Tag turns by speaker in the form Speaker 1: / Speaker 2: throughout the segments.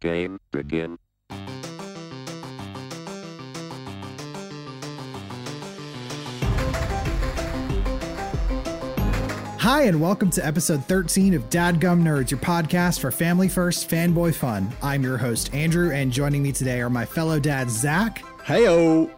Speaker 1: Game, begin.
Speaker 2: Hi, and welcome to episode 13 of Dadgum Nerds, your podcast for family first fanboy fun. I'm your host, Andrew, and joining me today are my fellow dads, Zach
Speaker 3: Heyo.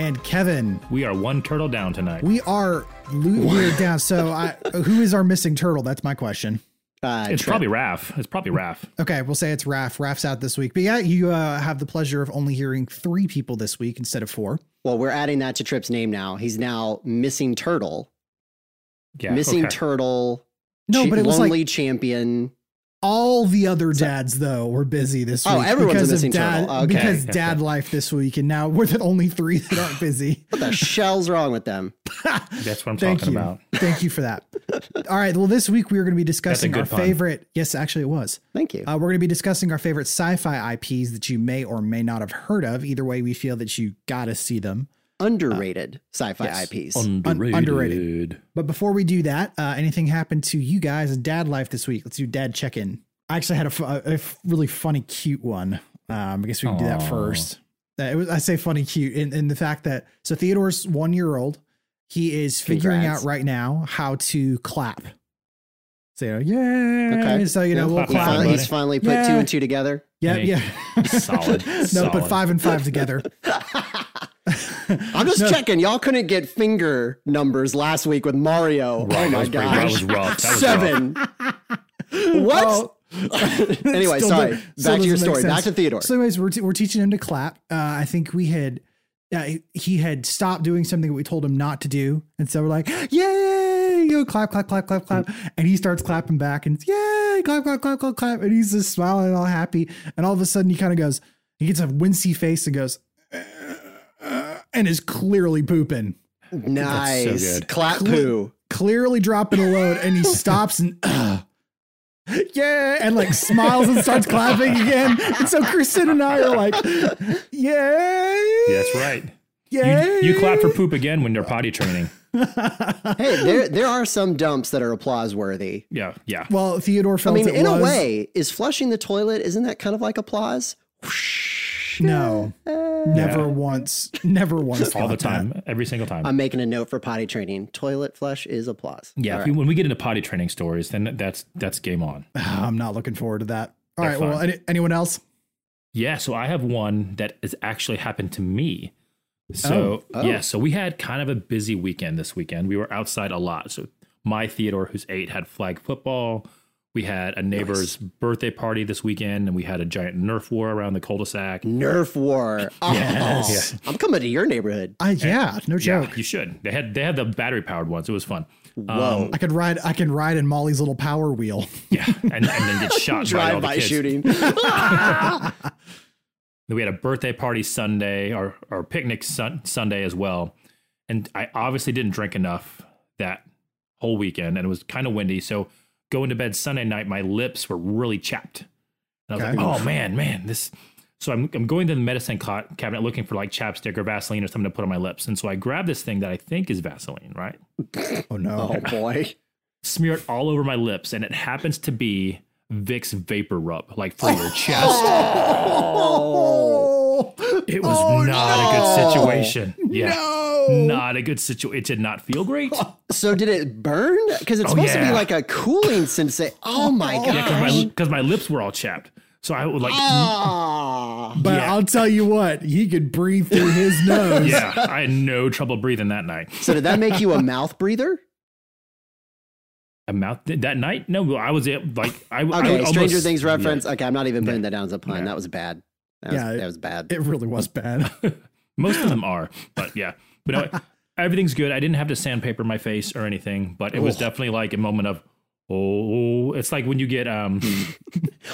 Speaker 2: and Kevin.
Speaker 4: We are one turtle down tonight.
Speaker 2: We are lo- we're down. So, I, who is our missing turtle? That's my question.
Speaker 3: Uh,
Speaker 4: it's
Speaker 3: Trent-
Speaker 4: probably Raph. It's probably Raph.
Speaker 2: Okay, we'll say it's Raph. Raph's out this week. But yeah, you uh, have the pleasure of only hearing three people this week instead of four.
Speaker 3: well. We're adding that to Trip's name now. He's now missing turtle,
Speaker 4: Yeah.
Speaker 3: missing
Speaker 4: okay.
Speaker 3: turtle.
Speaker 2: No,
Speaker 3: chi-
Speaker 2: but it was
Speaker 3: lonely
Speaker 2: like
Speaker 3: champion.
Speaker 2: all the other dads though were busy this week.
Speaker 3: Oh, everyone's a
Speaker 2: because of
Speaker 3: missing
Speaker 2: dad,
Speaker 3: turtle. Okay.
Speaker 2: Because dad life this week, and now we're the only three that aren't busy.
Speaker 3: What the shell's wrong with them?
Speaker 4: That's what I'm
Speaker 2: Thank
Speaker 4: talking
Speaker 2: you.
Speaker 4: about.
Speaker 2: Thank you for that. All right. Well, this week we are going to be discussing
Speaker 4: good
Speaker 2: our
Speaker 4: pun.
Speaker 2: favorite. Yes, actually, it was.
Speaker 3: Thank you.
Speaker 2: Uh, we're going to be discussing our favorite sci fi IPs that you may or may not have heard of. Either way, we feel that you got to see them.
Speaker 3: Underrated sci-fi
Speaker 2: yes. Oh,
Speaker 3: IPs.
Speaker 2: Underrated. But before we do that, uh, anything happened to you guys in dad life this week? Let's do dad check in. I actually had a, fu- a- a f- really funny, cute one. Um, I guess we can do that
Speaker 4: Aw.
Speaker 2: first. Uh, it was, I say funny, cute, in, in the fact that so Theodore's one year old. He is figuring
Speaker 3: Congrats.
Speaker 2: out right now how to clap. So you know, yeah.
Speaker 3: Okay.
Speaker 2: So you know
Speaker 3: Yeah,
Speaker 2: we'll
Speaker 3: he
Speaker 4: clap,
Speaker 3: fin-
Speaker 2: clap.
Speaker 4: finally-
Speaker 3: he's finally put two
Speaker 2: Yeah.
Speaker 3: and two together.
Speaker 2: Yeah,
Speaker 4: Hey,
Speaker 2: yeah.
Speaker 4: solid,
Speaker 2: no,
Speaker 4: solid.
Speaker 2: but five and five together.
Speaker 3: I'm just
Speaker 2: No.
Speaker 3: checking. Y'all couldn't get finger numbers last week with Mario.
Speaker 4: Right,
Speaker 3: oh my
Speaker 4: that was pretty- that
Speaker 3: gosh.
Speaker 4: was rough. That was
Speaker 3: Seven. what?
Speaker 2: Oh.
Speaker 3: anyway,
Speaker 2: Still
Speaker 3: sorry.
Speaker 2: don't- still
Speaker 3: Back to your
Speaker 2: doesn't make
Speaker 3: story. Back
Speaker 2: sense.
Speaker 3: to Theodore.
Speaker 2: So, anyways, we're, t- we're teaching him to clap. Uh, I think we had uh, he had stopped doing something that we told him not to do, and so we're like, "Yay!" You know, clap, clap, clap, clap, clap, and he starts clapping back, and it's, "Yay!" Clap, clap, clap, clap, clap, and he's just smiling and all happy, and all of a sudden he kind of goes, he gets a wincy face and goes, "Uh, uh," and is clearly pooping.
Speaker 3: nice.
Speaker 4: good.
Speaker 3: Clap
Speaker 2: Cl-
Speaker 3: poo.
Speaker 2: clearly dropping a load and he stops and uh, yeah and like smiles and starts clapping again and so kristen and i are like yay
Speaker 4: Yeah, that's right.
Speaker 2: yay
Speaker 4: You, you clap for poop again when you're potty training.
Speaker 3: Hey, there there are some dumps that are applause worthy.
Speaker 4: Yeah. Yeah.
Speaker 2: well theodore
Speaker 3: I
Speaker 2: felt
Speaker 3: mean,
Speaker 2: it
Speaker 3: in
Speaker 2: was.
Speaker 3: a way, is flushing the toilet, isn't that kind of like applause?
Speaker 2: no never
Speaker 4: Yeah.
Speaker 2: once never once
Speaker 4: All the
Speaker 2: thought that.
Speaker 4: time. Every single time.
Speaker 3: I'm making a note for potty training. Toilet flush is applause.
Speaker 4: yeah. if
Speaker 3: All right.
Speaker 4: you- when we get into potty training stories, then that's that's game on.
Speaker 2: Ah, i'm not looking forward to that All
Speaker 4: They're
Speaker 2: right. well
Speaker 4: fun.
Speaker 2: any, anyone else
Speaker 4: Yeah, so I have one that has actually happened to me. So
Speaker 3: Oh.
Speaker 4: yeah, so we had kind of a busy weekend this weekend. We were outside a lot. So my Theodore, who's eight, had flag football. We had a neighbor's birthday party this weekend, and we had a giant Nerf war around the cul-de-sac.
Speaker 3: Nerf war. Oh,
Speaker 4: Yes.
Speaker 3: I'm coming to your neighborhood.
Speaker 2: i Ah, yeah no joke
Speaker 4: Yeah, you should. They had they had the battery powered ones. It was fun.
Speaker 3: Whoa.
Speaker 2: i could ride i can ride in molly's little power wheel
Speaker 4: Yeah, and, and then get shot by all the
Speaker 3: Drive by
Speaker 4: kids.
Speaker 3: shooting.
Speaker 4: Then we had a birthday party Sunday or or picnic sun, Sunday as well. And I obviously didn't drink enough that whole weekend and it was kind of windy. So going to bed Sunday night, my lips were really chapped. And I was
Speaker 2: Okay.
Speaker 4: like, oh man, man, this. So I'm, I'm going to the medicine cla- cabinet looking for like chapstick or Vaseline or something to put on my lips. And so I grab this thing that I think is Vaseline, right?
Speaker 2: oh no
Speaker 3: Oh boy.
Speaker 4: Smear it all over my lips. And it happens to be Vicks Vapor Rub, like for your chest.
Speaker 3: Oh.
Speaker 4: It was
Speaker 2: Oh,
Speaker 4: not
Speaker 3: no.
Speaker 4: a good situation. Yeah.
Speaker 2: no
Speaker 4: Not a good situation. It did not feel great. yeah,
Speaker 3: So did it burn? Because it's
Speaker 4: Oh,
Speaker 3: supposed to
Speaker 4: yeah.
Speaker 3: be like a cooling sensation. Oh my
Speaker 4: because my,
Speaker 3: gosh. Oh.
Speaker 4: li- 'cause my lips were all chapped. So I would like,
Speaker 3: Ah.
Speaker 2: But
Speaker 4: Yeah.
Speaker 2: I'll tell you what, he could breathe through his nose.
Speaker 4: yeah, I had no trouble breathing that night.
Speaker 3: So did that make you a mouth breather?
Speaker 4: A mouth that night? No, I was it, like, I, I
Speaker 3: Okay,
Speaker 4: would
Speaker 3: Stranger
Speaker 4: almost-
Speaker 3: Things
Speaker 4: yeah.
Speaker 3: reference. Okay, I'm not even putting that down as a pun.
Speaker 4: Yeah.
Speaker 3: That was bad. That was,
Speaker 2: Yeah,
Speaker 3: that was bad.
Speaker 2: It really was bad.
Speaker 4: Most of them are, but yeah. But no, everything's good. I didn't have to sandpaper my face or anything, but it was
Speaker 3: Ugh.
Speaker 4: definitely like a moment of, oh, it's like when you get, um,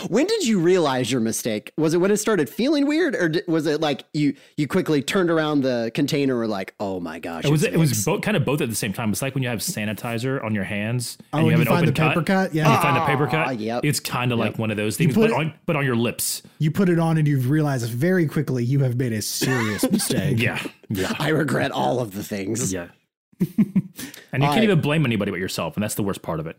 Speaker 3: when did you realize your mistake? Was it when it started feeling weird, or di- was it like you you quickly turned around the container and were like, "Oh my gosh"?
Speaker 4: it was,
Speaker 3: it's
Speaker 4: it was
Speaker 3: mixed.
Speaker 4: both kind of both at the same time. It's like when you have sanitizer on your hands
Speaker 2: Oh, when
Speaker 4: and you have
Speaker 2: you
Speaker 4: an
Speaker 2: find
Speaker 4: open
Speaker 2: the paper cut? Yeah.
Speaker 4: and you find the paper
Speaker 3: Ah,
Speaker 4: cut.
Speaker 3: yep.
Speaker 4: It's kind of like one of those things,
Speaker 2: put
Speaker 4: but
Speaker 2: it-
Speaker 4: on, but on your lips.
Speaker 2: you put it on and you realize very quickly you have made a serious mistake.
Speaker 4: Yeah. Yeah.
Speaker 3: I regret all of the things.
Speaker 4: Yeah. and you
Speaker 3: All
Speaker 4: can't
Speaker 3: right.
Speaker 4: even blame anybody but yourself, and that's the worst part of it.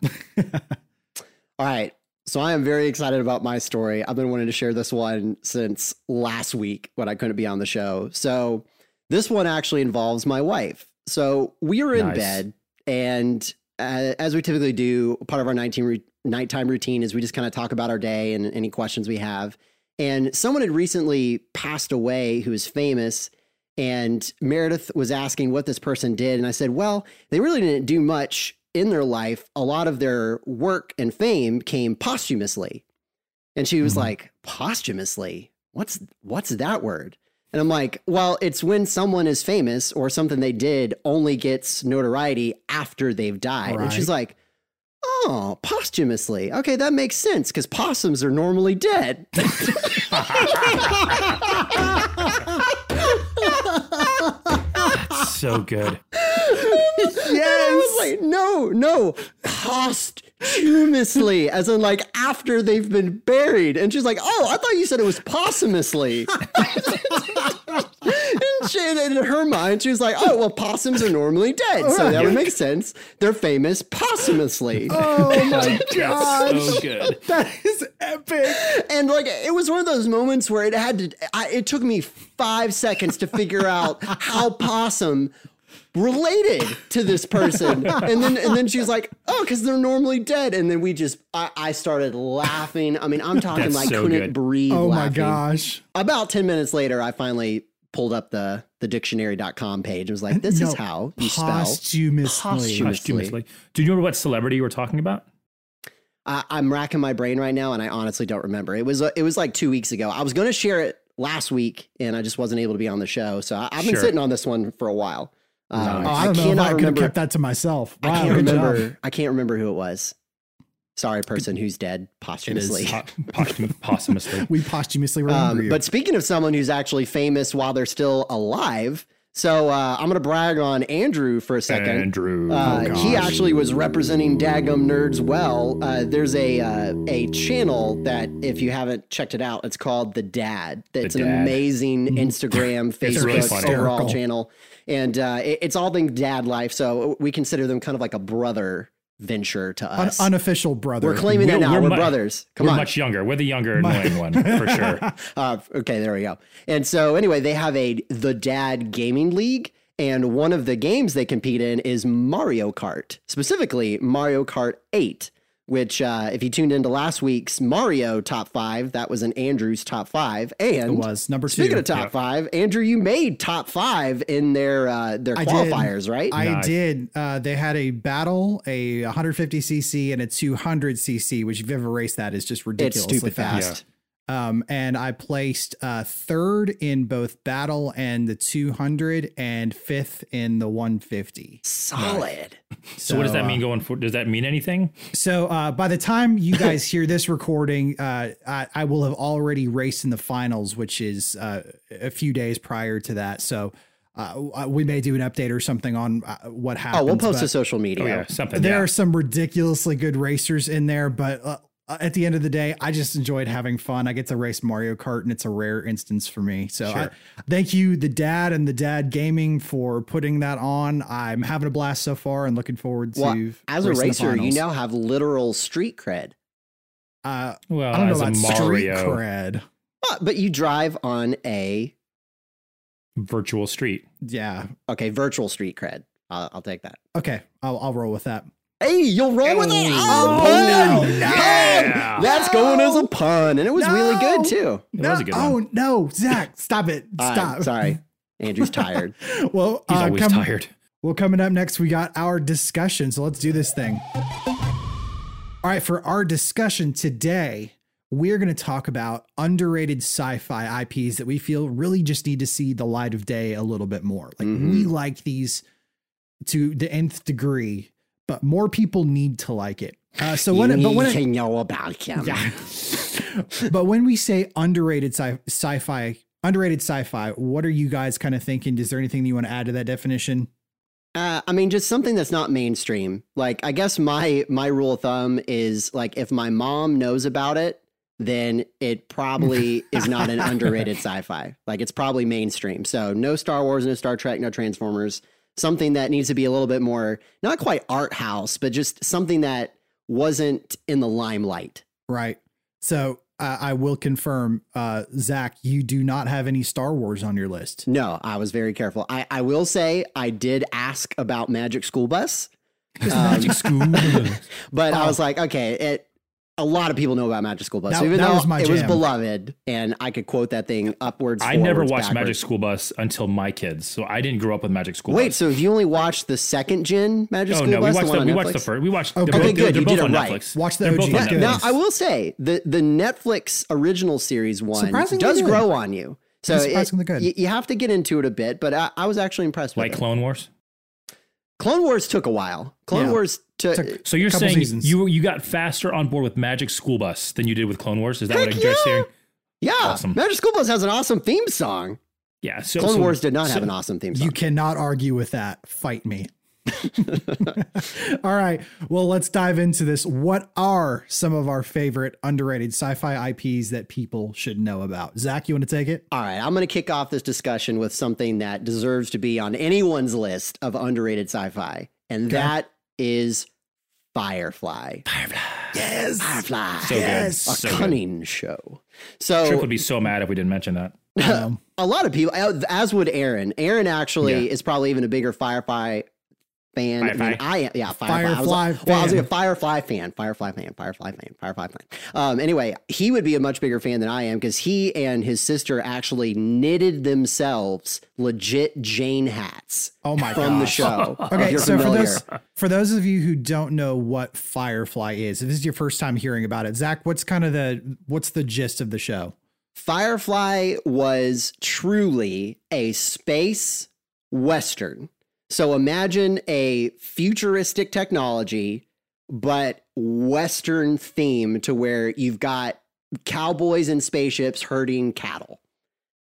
Speaker 3: All right. So I am very excited about my story. I've been wanting to share this one since last week when I couldn't be on the show. So this one actually involves my wife. So we are in
Speaker 4: Nice.
Speaker 3: bed, and uh, as we typically do, part of our 19 ru- nighttime routine is we just kind of talk about our day and any questions we have. And someone had recently passed away who is famous. And Meredith was asking what this person did. And I said, well, they really didn't do much in their life. A lot of their work and fame came posthumously. And she was
Speaker 4: Mhm.
Speaker 3: like, posthumously? What's what's that word? And I'm like, well, it's when someone is famous or something they did only gets notoriety after they've died. And she's like, oh, posthumously. Okay, that makes sense because possums are normally dead.
Speaker 4: so good.
Speaker 3: And I was like, no, no, posthumously, as in like after they've been buried. And she's like, oh, I thought you said it was possumously. and, she, and in her mind, she was like, oh, well, possums are normally dead. So that would make sense. They're famous posthumously.
Speaker 2: Oh my
Speaker 4: That's
Speaker 2: gosh.
Speaker 4: so good.
Speaker 2: That is epic.
Speaker 3: and like it was one of those moments where it had to I, it took me five seconds to figure out how possum related to this person and then and then she was like oh because they're normally dead and then we just i, I started laughing i mean i'm talking
Speaker 4: That's
Speaker 3: like
Speaker 4: so
Speaker 3: couldn't
Speaker 4: good.
Speaker 3: breathe
Speaker 2: Oh my
Speaker 3: laughing.
Speaker 2: gosh.
Speaker 3: about 10 minutes later i finally pulled up the the dictionary.com page and was like this
Speaker 2: No,
Speaker 3: is how you spell
Speaker 2: posthumously.
Speaker 3: Posthumously.
Speaker 4: Posthumously. Do you remember what celebrity we're talking about?
Speaker 3: I, I'm racking my brain right now, and I honestly don't remember. It was uh, it was like two weeks ago. I was going to share it last week, and I just wasn't able to be on the show. So I, I've been
Speaker 4: Sure.
Speaker 3: sitting on this one for a while. Um,
Speaker 4: Nice.
Speaker 2: Oh, I don't know if I could have kept that to myself. Wow,
Speaker 3: I can't
Speaker 2: good job.
Speaker 3: remember. I can't remember who it was. Sorry, person who's dead posthumously.
Speaker 4: Po- posthum- posthumously.
Speaker 2: We posthumously remember
Speaker 3: Um,
Speaker 2: you.
Speaker 3: but speaking of someone who's actually famous while they're still alive, so uh, I'm going to brag on Andrew for a second.
Speaker 4: Andrew.
Speaker 3: Uh,
Speaker 4: Oh,
Speaker 3: he
Speaker 4: gosh.
Speaker 3: actually was representing Dagum Nerds well. Uh, there's a uh, a channel that if you haven't checked it out, it's called The Dad. It's an
Speaker 4: Dad.
Speaker 3: amazing Instagram,
Speaker 4: It's really
Speaker 3: Facebook,
Speaker 4: funny.
Speaker 3: overall
Speaker 2: Hysterical.
Speaker 3: channel, and uh, it- it's all things dad life. So we consider them kind of like a brother venture to
Speaker 2: An
Speaker 3: us.
Speaker 2: unofficial brother.
Speaker 3: we're claiming
Speaker 4: We're-
Speaker 3: it now.
Speaker 4: we're
Speaker 3: We're,
Speaker 4: mu-
Speaker 3: brothers. Come
Speaker 4: We're
Speaker 3: on.
Speaker 4: much younger. We're the younger annoying one for sure.
Speaker 3: Uh, okay, there we go. And so anyway, they have a the Dad Gaming League, and one of the games they compete in is Mario Kart, specifically Mario Kart Eight. Which, uh, if you tuned into last week's Mario top five, that was an Andrew's top five. And
Speaker 2: It was number two.
Speaker 3: speaking of top five, Andrew, you made top five in their uh, their
Speaker 2: I did.
Speaker 3: qualifiers, right?
Speaker 2: I
Speaker 4: Nice.
Speaker 2: did. Uh, they had a battle, a 150cc and a 200cc, which if you've ever raced that is just
Speaker 3: it's
Speaker 2: ridiculously
Speaker 3: stupid
Speaker 2: fast.
Speaker 3: fast.
Speaker 2: Um, and I placed uh, third in both battle and the 200 and fifth in the 150.
Speaker 3: Solid.
Speaker 4: So, what does that
Speaker 3: uh,
Speaker 4: mean going for? Does that mean anything?
Speaker 2: uh, So uh, by the time you guys hear this recording, uh, I, I will have already raced in the finals, which is uh, a few days prior to that. So uh, we may do an update or something on uh, what happened.
Speaker 3: Oh, we'll post to social media.
Speaker 4: Oh yeah, something.
Speaker 2: There
Speaker 4: yeah.
Speaker 2: are some ridiculously good racers in there, but uh, at the end of the day, I just enjoyed having fun. I get to race Mario Kart, and it's a rare instance for me. So I,
Speaker 4: Sure.
Speaker 2: thank you, the dad and the dad gaming, for putting that on. I'm having a blast so far, and looking forward to
Speaker 3: Well, as a
Speaker 2: racing the
Speaker 3: racer, you
Speaker 2: finals.
Speaker 3: now have literal street cred.
Speaker 2: Uh,
Speaker 4: well,
Speaker 2: I don't know
Speaker 4: as
Speaker 2: about
Speaker 4: a
Speaker 2: street
Speaker 4: Mario
Speaker 2: cred.
Speaker 3: But, but you drive on a
Speaker 4: virtual street.
Speaker 2: Yeah.
Speaker 3: okay virtual street cred. I'll, I'll take that.
Speaker 2: Okay. I'll, I'll roll with that.
Speaker 3: Hey, you'll roll with it.
Speaker 4: Oh,
Speaker 3: Oh,
Speaker 2: no,
Speaker 3: pun!
Speaker 2: no.
Speaker 4: Yeah.
Speaker 3: That's going as a pun, and it was really good too.
Speaker 4: It was a good
Speaker 2: oh
Speaker 4: one.
Speaker 2: no, Zach! Stop it!
Speaker 3: All right,
Speaker 2: Stop.
Speaker 3: sorry, Andrew's tired.
Speaker 2: Well,
Speaker 4: He's
Speaker 2: uh,
Speaker 4: always
Speaker 2: come-
Speaker 4: tired.
Speaker 2: Well, coming up next, we got our discussion. So let's do this thing. All right, for our discussion today, we're going to talk about underrated sci fi IPs that we feel really just need to see the light of day a little bit more. Like,
Speaker 3: Mhm.
Speaker 2: we like these to the nth degree, but more people need to like it. Uh, so, when, it- but when,
Speaker 3: you
Speaker 2: it-
Speaker 3: can know about him.
Speaker 2: yeah. but when we say underrated sci- sci-fi, underrated sci-fi, what are you guys kind of thinking? Is there anything that you want to add to that definition?
Speaker 3: Uh, I mean, just something that's not mainstream. Like, I guess my my rule of thumb is like, if my mom knows about it, then it probably is not an underrated sci-fi. Like, it's probably mainstream. So, no Star Wars, no Star Trek, no Transformers. Something that needs to be a little bit more, not quite art house, but just something that wasn't in the limelight.
Speaker 2: Right. So uh, I will confirm, uh, Zach, you do not have any Star Wars on your list.
Speaker 3: No, I was very careful. I, I will say I did ask about Magic School Bus, Um,
Speaker 4: Magic school.
Speaker 3: but I
Speaker 2: Oh.
Speaker 3: was like, okay, it, a lot of people know about Magic School Bus,
Speaker 2: That-
Speaker 3: even
Speaker 2: that
Speaker 3: though
Speaker 2: was my
Speaker 3: it was
Speaker 2: jam.
Speaker 3: beloved, and I could quote that thing upwards.
Speaker 4: I never
Speaker 3: forwards,
Speaker 4: watched Magic
Speaker 3: backwards.
Speaker 4: School Bus until my kids, so I didn't grow up with Magic School
Speaker 3: Wait,
Speaker 4: Bus.
Speaker 3: so if you only watched the second gen Magic
Speaker 4: Oh
Speaker 3: School
Speaker 4: no, we
Speaker 3: Bus,
Speaker 4: watched
Speaker 3: the
Speaker 4: the,
Speaker 3: one on
Speaker 4: we watched the
Speaker 3: Netflix?
Speaker 4: first. We watched.
Speaker 2: Okay,
Speaker 4: they're both,
Speaker 3: good,
Speaker 4: They're
Speaker 3: you
Speaker 4: both
Speaker 3: did
Speaker 4: on
Speaker 3: it right.
Speaker 4: Netflix.
Speaker 2: Watch the
Speaker 4: they're
Speaker 2: OG.
Speaker 4: both on
Speaker 2: Yeah,
Speaker 4: Netflix.
Speaker 3: Now,
Speaker 2: Yes.
Speaker 3: I will say the the Netflix original series one
Speaker 2: Surprisingly
Speaker 3: does
Speaker 2: good.
Speaker 3: grow on you. So
Speaker 2: It's
Speaker 3: it-
Speaker 2: surprisingly good.
Speaker 3: y- you have to get into it a bit, but I, I was actually impressed with
Speaker 4: like
Speaker 3: it.
Speaker 4: Clone Wars.
Speaker 3: Clone Wars took a while. Clone
Speaker 2: Yeah.
Speaker 3: Wars took.
Speaker 2: Took-
Speaker 4: So you're
Speaker 2: Couple
Speaker 4: saying
Speaker 2: seasons.
Speaker 4: you you got faster on board with Magic School Bus than you did with Clone Wars? Is that
Speaker 3: Heck
Speaker 4: what I'm just
Speaker 3: yeah.
Speaker 4: hearing?
Speaker 3: yeah,
Speaker 4: awesome.
Speaker 3: Magic School Bus has an awesome theme song.
Speaker 4: Yeah. So
Speaker 3: Clone
Speaker 4: so-
Speaker 3: Wars did not
Speaker 4: so-
Speaker 3: have an awesome theme song.
Speaker 2: You cannot argue with that. Fight me. All right. Well, let's dive into this. What are some of our favorite underrated sci fi IPs that people should know about? Zach, you want to take it?
Speaker 3: All right, I'm going to kick off this discussion with something that deserves to be on anyone's list of underrated sci-fi, and that is Firefly.
Speaker 2: Yes.
Speaker 3: Firefly,
Speaker 4: So good.
Speaker 2: Yes.
Speaker 3: a
Speaker 4: So good.
Speaker 3: cunning show. So
Speaker 4: Tripp would be so mad if we didn't mention that.
Speaker 2: Um,
Speaker 3: a lot of people, uh, as would Aaron. Aaron actually
Speaker 4: Yeah.
Speaker 3: is probably even a bigger Firefly fan
Speaker 4: Firefly.
Speaker 3: than I am. Yeah, Firefly. I was
Speaker 2: Firefly
Speaker 3: like- Well, I was like
Speaker 2: fan.
Speaker 3: a Firefly fan, Firefly fan, Firefly fan, Firefly fan. Um, anyway, he would be a much bigger fan than I am because he and his sister actually knitted themselves legit Jane hats
Speaker 2: oh, my
Speaker 3: from the
Speaker 2: gosh.
Speaker 3: show. if
Speaker 2: Okay,
Speaker 3: you're
Speaker 2: so for
Speaker 3: familiar.
Speaker 2: those for those of you who don't know what Firefly is, if this is your first time hearing about it, Zach, what's kind of the what's the gist of the show?
Speaker 3: Firefly was truly a space western. So imagine a futuristic technology, but western theme to where you've got cowboys and spaceships herding cattle.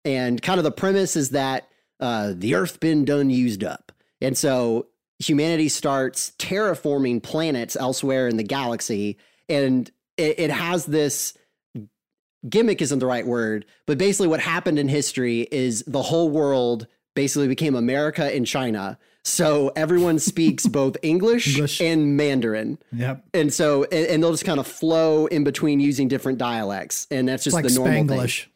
Speaker 3: And kind of the premise is that uh, the earth been done used up. And so humanity starts terraforming planets elsewhere in the galaxy. And it, it has this gimmick isn't the right word, but basically what happened in history is the whole world basically became America and China. So everyone speaks both English,
Speaker 2: English.
Speaker 3: and Mandarin.
Speaker 2: Yep.
Speaker 3: And so and, and they'll just kind of flow in between using different dialects. And that's
Speaker 2: It's
Speaker 3: just
Speaker 2: like
Speaker 3: the normal thing.
Speaker 2: Spanglish.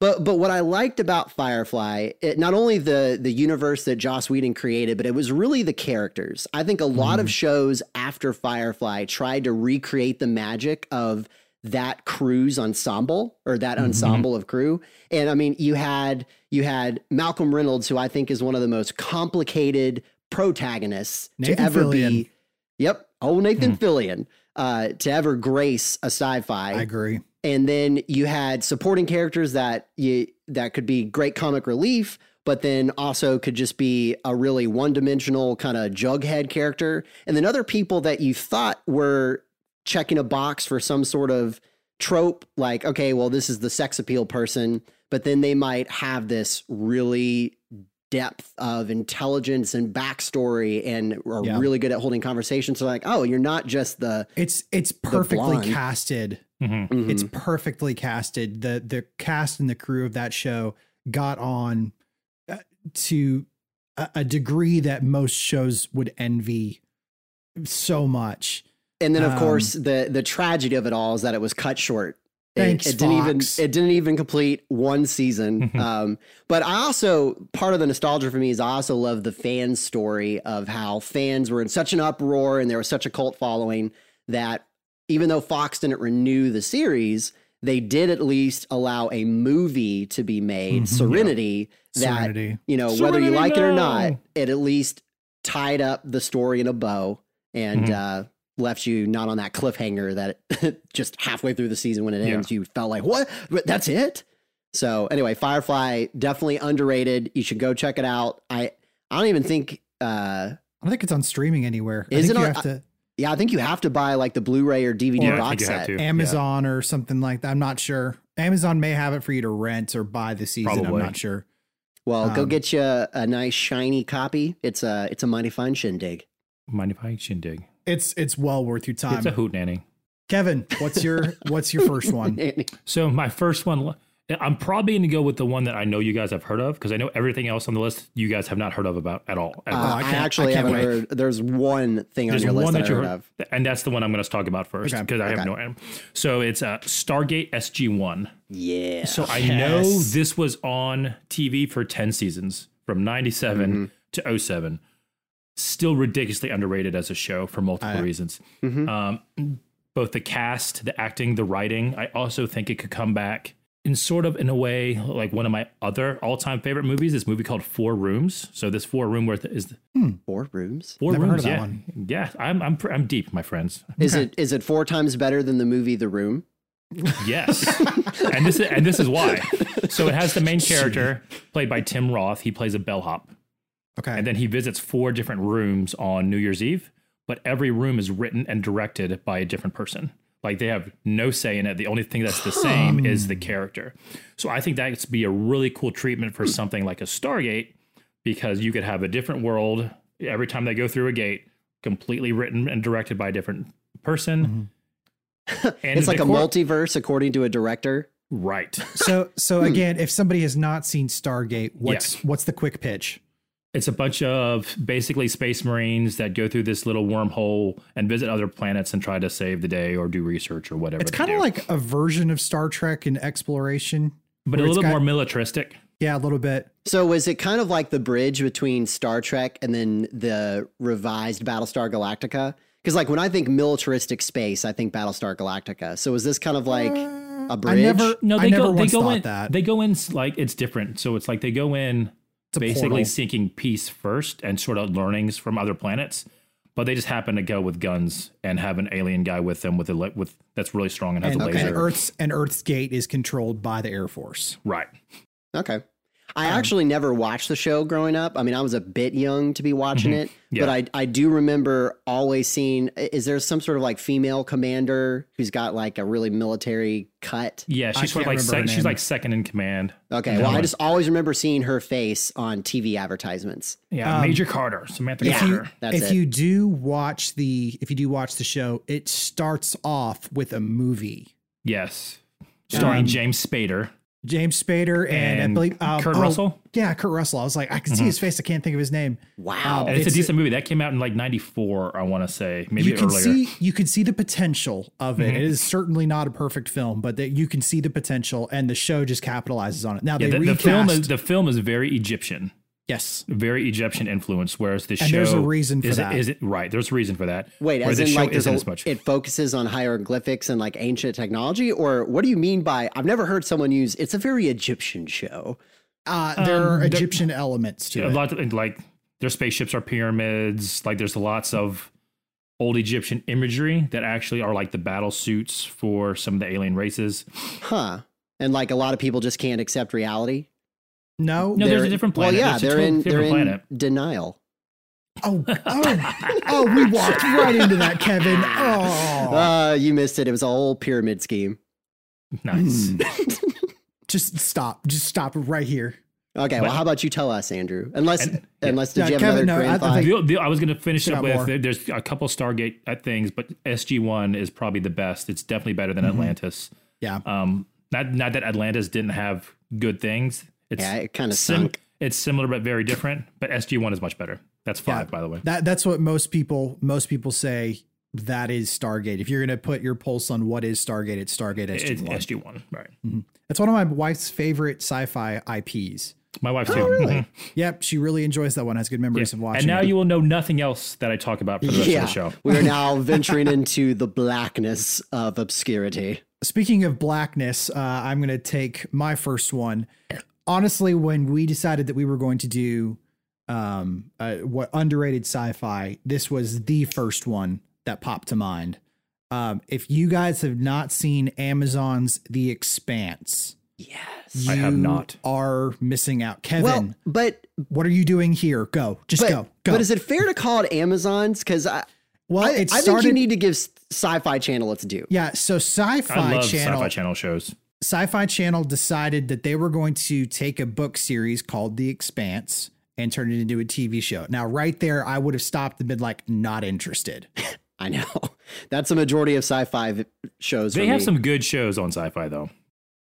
Speaker 3: But but what I liked about Firefly, it, not only the the universe that Joss Whedon created, but it was really the characters. I think a lot
Speaker 2: Mm.
Speaker 3: of shows after Firefly tried to recreate the magic of that crew's ensemble or that
Speaker 2: Mm-hmm.
Speaker 3: ensemble of crew. And I mean, you had you had Malcolm Reynolds, who I think is one of the most complicated protagonists to
Speaker 2: Nathan
Speaker 3: ever
Speaker 2: Fillion.
Speaker 3: be. Yep, oh Nathan Fillion uh, to ever grace a sci-fi
Speaker 2: I agree.
Speaker 3: and then you had supporting characters that you that could be great comic relief but then also could just be a really one-dimensional kind of jughead character and then other people that you thought were checking a box for some sort of trope like okay well this is the sex appeal person but then they might have this really depth of intelligence and backstory and are
Speaker 2: Yeah.
Speaker 3: really good at holding conversations so like oh you're not just the
Speaker 2: It's it's perfectly
Speaker 3: blonde. Mm-hmm.
Speaker 2: casted.
Speaker 4: Mhm.
Speaker 2: It's perfectly casted. The the cast and the crew of that show got on uh, to a, a degree that most shows would envy so much.
Speaker 3: And then, of
Speaker 2: Um,
Speaker 3: course, the the tragedy of it all is that it was cut short. It-
Speaker 2: Thanks,
Speaker 3: it, didn't even
Speaker 2: Fox. Mm-hmm.
Speaker 3: it didn't even complete one season. um, but I also part of the nostalgia for me is I also love the fan story of how fans were in such an uproar and there was such a cult following that even though Fox didn't renew the series, they did at least allow a movie to be made,
Speaker 2: Mhm.
Speaker 3: Serenity, that
Speaker 2: Serenity.
Speaker 3: you know, whether you
Speaker 4: Serenity
Speaker 3: like it or not,
Speaker 4: now.
Speaker 3: it at least tied up the story in a bow and
Speaker 4: Mm-hmm.
Speaker 3: uh, left you not on that cliffhanger that just halfway through the season when it
Speaker 4: Yeah.
Speaker 3: ends, you felt like, what? But That's it? So anyway, Firefly definitely underrated. You should go check it out. I I don't even think uh
Speaker 2: I don't think it's on streaming anywhere. I
Speaker 3: Is
Speaker 2: think
Speaker 3: it
Speaker 2: you
Speaker 3: on-
Speaker 2: have to
Speaker 3: yeah, I think you have to buy like the Blu-ray or DVD
Speaker 4: Yeah, I think
Speaker 3: box
Speaker 4: you have
Speaker 3: set.
Speaker 4: to.
Speaker 2: Amazon or something like that. I'm not sure. Amazon may have it for you to rent or buy the season.
Speaker 4: Probably.
Speaker 2: I'm not sure.
Speaker 3: Well, go
Speaker 2: Um,
Speaker 3: get you a nice shiny copy. It's a it's a mighty fine shindig.
Speaker 4: Mind if I shindig?
Speaker 2: It's it's well worth your time.
Speaker 4: It's a hoot nanny.
Speaker 3: Uh,
Speaker 2: Kevin, what's your what's your first one?
Speaker 3: Andy.
Speaker 4: So my first one, I'm probably going to go with the one that I know you guys have heard of because I know everything else on the list you guys have not heard of about at all. At
Speaker 3: Uh,
Speaker 4: all.
Speaker 2: I
Speaker 3: I,
Speaker 2: can't-
Speaker 3: actually
Speaker 2: I can't
Speaker 3: haven't
Speaker 2: wait.
Speaker 3: heard. There's one thing on
Speaker 4: There's
Speaker 3: your list
Speaker 4: one
Speaker 3: that,
Speaker 4: that
Speaker 3: I
Speaker 4: you
Speaker 3: heard
Speaker 4: heard,
Speaker 3: of.
Speaker 4: and that's the one I'm going to talk about first
Speaker 2: Okay,
Speaker 4: because I have
Speaker 3: okay.
Speaker 4: no idea. So it's uh, Stargate SG One.
Speaker 3: Yeah.
Speaker 4: So I know
Speaker 2: Yes.
Speaker 4: this was on TV for 10 seasons from 97 to 07. Still ridiculously underrated as a show for multiple
Speaker 2: I-
Speaker 4: reasons.
Speaker 3: Mhm.
Speaker 4: Um, both the cast, the acting, the writing. I also think it could come back in sort of in a way like one of my other all-time favorite movies. This movie called Four Rooms. So this four room worth is
Speaker 3: Four rooms.
Speaker 4: four
Speaker 2: Never heard of
Speaker 4: rooms.
Speaker 2: that
Speaker 4: yeah,
Speaker 2: one.
Speaker 4: yeah. I'm I'm pr- I'm deep, my friends.
Speaker 3: Is it is it four times better than the movie The Room?
Speaker 4: Yes, and this is and this is why. So it has the main character played by Tim Roth. He plays a bellhop.
Speaker 2: Okay.
Speaker 4: And then he visits four different rooms on New Year's Eve, but every room is written and directed by a different person. Like they have no say in it. The only thing that's the same is the character. So I think that could be a really cool treatment for something like a Stargate because you could have a different world every time they go through a gate, completely written and directed by a different person. And
Speaker 3: Mm-hmm. It's like
Speaker 4: the
Speaker 3: a
Speaker 4: cor-
Speaker 3: multiverse according to a director.
Speaker 4: Right.
Speaker 2: so so again, if somebody has not seen Stargate, what's
Speaker 4: Hmm. Yes.
Speaker 2: what's the quick pitch?
Speaker 4: It's a bunch of basically space marines that go through this little wormhole and visit other planets and try to save the day or do research or whatever.
Speaker 2: It's
Speaker 4: they
Speaker 2: kind of
Speaker 4: do.
Speaker 2: like a version of Star Trek in exploration.
Speaker 4: but a
Speaker 2: where it's
Speaker 4: little bit
Speaker 2: got-
Speaker 4: more militaristic.
Speaker 2: Yeah, a little bit.
Speaker 3: So was it kind of like the bridge between Star Trek and then the revised Battlestar Galactica? Because like when I think militaristic space, I think Battlestar Galactica. So is this kind of like a bridge?
Speaker 2: I never
Speaker 4: No, they
Speaker 2: I never
Speaker 4: go. They
Speaker 2: once
Speaker 4: go
Speaker 2: thought
Speaker 4: in.
Speaker 2: that.
Speaker 4: They go in s- like it's different. So it's like they go in
Speaker 2: a
Speaker 4: basically
Speaker 2: portal.
Speaker 4: seeking peace first and sort of learnings from other planets. But they just happen to go with guns and have an alien guy with them with a li- with that's really strong and has
Speaker 2: and,
Speaker 4: a
Speaker 2: and
Speaker 4: laser.
Speaker 2: Earth's and Earth's gate is controlled by the Air Force.
Speaker 4: Right.
Speaker 3: Okay. I
Speaker 4: Um,
Speaker 3: actually never watched the show growing up. I mean, I was a bit young to be watching it,
Speaker 4: Mm-hmm. Yeah.
Speaker 3: but I I do remember always seeing i- is there some sort of like female commander who's got like a really military cut?
Speaker 4: Yeah.
Speaker 2: I
Speaker 4: She's sort of
Speaker 2: can't
Speaker 4: like
Speaker 2: remember her
Speaker 4: sec- she's
Speaker 2: name.
Speaker 4: like second in command.
Speaker 3: Okay.
Speaker 4: Yeah.
Speaker 3: Well, I just always remember seeing her face on TV advertisements.
Speaker 4: Yeah.
Speaker 2: Um,
Speaker 4: Major Carter, Samantha
Speaker 3: Yeah.
Speaker 2: If you
Speaker 4: Carter.
Speaker 3: That's
Speaker 2: if
Speaker 3: it.
Speaker 2: you do watch the if you do watch the show, it starts off with a movie.
Speaker 4: Yes. Starring
Speaker 2: Um,
Speaker 4: James Spader
Speaker 2: James Spader and,
Speaker 4: and,
Speaker 2: I believe um,
Speaker 4: Kurt
Speaker 2: oh,
Speaker 4: Russell.
Speaker 2: Yeah, Kurt Russell. I was like, I can see
Speaker 4: Mhm.
Speaker 2: his face. I can't think of his name.
Speaker 3: Wow.
Speaker 2: Oh,
Speaker 4: And it's,
Speaker 2: it's-
Speaker 4: a decent movie that came out in like '94, I want to say, maybe
Speaker 2: you can
Speaker 4: earlier.
Speaker 2: see you can see the potential of it.
Speaker 4: Mhm.
Speaker 2: It is certainly not a perfect film, but that you can see the potential, and the show just capitalizes on it. Now
Speaker 4: yeah,
Speaker 2: they
Speaker 4: the, the
Speaker 2: recast.
Speaker 4: film is the film is very Egyptian.
Speaker 2: yes,
Speaker 4: very Egyptian influence, whereas the show
Speaker 2: And there's a reason for
Speaker 4: is,
Speaker 2: that.
Speaker 4: Is it right? There's a reason for that.
Speaker 3: Wait,
Speaker 4: where
Speaker 3: as
Speaker 4: the
Speaker 3: in
Speaker 4: show
Speaker 3: like there's
Speaker 4: isn't
Speaker 3: a,
Speaker 4: as much.
Speaker 3: it focuses on hieroglyphics and like ancient technology, or what do you mean by? I've never heard someone use. It's a very Egyptian show.
Speaker 2: uh, there
Speaker 4: Um,
Speaker 2: are
Speaker 4: there-
Speaker 2: Egyptian elements to
Speaker 4: a
Speaker 2: it.
Speaker 4: lot of, like their spaceships are pyramids. Like there's lots of old Egyptian imagery that actually are like the battle suits for some of the alien races.
Speaker 3: Huh. And like a lot of people just can't accept reality.
Speaker 2: no,
Speaker 4: No, there's
Speaker 3: They're-
Speaker 4: a different
Speaker 3: Well,
Speaker 4: planet.
Speaker 3: yeah,
Speaker 4: There's a
Speaker 3: they're
Speaker 4: total
Speaker 3: in they're
Speaker 4: different
Speaker 3: in
Speaker 4: planet.
Speaker 3: denial.
Speaker 2: oh, oh, oh, we walked right into that, Kevin. Oh,
Speaker 3: Uh, you missed it. It was a whole pyramid scheme.
Speaker 4: Nice.
Speaker 2: Hmm. just stop, just stop right here.
Speaker 3: Okay, well, how about you tell us, Andrew? Unless,
Speaker 4: And-
Speaker 3: unless did
Speaker 2: Yeah,
Speaker 3: you have
Speaker 2: Kevin,
Speaker 3: another
Speaker 2: no, I- I
Speaker 3: grand thought?
Speaker 2: think-
Speaker 4: The- the- I was going to finish
Speaker 2: Check
Speaker 4: up
Speaker 2: out
Speaker 4: with
Speaker 2: more.
Speaker 4: there- there's a couple Stargate uh, things, but SG One is probably the best. It's definitely better than Atlantis.
Speaker 2: Mm-hmm. Yeah.
Speaker 4: Um. Not not that Atlantis didn't have good things. It's
Speaker 3: yeah, it kind of
Speaker 4: Sim-
Speaker 3: sunk.
Speaker 4: it's similar but very different. But SG One is much better. That's five, by the way.
Speaker 2: That that's what most people most people say. That is Stargate. If you're gonna put your pulse on what is Stargate, it's Stargate
Speaker 4: It's
Speaker 2: SG One.
Speaker 4: SG One, right?
Speaker 2: That's one of my wife's favorite sci-fi IPs.
Speaker 4: My wife's
Speaker 2: Oh,
Speaker 4: too. Mhm.
Speaker 2: Yep, she really enjoys that one. Has good memories of watching.
Speaker 4: And now
Speaker 2: it.
Speaker 4: you will know nothing else that I talk about for the rest
Speaker 3: Yeah,
Speaker 4: of the show.
Speaker 3: we are now venturing into the blackness of obscurity.
Speaker 2: Speaking of blackness, uh, I'm going to take my first one. Honestly, when we decided that we were going to do um, uh, what underrated sci-fi, this was the first one that popped to mind. Um, if you guys have not seen Amazon's The Expanse,
Speaker 3: Yes.
Speaker 4: I have
Speaker 2: you
Speaker 4: not.
Speaker 2: Are missing out, Kevin?
Speaker 3: Well, but
Speaker 2: what are you doing here? Go, just
Speaker 3: but,
Speaker 2: go, go.
Speaker 3: but is it fair to call it Amazon's? Because I,
Speaker 2: well,
Speaker 3: I,
Speaker 2: it
Speaker 3: I
Speaker 2: started.
Speaker 3: think you need to give s- Sci-Fi Channel its due.
Speaker 2: yeah, so
Speaker 4: I
Speaker 2: Sci-Fi
Speaker 4: love
Speaker 2: Channel.
Speaker 4: Sci-Fi Channel shows.
Speaker 2: Sci-Fi Channel decided that they were going to take a book series called The Expanse and turn it into a TV show. Now, right there, I would have stopped and been like, not interested.
Speaker 3: I know that's a majority of sci-fi v- shows.
Speaker 4: They
Speaker 3: for
Speaker 4: have
Speaker 3: me.
Speaker 4: some good shows on Sci-Fi though.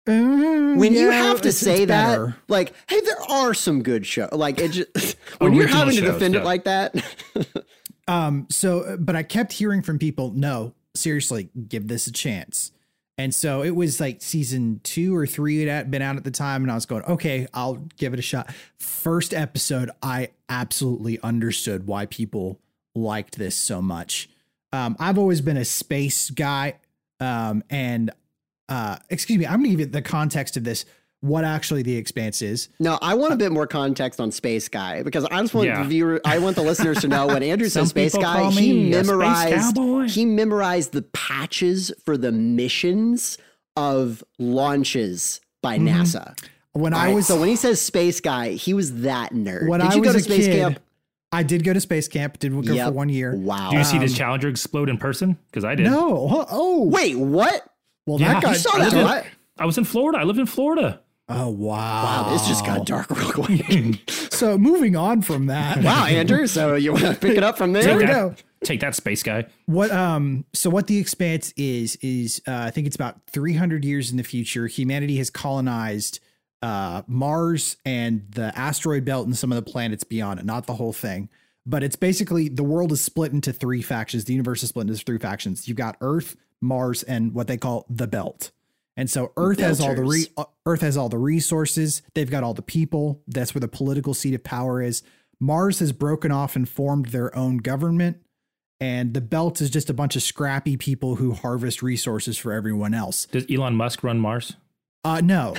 Speaker 2: Mm,
Speaker 3: when you
Speaker 2: yeah,
Speaker 3: have to
Speaker 2: it's-
Speaker 3: say
Speaker 2: it's
Speaker 3: that,
Speaker 2: better.
Speaker 3: like, hey, there are some good shows. Like, it just, when you're
Speaker 4: Original
Speaker 3: having to
Speaker 4: shows,
Speaker 3: defend
Speaker 4: yeah.
Speaker 3: it like that,
Speaker 2: Um, so, but I kept hearing from people, no, seriously, give this a chance. And so it was like season two or three that had been out at the time, and I was going, okay, I'll give it a shot. First episode, I absolutely understood why people liked this so much. Um, I've always been a space guy, um, and uh, excuse me, I'm gonna give you the context of this, what actually the expanse is.
Speaker 3: no, I want a bit more context on Space Guy because I just want
Speaker 4: Yeah.
Speaker 3: the viewer, I want the listeners to know when Andrew
Speaker 4: Some
Speaker 3: says Space
Speaker 4: people
Speaker 3: Guy,
Speaker 4: call
Speaker 3: he
Speaker 4: me a space
Speaker 3: memorized,
Speaker 4: cowboy.
Speaker 3: he memorized the patches for the missions of launches by
Speaker 4: Mm-hmm.
Speaker 2: Mhm.
Speaker 3: NASA.
Speaker 2: When I
Speaker 3: Right?
Speaker 2: was
Speaker 3: so when he says Space Guy, he was that nerd.
Speaker 2: when
Speaker 3: Did
Speaker 2: I
Speaker 3: you
Speaker 2: was
Speaker 3: go to
Speaker 2: a
Speaker 3: Space
Speaker 2: kid,
Speaker 3: Camp?
Speaker 2: I did go to space camp. Did go for
Speaker 3: Yep.
Speaker 2: one year.
Speaker 3: Wow.
Speaker 4: Do you see this
Speaker 2: Um,
Speaker 4: Challenger explode in person? Because I did.
Speaker 2: No. Huh, Oh,
Speaker 3: Wait, what?
Speaker 2: Well,
Speaker 4: Yeah.
Speaker 2: that got.
Speaker 3: You saw
Speaker 4: I
Speaker 3: that,
Speaker 4: did.
Speaker 3: right?
Speaker 4: I was in Florida. I lived in Florida.
Speaker 2: Oh wow.
Speaker 3: Wow, this just got dark real quick.
Speaker 2: So moving on from that.
Speaker 3: wow, Andrew. So you want to pick it up from there?
Speaker 2: we
Speaker 4: that,
Speaker 2: go.
Speaker 4: Take that, space guy.
Speaker 2: What um so what the expanse is is uh, I think it's about 300 years in the future humanity has colonized uh Mars and the asteroid belt and some of the planets beyond it not the whole thing but it's basically the world is split into three factions the universe is split into three factions you've got Earth Mars and what they call the belt and so Earth has all the re- uh, Earth has all the resources they've got all the people that's where the political seat of power is Mars has broken off and formed their own government and the belt is just a bunch of scrappy people who harvest resources for everyone else.
Speaker 4: Does Elon Musk run Mars?
Speaker 2: Uh no.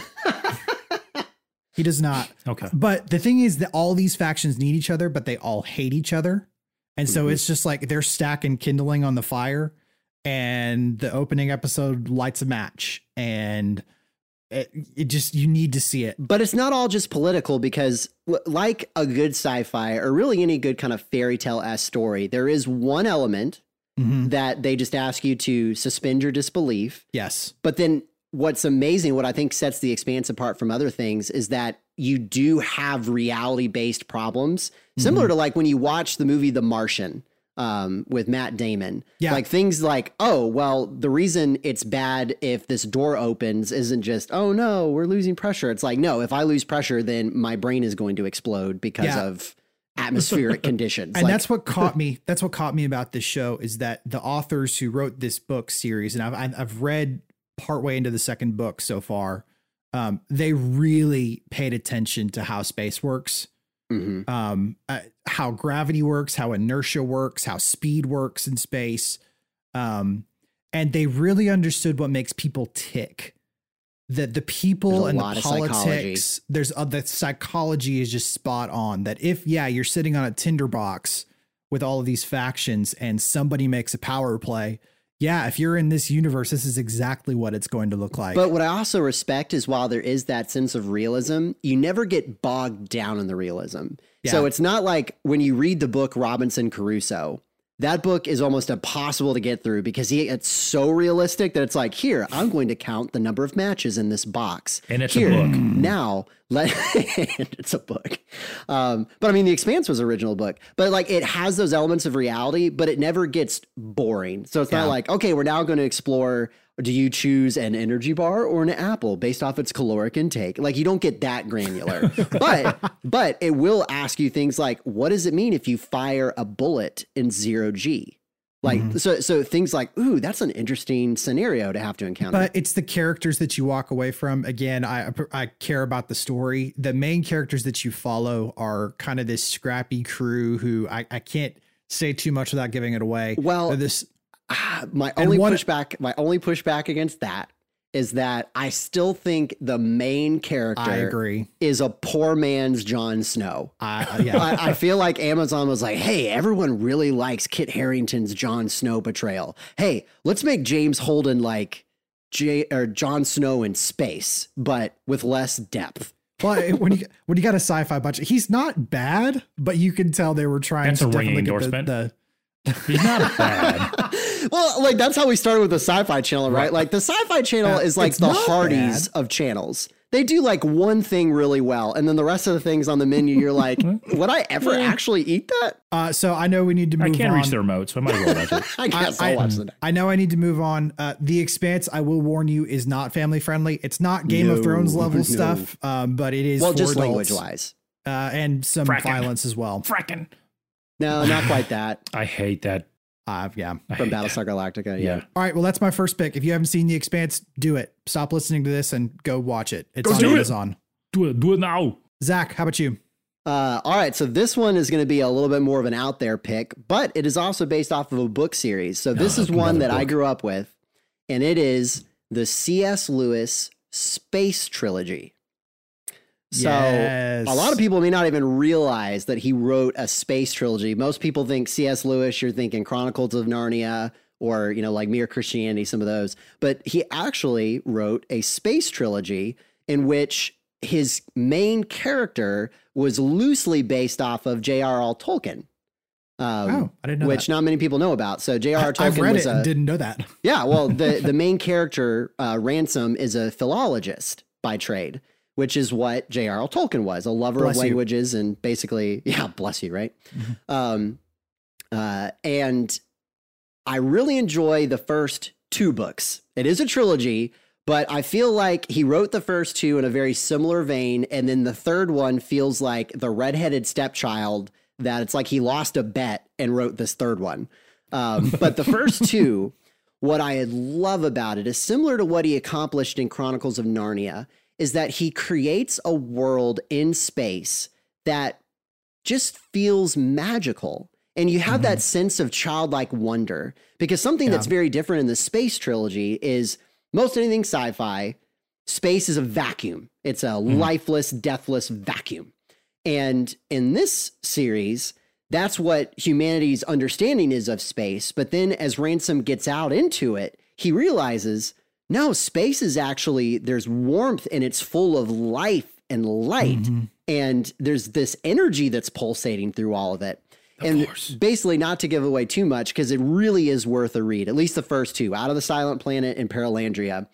Speaker 2: he does not.
Speaker 4: Okay.
Speaker 2: But the thing is that all these factions need each other, but they all hate each other. And so
Speaker 3: Mhm.
Speaker 2: it's just like they're stacking kindling on the fire and the opening episode lights a match and it, it just you need to see it.
Speaker 3: But it's not all just political because, l- like a good sci fi or really any good kind of fairy tale esque story, there is one element
Speaker 2: Mhm.
Speaker 3: that they just ask you to suspend your disbelief.
Speaker 2: Yes.
Speaker 3: But then what's amazing, what I think sets the expanse apart from other things is that you do have reality based problems,
Speaker 2: Mm-hmm.
Speaker 3: similar to like when you watch the movie The Martian um, with Matt Damon.
Speaker 2: Yeah.
Speaker 3: Like things like, oh, well, the reason it's bad if this door opens isn't just, oh no, we're losing pressure. It's like, no, if I lose pressure, then my brain is going to explode because
Speaker 2: Yeah.
Speaker 3: of atmospheric conditions.
Speaker 2: and
Speaker 3: Like,
Speaker 2: that's what caught me. That's what caught me about this show is that the authors who wrote this book series, and I've I've- I've read partway into the second book so far, um, they really paid attention to how space works,
Speaker 3: Mhm.
Speaker 2: um, uh, how gravity works, how inertia works, how speed works in space, um, and they really understood what makes people tick. That the
Speaker 3: There's
Speaker 2: people
Speaker 3: a
Speaker 2: and
Speaker 3: lot
Speaker 2: the
Speaker 3: of psychology.
Speaker 2: politics, there's uh, the psychology is just spot on. That if yeah, you're sitting on a tinderbox with all of these factions and somebody makes a power play, yeah, if you're in this universe, this is exactly what it's going to look like.
Speaker 3: But what I also respect is while there is that sense of realism, you never get bogged down in the realism. So
Speaker 2: Yeah.
Speaker 3: it's not like when you read the book Robinson Crusoe, that book is almost impossible to get through because he it's so realistic that it's like, here, I'm going to count the number of matches in this box.
Speaker 4: And it's a
Speaker 3: here,
Speaker 4: book.
Speaker 2: Mm.
Speaker 3: Now, let and it's a book. Um, but I mean, The Expanse was an original book, but like it has those elements of reality, but it never gets boring. So it's
Speaker 2: Yeah.
Speaker 3: not like, okay, we're now going to explore. Do you choose an energy bar or an apple based off its caloric intake? Like you don't get that granular, but but it will ask you things like, what does it mean if you fire a bullet in zero g? Like
Speaker 2: Mm-hmm.
Speaker 3: so so things like, ooh, that's an interesting scenario to have to encounter.
Speaker 2: but it's the characters that you walk away from. Again, I I care about the story. The main characters that you follow are kind of this scrappy crew who I, I can't say too much without giving it away.
Speaker 3: Well,
Speaker 2: They're this
Speaker 3: Ah, my
Speaker 2: And
Speaker 3: only
Speaker 2: what-
Speaker 3: pushback my only pushback against that is that I still think the main character
Speaker 2: I agree.
Speaker 3: is a poor man's Jon Snow.
Speaker 2: I yeah.
Speaker 3: I, I feel like Amazon was like, hey, everyone really likes Kit Harrington's Jon Snow betrayal. Hey, let's make James Holden like J- or Jon Snow in space, but with less depth.
Speaker 2: Well, when you when you got a sci-fi budget, he's not bad, but you can tell they were trying
Speaker 4: That's
Speaker 2: to
Speaker 4: a ringing
Speaker 2: definitely get the,
Speaker 4: endorsement.
Speaker 2: the
Speaker 4: He's not bad.
Speaker 3: well, like that's how we started with the Sci Fi Channel, right? Like the Sci Fi Channel
Speaker 2: Uh,
Speaker 3: is like
Speaker 2: it's
Speaker 3: the
Speaker 2: not
Speaker 3: Hardys of channels. they do like one thing really well, and then the rest of the things on the menu, you're like, would I ever
Speaker 4: Yeah.
Speaker 3: actually eat that?
Speaker 2: Uh, so I know we need to move
Speaker 4: I can't
Speaker 2: on.
Speaker 4: reach the remote, so I might as well watch it.
Speaker 3: I guess I,
Speaker 2: I-
Speaker 3: will watch the next.
Speaker 2: I know I need to move on. Uh, the Expanse, I will warn you, is not family friendly. It's not Game of
Speaker 3: No,
Speaker 2: Thrones level
Speaker 3: no.
Speaker 2: stuff, um, but it is
Speaker 3: Well,
Speaker 2: for
Speaker 3: just
Speaker 2: adults,
Speaker 3: language wise.
Speaker 2: uh, and some
Speaker 4: Fracking.
Speaker 2: violence as well.
Speaker 4: Fracking.
Speaker 3: No, not quite that
Speaker 4: I hate that.
Speaker 2: Uh, yeah.
Speaker 4: I
Speaker 3: from
Speaker 4: hate that.
Speaker 3: Battlestar Galactica. Uh, Yeah.
Speaker 4: Yeah.
Speaker 2: All right. Well, that's my first pick. If you haven't seen The Expanse, do it. Stop listening to this and go watch it. It's
Speaker 4: Go
Speaker 2: on
Speaker 4: do it.
Speaker 2: Amazon.
Speaker 4: Do it. Do it now.
Speaker 2: Zach, how about you?
Speaker 3: Uh, all right, so this one is going to be a little bit more of an out there pick, but it is also based off of a book series. So this
Speaker 4: Oh,
Speaker 3: is one
Speaker 4: another
Speaker 3: that I
Speaker 4: book.
Speaker 3: grew up with, and it is the C.S. Lewis Space Trilogy. So
Speaker 2: yes.
Speaker 3: a lot of people may not even realize that he wrote a space trilogy. Most people think C.S. Lewis, you're thinking Chronicles of Narnia or, you know, like Mere Christianity, some of those. But he actually wrote a space trilogy in which his main character was loosely based off of J.R.R. Tolkien. Um,
Speaker 2: Oh, I didn't know
Speaker 3: which
Speaker 2: that.
Speaker 3: not many people know about. So J.R.R. Tolkien
Speaker 2: I've read
Speaker 3: was
Speaker 2: it and
Speaker 3: a,
Speaker 2: didn't know that.
Speaker 3: yeah, well, the the main character uh, Ransom is a philologist by trade, which is what J.R.R. Tolkien was, a lover
Speaker 2: Bless
Speaker 3: of
Speaker 2: you.
Speaker 3: languages and basically, yeah, bless you, right?
Speaker 2: Mhm.
Speaker 3: Um, uh, and I really enjoy the first two books. It is a trilogy, but I feel like he wrote the first two in a very similar vein, and then the third one feels like the redheaded stepchild that it's like he lost a bet and wrote this third one. Um, but the first two, what I love about it is similar to what he accomplished in Chronicles of Narnia, is that he creates a world in space that just feels magical. And you have that sense of childlike wonder because something
Speaker 2: Yeah.
Speaker 3: that's very different in the space trilogy is most anything sci fi, space is a vacuum, it's a lifeless, deathless vacuum. And in this series, that's what humanity's understanding is of space. But then as Ransom gets out into it, he realizes no, space is actually, there's warmth and it's full of life and light.
Speaker 2: Mhm.
Speaker 3: And there's this energy that's pulsating through all of it.
Speaker 4: The
Speaker 3: and
Speaker 4: Force.
Speaker 3: basically, not to give away too much, because it really is worth a read, at least the first two Out of the Silent Planet and Paralandria.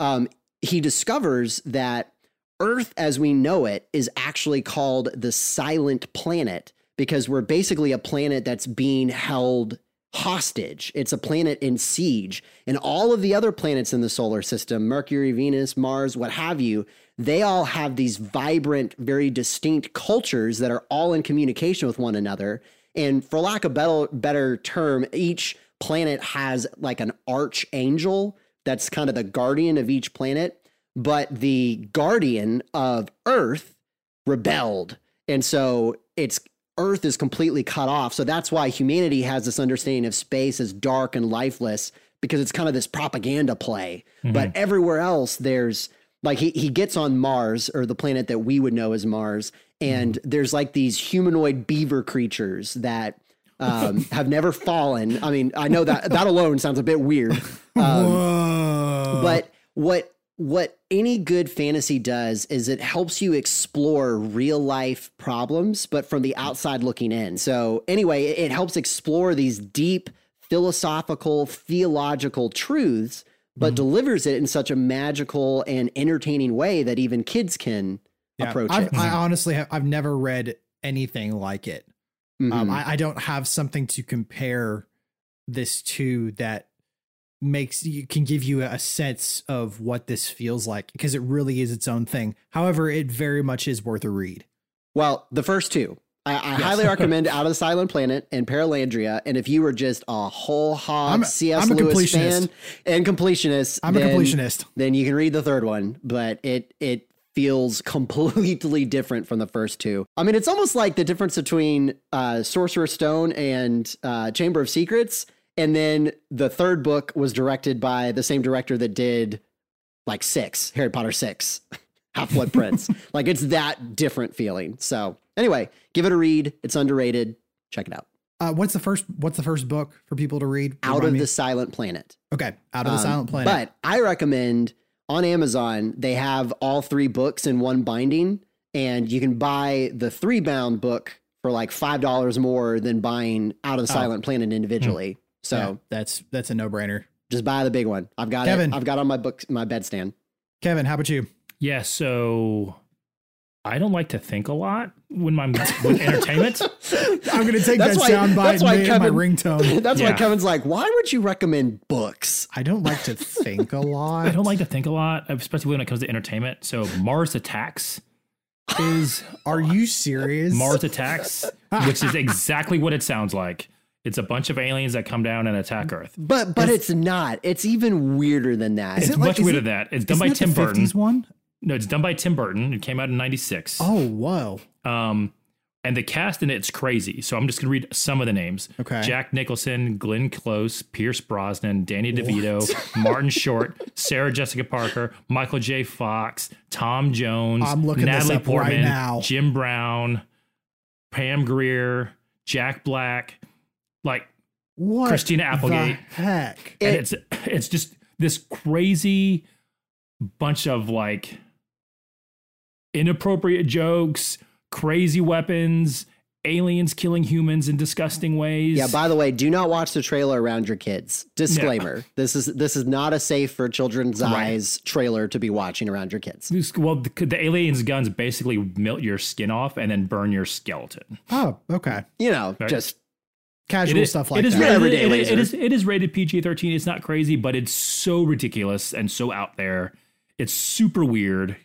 Speaker 3: Um, he discovers that Earth as we know it is actually called the silent planet because we're basically a planet that's being held hostage. It's a planet in siege. And all of the other planets in the solar system, Mercury, Venus, Mars, what have you, they all have these vibrant, very distinct cultures that are all in communication with one another. And for lack of better, better term, each planet has like an archangel that's kind of the guardian of each planet but the guardian of Earth rebelled. And so it's Earth is completely cut off. So that's why humanity has this understanding of space as dark and lifeless because it's kind of this propaganda play. But everywhere else, there's like he, he gets on Mars or the planet that we would know as Mars. And there's like these humanoid beaver creatures that um, have never fallen. I mean, I know that that alone sounds a bit weird. Um,
Speaker 2: Whoa.
Speaker 3: but what what any good fantasy does is it helps you explore real life problems but from the
Speaker 2: Mm-hmm.
Speaker 3: outside looking in so anyway it, it helps explore these deep philosophical theological truths
Speaker 2: Mm-hmm.
Speaker 3: but delivers it in such a magical and entertaining way that even kids can
Speaker 2: Yeah,
Speaker 3: approach
Speaker 2: I've,
Speaker 3: it
Speaker 2: I honestly have, I've never read anything like it. Um,
Speaker 3: Mhm.
Speaker 2: I, I don't have something to compare this to that makes you can give you a sense of what this feels like because it really is its own thing. However, it very much is worth a read.
Speaker 3: Well, the first two. I, I highly recommend Out of the Silent Planet and Paralandria. And if you were just a whole hog
Speaker 2: I'm a-
Speaker 3: C.S.
Speaker 2: I'm a
Speaker 3: Lewis fan
Speaker 2: completionist.
Speaker 3: and completionist,
Speaker 2: I'm a
Speaker 3: then-
Speaker 2: completionist.
Speaker 3: Then you can read the third one, but it it feels completely different from the first two. I mean, it's almost like the difference between uh, Sorcerer's Stone and uh, Chamber of Secrets. And then the third book was directed by the same director that did like six Harry Potter six, Half Blood Prince. like it's that different feeling. So anyway, give it a read. It's underrated. Check it out.
Speaker 2: Uh, what's the first what's the first book for people to read?
Speaker 3: Out
Speaker 2: Remind
Speaker 3: of
Speaker 2: me.
Speaker 3: the Silent Planet.
Speaker 2: Okay, Out of the
Speaker 3: Um,
Speaker 2: Silent Planet.
Speaker 3: But I recommend on Amazon, they have all three books in one binding, and you can buy the three bound book for like $5 more than buying Out of the
Speaker 2: Oh.
Speaker 3: Silent Planet individually. So
Speaker 2: Yeah, that's that's a no-brainer.
Speaker 3: just buy the big one. I've got
Speaker 2: Kevin.
Speaker 3: it. I've got it on my book, my bedstand.
Speaker 2: Kevin, how about you?
Speaker 4: Yeah, so I don't like to think a lot when I'm with entertainment.
Speaker 2: I'm going to take
Speaker 3: That's
Speaker 2: that
Speaker 3: why-
Speaker 2: sound bite
Speaker 3: that's
Speaker 2: and
Speaker 3: why
Speaker 2: make it my
Speaker 3: Kevin-
Speaker 2: ringtone.
Speaker 3: That's why
Speaker 4: Yeah.
Speaker 3: Kevin's like, why would you recommend books?
Speaker 2: I don't like to think a lot.
Speaker 4: I don't like to think a lot, especially when it comes to entertainment. So Mars Attacks is
Speaker 2: Are you serious?
Speaker 4: Mars Attacks, which is exactly what it sounds like. It's a bunch of aliens that come down and attack Earth.
Speaker 3: But but it's not. It's even weirder than that.
Speaker 2: Is
Speaker 4: It's
Speaker 2: it like-
Speaker 4: much
Speaker 2: is
Speaker 4: weirder
Speaker 2: it-
Speaker 4: than that. It's done
Speaker 2: Isn't
Speaker 4: by
Speaker 2: that
Speaker 4: Tim
Speaker 2: the
Speaker 4: Burton.
Speaker 2: 50s one?
Speaker 4: No, it's done by Tim Burton. It came out in '96.
Speaker 2: Oh, whoa.
Speaker 4: Um, and the cast in it's crazy. So I'm just gonna read some of the names.
Speaker 2: Okay.
Speaker 4: Jack Nicholson, Glenn Close, Pierce Brosnan, Danny DeVito, Martin Short, Sarah Jessica Parker, Michael J. Fox, Tom Jones,
Speaker 2: I'm looking this
Speaker 4: Natalie
Speaker 2: up right
Speaker 4: Portman,
Speaker 2: now.
Speaker 4: Jim Brown, Pam Greer, Jack Black, like
Speaker 2: What?
Speaker 4: Christina Applegate.
Speaker 2: The heck.
Speaker 4: and
Speaker 3: It-
Speaker 4: it's it's just this crazy bunch of like inappropriate jokes, crazy weapons, aliens killing humans in disgusting ways.
Speaker 3: yeah, by the way, do not watch the trailer around your kids. Disclaimer. This is this is not a safe for children's
Speaker 4: Right.
Speaker 3: eyes trailer to be watching around your kids.
Speaker 4: This- well, the, the aliens' guns basically melt your skin off and then burn your skeleton.
Speaker 2: Oh, okay.
Speaker 3: You know,
Speaker 4: Right.
Speaker 3: just
Speaker 2: Casual
Speaker 4: is-
Speaker 2: stuff like
Speaker 4: it is
Speaker 2: that.
Speaker 3: Yeah,
Speaker 4: rated-
Speaker 3: everyday
Speaker 4: it is- it
Speaker 3: laser.
Speaker 4: is it is rated PG thirteen. It's not crazy, but it's so ridiculous and so out there. It's super weird.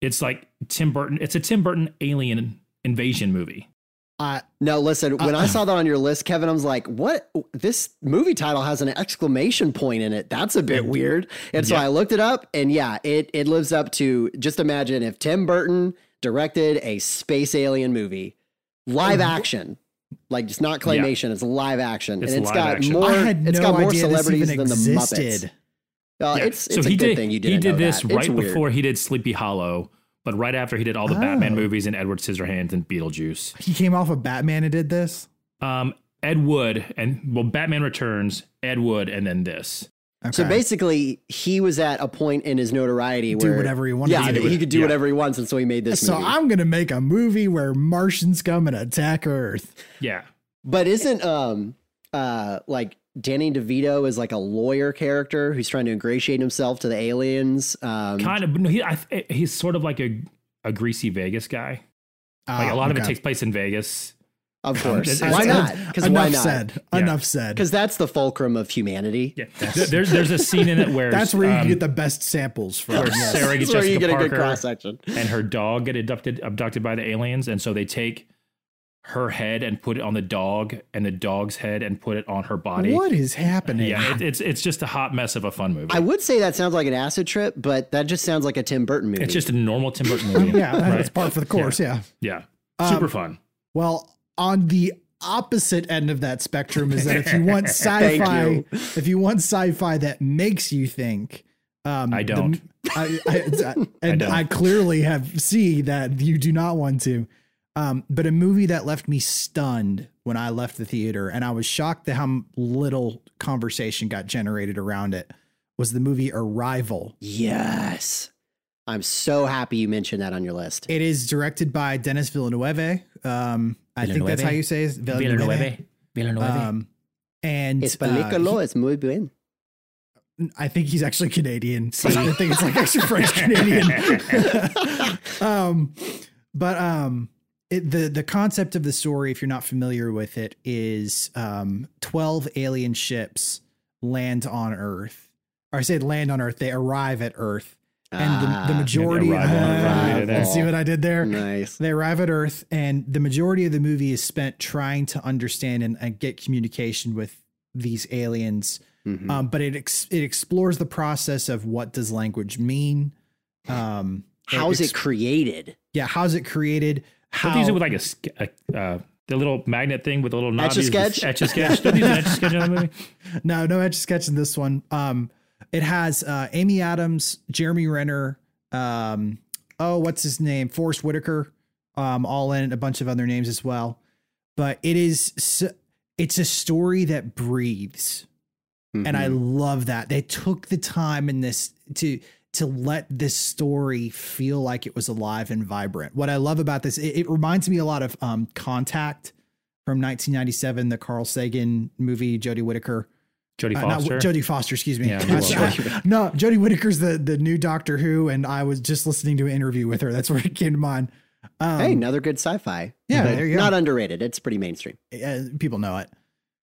Speaker 4: It's like Tim Burton. It's a Tim Burton alien invasion movie.
Speaker 2: I,
Speaker 3: no. Listen, when I saw that on your list, Kevin, I was like, "What? This movie title has an exclamation point in it. That's a bit weird." And so
Speaker 4: Yeah.
Speaker 3: I looked it up, and yeah, it it lives up to. Just imagine if Tim Burton directed a space alien movie, live action, like it's not claymation, it's live action,
Speaker 4: It's
Speaker 3: and it's
Speaker 4: live
Speaker 3: got
Speaker 4: action.
Speaker 3: more.
Speaker 2: I had
Speaker 3: it's
Speaker 2: no
Speaker 3: got more
Speaker 2: idea this
Speaker 3: celebrities
Speaker 2: even
Speaker 3: than the Muppets.
Speaker 2: existed.
Speaker 3: Uh,
Speaker 4: Yeah.
Speaker 3: It's, it's a good thing you did.
Speaker 4: He did this
Speaker 3: that. It's
Speaker 4: right
Speaker 3: weird.
Speaker 4: before he did Sleepy Hollow, but right after he did all the Batman
Speaker 2: Oh.
Speaker 4: movies and Edward Scissorhands and Beetlejuice.
Speaker 2: He came off of Batman and did this.
Speaker 4: Um, Ed Wood and well, Batman Returns, Ed Wood, and then this.
Speaker 2: Okay.
Speaker 3: So basically, he was at a point in his notoriety
Speaker 2: Do
Speaker 3: where
Speaker 2: whatever he wanted
Speaker 3: Yeah,
Speaker 2: to do.
Speaker 3: he could do
Speaker 4: Yeah.
Speaker 3: whatever he wants, and so he made this
Speaker 2: so
Speaker 3: movie.
Speaker 2: I'm gonna make a movie where Martians come and attack Earth.
Speaker 4: Yeah,
Speaker 3: but isn't um uh like Danny DeVito is like a lawyer character who's trying to ingratiate himself to the aliens? Um,
Speaker 4: kind of. But no, he I, eh, he's sort of like a a greasy Vegas guy. Like
Speaker 2: Ah,
Speaker 4: a lot of it
Speaker 2: okay.
Speaker 4: takes place in Vegas.
Speaker 3: of course.
Speaker 4: It's-
Speaker 3: why
Speaker 4: it's-
Speaker 3: not? Because why
Speaker 2: Enough
Speaker 3: not?
Speaker 2: said.
Speaker 4: Yeah.
Speaker 2: Enough said.
Speaker 3: Because that's the fulcrum of humanity.
Speaker 4: Yeah, There- there's there's a scene in it where
Speaker 2: That's where you
Speaker 4: um,
Speaker 2: can get the best samples from.
Speaker 4: where
Speaker 2: yes.
Speaker 4: Sarah gets
Speaker 3: That's where
Speaker 4: Jessica
Speaker 3: you get a good
Speaker 4: Parker.
Speaker 3: cross section.
Speaker 4: and her dog get abducted abducted by the aliens and so they take her head and put it on the dog and the dog's head and put it on her body
Speaker 2: What is happening?
Speaker 4: yeah it, it's it's just a hot mess of a fun movie
Speaker 3: I would say that sounds like an acid trip, but that just sounds like a Tim Burton movie.
Speaker 4: it's just a normal tim burton movie
Speaker 2: Oh, yeah, that's
Speaker 4: right?
Speaker 2: part for the course. Yeah.
Speaker 4: yeah
Speaker 2: Um,
Speaker 4: super fun
Speaker 2: Well, on the opposite end of that spectrum is that if you want
Speaker 3: Thank
Speaker 2: sci-fi,
Speaker 3: you.
Speaker 2: if you want sci-fi that makes you think, um,
Speaker 4: I
Speaker 2: the-
Speaker 4: don't.
Speaker 2: I, I, I- and
Speaker 4: don't.
Speaker 2: I, clearly have see that you do not want to. Um, but a movie that left me stunned when I left the theater, and I was shocked at how little conversation got generated around it, was the movie Arrival.
Speaker 3: yes. I'm so happy you mentioned that on your list.
Speaker 2: It is directed by Dennis Villeneuve. Um, I think that's
Speaker 4: Villeneuve?
Speaker 2: how you say it. Um, and
Speaker 3: It's
Speaker 2: uh,
Speaker 3: película, es muy bien.
Speaker 2: he- I think he's actually Canadian. So I think it's like actually French Canadian. um, but um, it, the the concept of the story, if you're not familiar with it, is um, twelve alien ships land on Earth. Or I say land on Earth. They arrive at Earth, and the, the
Speaker 3: Ah,
Speaker 2: majority.
Speaker 4: arrive on Earth.
Speaker 2: Ah, see what I did there.
Speaker 3: nice.
Speaker 2: They arrive at Earth, and the majority of the movie is spent trying to understand and, and get communication with these aliens.
Speaker 3: Mhm.
Speaker 2: Um, but it ex- it explores the process of what does language mean. Um,
Speaker 3: How's
Speaker 2: ex-
Speaker 3: it created?
Speaker 2: Yeah, how's it created? How
Speaker 4: but these are with like a, sk- a uh, the little magnet thing with a little knob.
Speaker 3: Etch-a-sketch?
Speaker 4: Etch a sketch. Don't these etch a sketch in that movie?
Speaker 2: no no etch a sketch in this one. Um, it has uh, Amy Adams, Jeremy Renner, um, oh what's his name, Forrest Whitaker, um, all in it, a bunch of other names as well. But it is s- it's a story that breathes. and I love that they took the time in this to to let this story feel like it was alive and vibrant. What I love about this, it, it reminds me a lot of um, Contact from 1997, the Carl Sagan movie, Jodie Whittaker.
Speaker 4: Jodie
Speaker 2: Uh,
Speaker 4: Foster.
Speaker 2: not Jodie Foster, excuse me.
Speaker 4: Yeah,
Speaker 2: That's-
Speaker 4: you're
Speaker 3: welcome.
Speaker 2: no, Jodie Whittaker's the the new Doctor Who, and I was just listening to an interview with her. That's where it came to mind. Um,
Speaker 3: hey, another good sci-fi.
Speaker 2: yeah,
Speaker 3: But
Speaker 2: there you go.
Speaker 3: Not underrated. It's pretty mainstream.
Speaker 2: uh, people know it.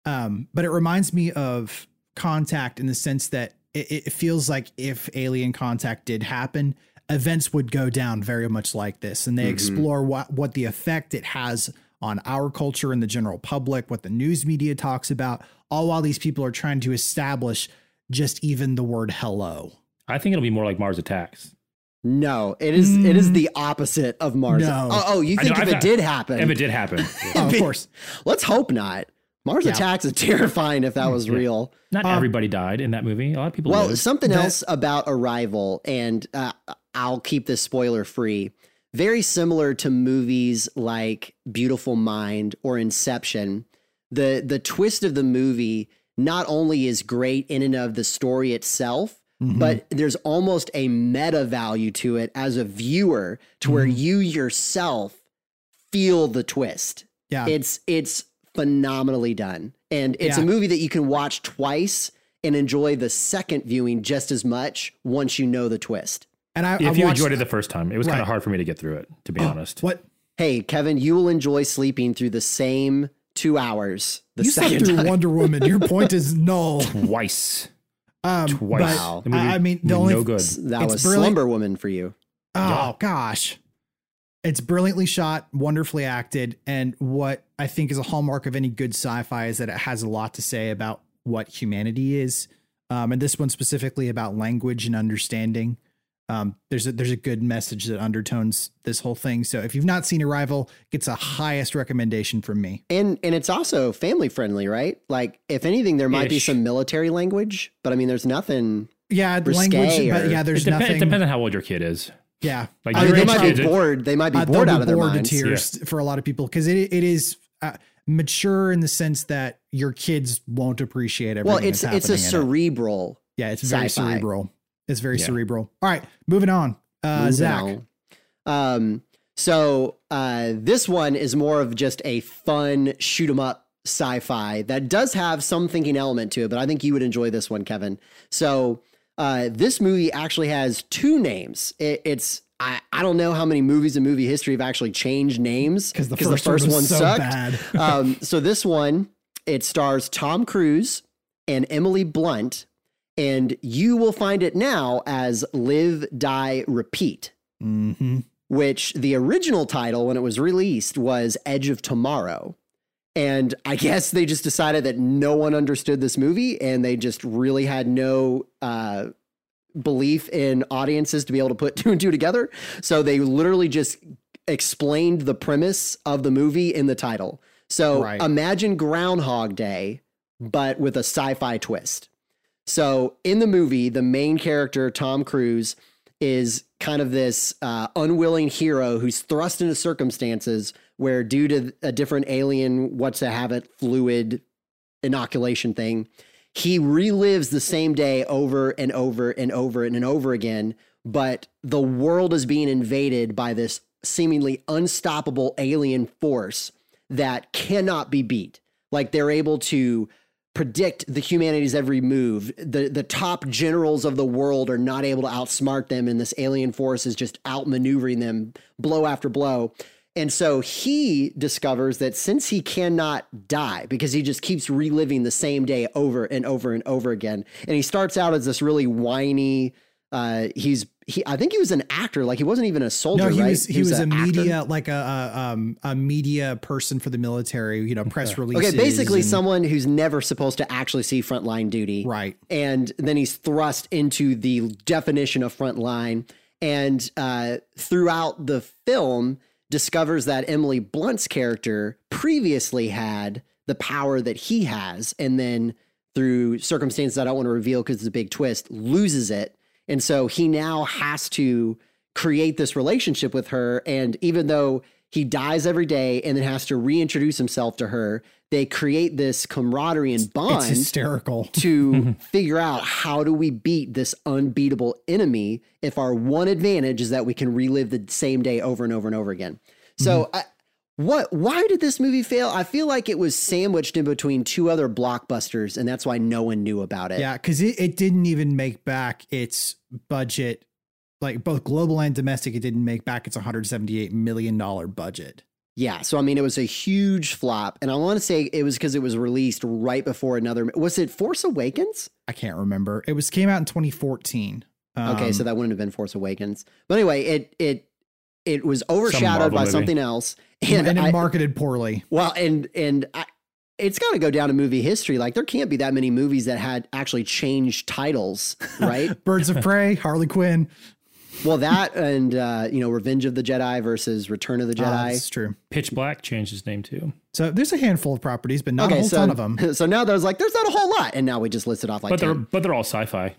Speaker 2: Um, but it reminds me of Contact in the sense that it, it feels like if alien contact did happen, events would go down very much like this, and they
Speaker 3: Mhm.
Speaker 4: Mm-hmm.
Speaker 2: explore what what the effect it has on our culture and the general public, what the news media talks about, all while these people are trying to establish just even the word hello.
Speaker 4: I think it'll be more like Mars Attacks.
Speaker 3: No, it is. It is the opposite of Mars.
Speaker 2: Mm. No.
Speaker 3: Oh, oh, you
Speaker 4: I
Speaker 3: think
Speaker 4: know,
Speaker 3: if
Speaker 4: I
Speaker 3: it
Speaker 4: thought-
Speaker 3: did happen?
Speaker 4: If it did happen,
Speaker 2: Oh, of course.
Speaker 3: Let's hope not. Mars
Speaker 2: Yeah.
Speaker 3: attacks is terrifying. If that was
Speaker 4: Yeah.
Speaker 3: real.
Speaker 4: not
Speaker 2: Um,
Speaker 4: everybody died in that movie. A lot of people.
Speaker 3: Well,
Speaker 4: lived.
Speaker 3: something
Speaker 2: That-
Speaker 3: else about Arrival, and uh, I'll keep this spoiler free. Very similar to movies like Beautiful Mind or Inception, the the twist of the movie not only is great in and of the story itself,
Speaker 2: Mhm.
Speaker 3: but there's almost a meta value to it as a viewer, to where
Speaker 2: Mhm.
Speaker 3: you yourself feel the twist.
Speaker 2: yeah,
Speaker 3: It's it's phenomenally done. And it's a
Speaker 2: Uh, Yeah.
Speaker 3: movie that you can watch twice and enjoy the second viewing just as much once you know the twist.
Speaker 2: and I, I
Speaker 4: if you
Speaker 2: watched-
Speaker 4: enjoyed it the first time, it was kind
Speaker 2: Right. Oh.
Speaker 4: of hard for me to get through it, to be honest.
Speaker 2: what
Speaker 3: Hey, Kevin, you will enjoy sleeping through the same two hours the
Speaker 2: you slept
Speaker 3: second
Speaker 2: through
Speaker 3: time.
Speaker 2: Wonder Woman, your point is null.
Speaker 4: Twice,
Speaker 2: Um,
Speaker 4: twice.
Speaker 3: Wow.
Speaker 4: The movie
Speaker 2: I mean, the
Speaker 4: did
Speaker 2: only-
Speaker 4: no good.
Speaker 3: That
Speaker 2: It's
Speaker 3: was
Speaker 2: brilliant.
Speaker 3: Slumber Woman for you.
Speaker 2: Oh
Speaker 4: Yeah.
Speaker 2: gosh. It's brilliantly shot, wonderfully acted, and what I think is a hallmark of any good sci-fi is that it has a lot to say about what humanity is. Um, and this one specifically about language and understanding. Um, there's a there's a good message that undertones this whole thing. So if you've not seen Arrival, it gets a highest recommendation from me.
Speaker 3: And and it's also family friendly, right? Like if anything, there might be
Speaker 4: Ish.
Speaker 3: some military language, but I mean there's nothing
Speaker 2: Yeah,
Speaker 3: Risque
Speaker 2: language,
Speaker 3: or-
Speaker 2: but yeah,
Speaker 4: It,
Speaker 2: there's
Speaker 4: depend- it
Speaker 2: nothing.
Speaker 4: depends on how old your kid is.
Speaker 2: Yeah,
Speaker 4: Like
Speaker 2: I
Speaker 3: I
Speaker 2: mean,
Speaker 4: your
Speaker 3: mean, they
Speaker 2: they
Speaker 4: age
Speaker 3: might
Speaker 2: tried
Speaker 4: kid,
Speaker 3: be bored. They might be
Speaker 2: uh, they'll
Speaker 3: bored out of their
Speaker 2: bored
Speaker 3: minds.
Speaker 2: to tears for a lot of people because it it is uh, mature in the sense that your kids won't appreciate everything.
Speaker 3: Well, it's
Speaker 2: that's
Speaker 3: it's a
Speaker 2: happening in it.
Speaker 3: cerebral
Speaker 2: yeah, it's very
Speaker 3: sci-fi.
Speaker 2: cerebral. It's very
Speaker 4: Yeah.
Speaker 2: cerebral. All right, moving on. Uh,
Speaker 3: Moving
Speaker 2: Zach,
Speaker 3: on. Um, so uh, this one is more of just a fun shoot 'em up sci-fi that does have some thinking element to it, but I think you would enjoy this one, Kevin. So uh, this movie actually has two names. It, it's I, I don't know how many movies in movie history have actually changed names
Speaker 2: because the, first one, was so bad.
Speaker 3: um, so this one it stars Tom Cruise and Emily Blunt, and you will find it now as Live, Die, Repeat
Speaker 2: hmm
Speaker 3: which the original title when it was released was Edge of Tomorrow. And I guess they just decided that no one understood this movie and they just really had no uh, belief in audiences to be able to put two and two together. So they literally just explained the premise of the movie in the title. So
Speaker 2: Right.
Speaker 3: imagine Groundhog Day, but with a sci fi twist. So in the movie, the main character, Tom Cruise, is kind of this uh, unwilling hero who's thrust into circumstances where, due to a different alien, what's to have it, fluid inoculation thing, he relives the same day over and over and over and over again. But the world is being invaded by this seemingly unstoppable alien force that cannot be beat. Like they're able to predict the humanity's every move. The the top generals of the world are not able to outsmart them, and this alien force is just outmaneuvering them blow after blow. And so he discovers that since he cannot die, because he just keeps reliving the same day over and over and over again, and he starts out as this really whiny. Uh, he's he. I think he was an actor. Like he wasn't even a soldier.
Speaker 2: No, he
Speaker 3: right?
Speaker 2: was he was, a
Speaker 3: an actor.
Speaker 2: media like a, a um a media person for the military. You know, press releases.
Speaker 3: Okay, basically
Speaker 2: and-
Speaker 3: someone who's never supposed to actually see frontline duty.
Speaker 2: right.
Speaker 3: and then he's thrust into the definition of frontline. And uh, throughout the film, discovers that Emily Blunt's character previously had the power that he has, and then through circumstances I don't want to reveal because it's a big twist, loses it, and so he now has to create this relationship with her. And even though he dies every day and then has to reintroduce himself to her, they create this camaraderie and bond
Speaker 2: It's hysterical.
Speaker 3: to figure out how do we beat this unbeatable enemy
Speaker 2: Mm-hmm.
Speaker 3: if our one advantage is that we can relive the same day over and over and over again. So I, What? Why did this movie fail? I feel like it was sandwiched in between two other blockbusters, and that's why no one knew about it.
Speaker 2: Yeah, because it, it didn't even make back its budget, like both global and domestic, it didn't make back its $178 million budget.
Speaker 3: Yeah, so I mean, it was a huge flop, and I want to say it was because it was released right before another. Was it Force Awakens?
Speaker 2: I can't remember. It was came out in 2014.
Speaker 3: Okay, so
Speaker 2: Um,
Speaker 3: that wouldn't have been Force Awakens, but anyway, it it it was
Speaker 4: Marvel
Speaker 3: overshadowed by
Speaker 4: movie.
Speaker 3: something else,
Speaker 2: and,
Speaker 3: and,
Speaker 2: it
Speaker 3: I,
Speaker 2: marketed poorly.
Speaker 3: well, and and I, it's got to go down in movie history. Like there can't be that many movies that had actually changed titles, right?
Speaker 2: Birds of Prey, Harley Quinn.
Speaker 3: well, that and uh, you know, Revenge of the Jedi versus Return of the
Speaker 2: Uh,
Speaker 3: Jedi.
Speaker 2: that's true.
Speaker 4: Pitch Black changed his name too.
Speaker 2: So there's a handful of properties, but not a whole
Speaker 3: so
Speaker 2: ton of them.
Speaker 3: so now there's like there's not a whole lot, and now we just listed off like
Speaker 4: But they're
Speaker 3: 10.
Speaker 4: but they're all sci-fi.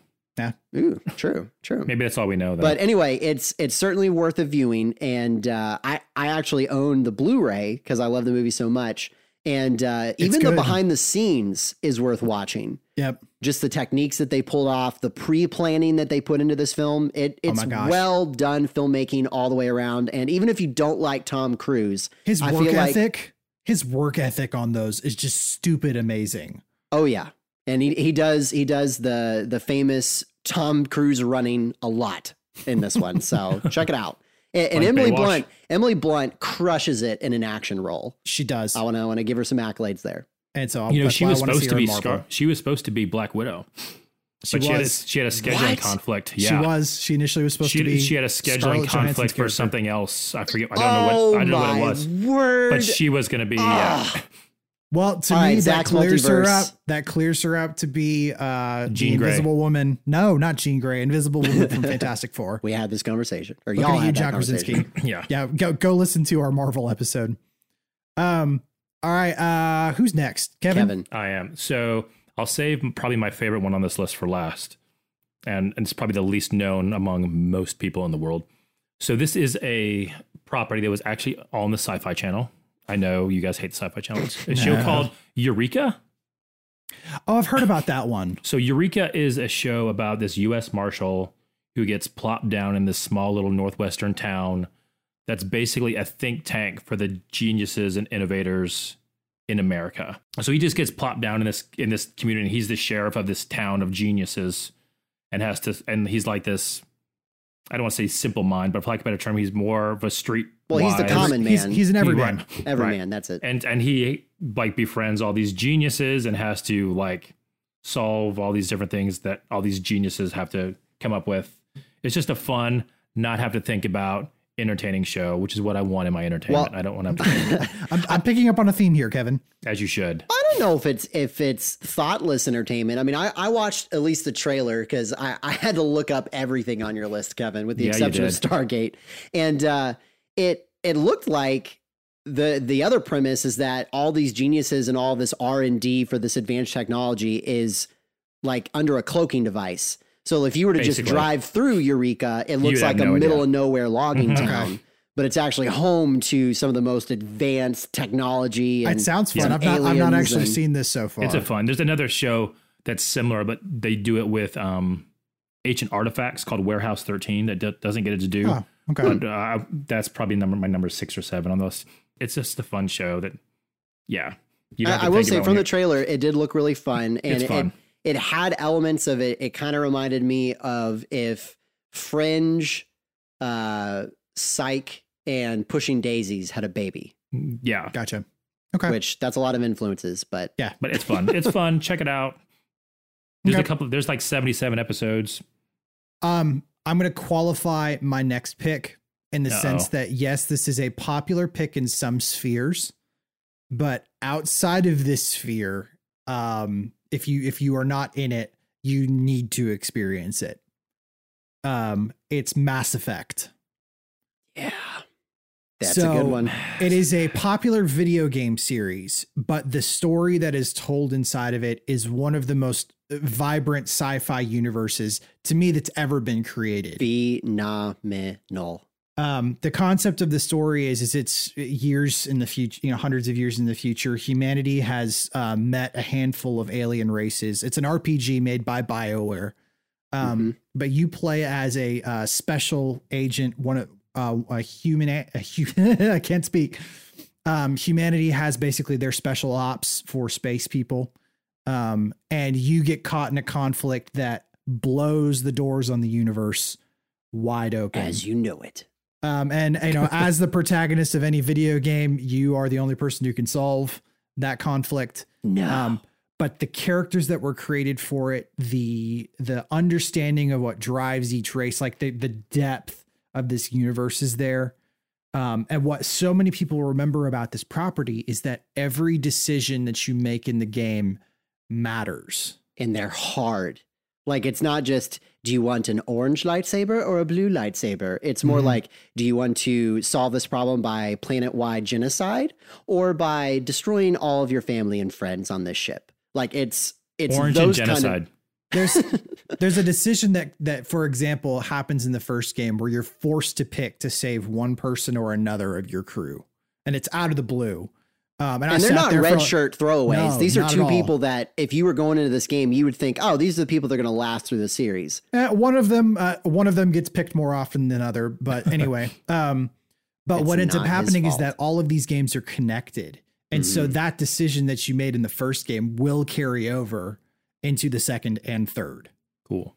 Speaker 3: Ooh, true, true.
Speaker 4: Maybe that's all we know. Then.
Speaker 3: But anyway, it's it's certainly worth a viewing, and uh, I I actually own the Blu-ray because I love the movie so much, and uh, even the
Speaker 2: good.
Speaker 3: behind the scenes is worth watching.
Speaker 2: Yep.
Speaker 3: Just the techniques that they pulled off, the pre-planning that they put into this film. It
Speaker 4: Oh
Speaker 3: it's
Speaker 2: my gosh.
Speaker 3: well done filmmaking all the way around. And even if you don't like Tom Cruise,
Speaker 2: His
Speaker 3: I
Speaker 2: work
Speaker 3: feel like-
Speaker 2: ethic, his work ethic on those is just stupid amazing.
Speaker 3: oh yeah, and he he does he does the the famous Tom Cruise running a lot in this one. So check it out. And, and
Speaker 4: Like
Speaker 3: Emily
Speaker 4: Baywatch.
Speaker 3: Blunt, Emily Blunt crushes it in an action role.
Speaker 2: She does.
Speaker 3: I want to want to give her some accolades there.
Speaker 2: and so
Speaker 4: you know,
Speaker 2: that's
Speaker 4: she
Speaker 2: why I
Speaker 4: was
Speaker 2: wanna see
Speaker 4: supposed to
Speaker 2: her in
Speaker 4: be
Speaker 2: Marvel.
Speaker 4: Scar- she was supposed to be Black Widow,
Speaker 2: She
Speaker 4: but she had, a,
Speaker 2: was.
Speaker 4: she had a scheduling
Speaker 3: What?
Speaker 4: conflict.
Speaker 2: She
Speaker 4: Yeah,
Speaker 2: was. She initially was supposed
Speaker 4: She,
Speaker 2: to be.
Speaker 4: she had a
Speaker 2: Scarlett
Speaker 4: scheduling
Speaker 2: Johansson's
Speaker 4: conflict for
Speaker 2: character.
Speaker 4: something else. I forget. I don't know
Speaker 3: oh
Speaker 4: what. I don't know what
Speaker 3: my
Speaker 4: it was.
Speaker 3: word!
Speaker 4: But she was going to be. yeah.
Speaker 3: Ugh.
Speaker 2: Well, to
Speaker 3: All
Speaker 2: me,
Speaker 3: right,
Speaker 2: that
Speaker 3: Zach's
Speaker 2: clears her
Speaker 3: multiverse.
Speaker 2: up. That clears her up to be uh,
Speaker 4: Jean
Speaker 2: the
Speaker 4: Grey.
Speaker 2: Invisible Woman. No, not Jean Grey. Invisible Woman from Fantastic Four.
Speaker 3: we had this conversation, or
Speaker 2: Looking
Speaker 3: y'all
Speaker 2: at you,
Speaker 3: had that
Speaker 2: Jack
Speaker 3: conversation.
Speaker 2: Krasinski.
Speaker 4: yeah.
Speaker 2: Yeah, go go listen to our Marvel episode. Um. All right. Uh, who's next? Kevin.
Speaker 3: Kevin,
Speaker 4: I am. So I'll save probably my favorite one on this list for last. And, and it's probably the least known among most people in the world. So this is a property that was actually on the Sci Fi Channel. I know you guys hate the Sci Fi Channel. It's a show
Speaker 2: No.
Speaker 4: called Eureka.
Speaker 2: Oh, I've heard about that one.
Speaker 4: So Eureka is a show about this U.S. marshal who gets plopped down in this small little northwestern town that's basically a think tank for the geniuses and innovators in America. So he just gets plopped down in this in this community. He's the sheriff of this town of geniuses, and has to and he's like this. I don't want to say simple mind, but for lack of a better term, he's more of a street.
Speaker 3: Well, he's the
Speaker 4: wise-
Speaker 3: common
Speaker 2: He's,
Speaker 3: man.
Speaker 2: he's an everyman.
Speaker 4: Right.
Speaker 3: every
Speaker 4: Right.
Speaker 3: man. That's it.
Speaker 4: and and he like befriends all these geniuses and has to like solve all these different things that all these geniuses have to come up with. It's just a fun, not have to think about, entertaining show, which is what I want in my entertainment.
Speaker 3: Well-
Speaker 4: I don't want to, have to think,
Speaker 2: I'm, I'm picking up on a theme here, Kevin.
Speaker 4: as you should.
Speaker 3: I don't know if it's if it's thoughtless entertainment. I mean, I, I watched at least the trailer because I, I had to look up everything on your list, Kevin, with the
Speaker 4: Yeah, you
Speaker 3: exception of
Speaker 4: did.
Speaker 3: Stargate. And uh, it it looked like the the other premise is that all these geniuses and all this R and D for this advanced technology is like under a cloaking device. So if you were to just
Speaker 4: Basically.
Speaker 3: drive through Eureka, it looks
Speaker 4: You'd have
Speaker 3: like a
Speaker 4: no idea.
Speaker 3: middle of nowhere logging
Speaker 4: Mhm.
Speaker 3: town. But it's actually home to some of the most advanced technology. And
Speaker 2: It sounds fun.
Speaker 3: some
Speaker 2: I've not. I've not
Speaker 3: aliens
Speaker 2: actually
Speaker 3: and-
Speaker 2: seen this so far.
Speaker 4: It's a fun. There's another show that's similar, but they do it with um, ancient artifacts called Warehouse 13 that do- doesn't get its due.
Speaker 2: Oh, okay.
Speaker 4: But uh, that's probably number my number six or seven on those. It's just a fun show that, yeah. You don't have
Speaker 3: I,
Speaker 4: to
Speaker 3: I will
Speaker 4: think
Speaker 3: say
Speaker 4: about
Speaker 3: from
Speaker 4: when
Speaker 3: the
Speaker 4: you-
Speaker 3: trailer, it did look really fun, and
Speaker 4: It's
Speaker 3: it,
Speaker 4: fun.
Speaker 3: It, it had elements of it. It kind of reminded me of if Fringe, uh, Psych, and Pushing Daisies had a baby,
Speaker 4: yeah,
Speaker 2: Gotcha. Okay.
Speaker 3: which that's a lot of influences, but
Speaker 4: but it's fun. it's fun. Check it out. There's
Speaker 2: Okay.
Speaker 4: a couple. There's like 77 episodes.
Speaker 2: Um, I'm going to qualify my next pick in the
Speaker 4: Uh-oh.
Speaker 2: sense that yes, this is a popular pick in some spheres, but outside of this sphere, um, if you if you are not in it, you need to experience it. Um, it's Mass Effect.
Speaker 3: yeah, that's a
Speaker 2: So-
Speaker 3: good one.
Speaker 2: It is a popular video game series, but the story that is told inside of it is one of the most vibrant sci-fi universes to me that's ever been created.
Speaker 3: Phenomenal.
Speaker 2: um, the concept of the story is is it's years in the future, you know, hundreds of years in the future. Humanity has uh, met a handful of alien races. It's an RPG made by Bioware, um, but you play as a uh, special agent, one of uh, a human, a, a hu- I can't speak, um, humanity has basically their special ops for space people, um, and you get caught in a conflict that blows the doors on the universe wide open.
Speaker 3: as you know it.
Speaker 2: Um, and you know, as the protagonist of any video game, you are the only person who can solve that conflict.
Speaker 3: No.
Speaker 2: Um, but the characters that were created for it, the the understanding of what drives each race, like the the depth of this universe is there. Um, and what so many people remember about this property is that every decision that you make in the game matters.
Speaker 3: and they're hard. Like it's not just do you want an orange lightsaber or a blue lightsaber? It's more
Speaker 2: Mhm.
Speaker 3: like do you want to solve this problem by planet-wide genocide or by destroying all of your family and friends on this ship? Like it's it's
Speaker 4: Orange and
Speaker 3: those
Speaker 4: genocide.
Speaker 3: Kind
Speaker 2: There's there's a decision that that for example happens in the first game where you're forced to pick to save one person or another of your crew and it's out of the blue um, and,
Speaker 3: of,
Speaker 2: I
Speaker 3: and they're
Speaker 2: sat
Speaker 3: not
Speaker 2: there for-
Speaker 3: red shirt throwaways.
Speaker 2: No,
Speaker 3: these are
Speaker 2: not at
Speaker 3: two
Speaker 2: all.
Speaker 3: people that if you were going into this game, you would think, oh, these are the people that are going to last through the series.
Speaker 2: Eh, one of them uh, one of them gets picked more often than other but anyway um, but
Speaker 3: It's
Speaker 2: what ends up
Speaker 3: not his
Speaker 2: happening is
Speaker 3: fault. Mm.
Speaker 2: that all of these games are connected and so that decision that you made in the first game will carry over into the second and third
Speaker 4: Cool.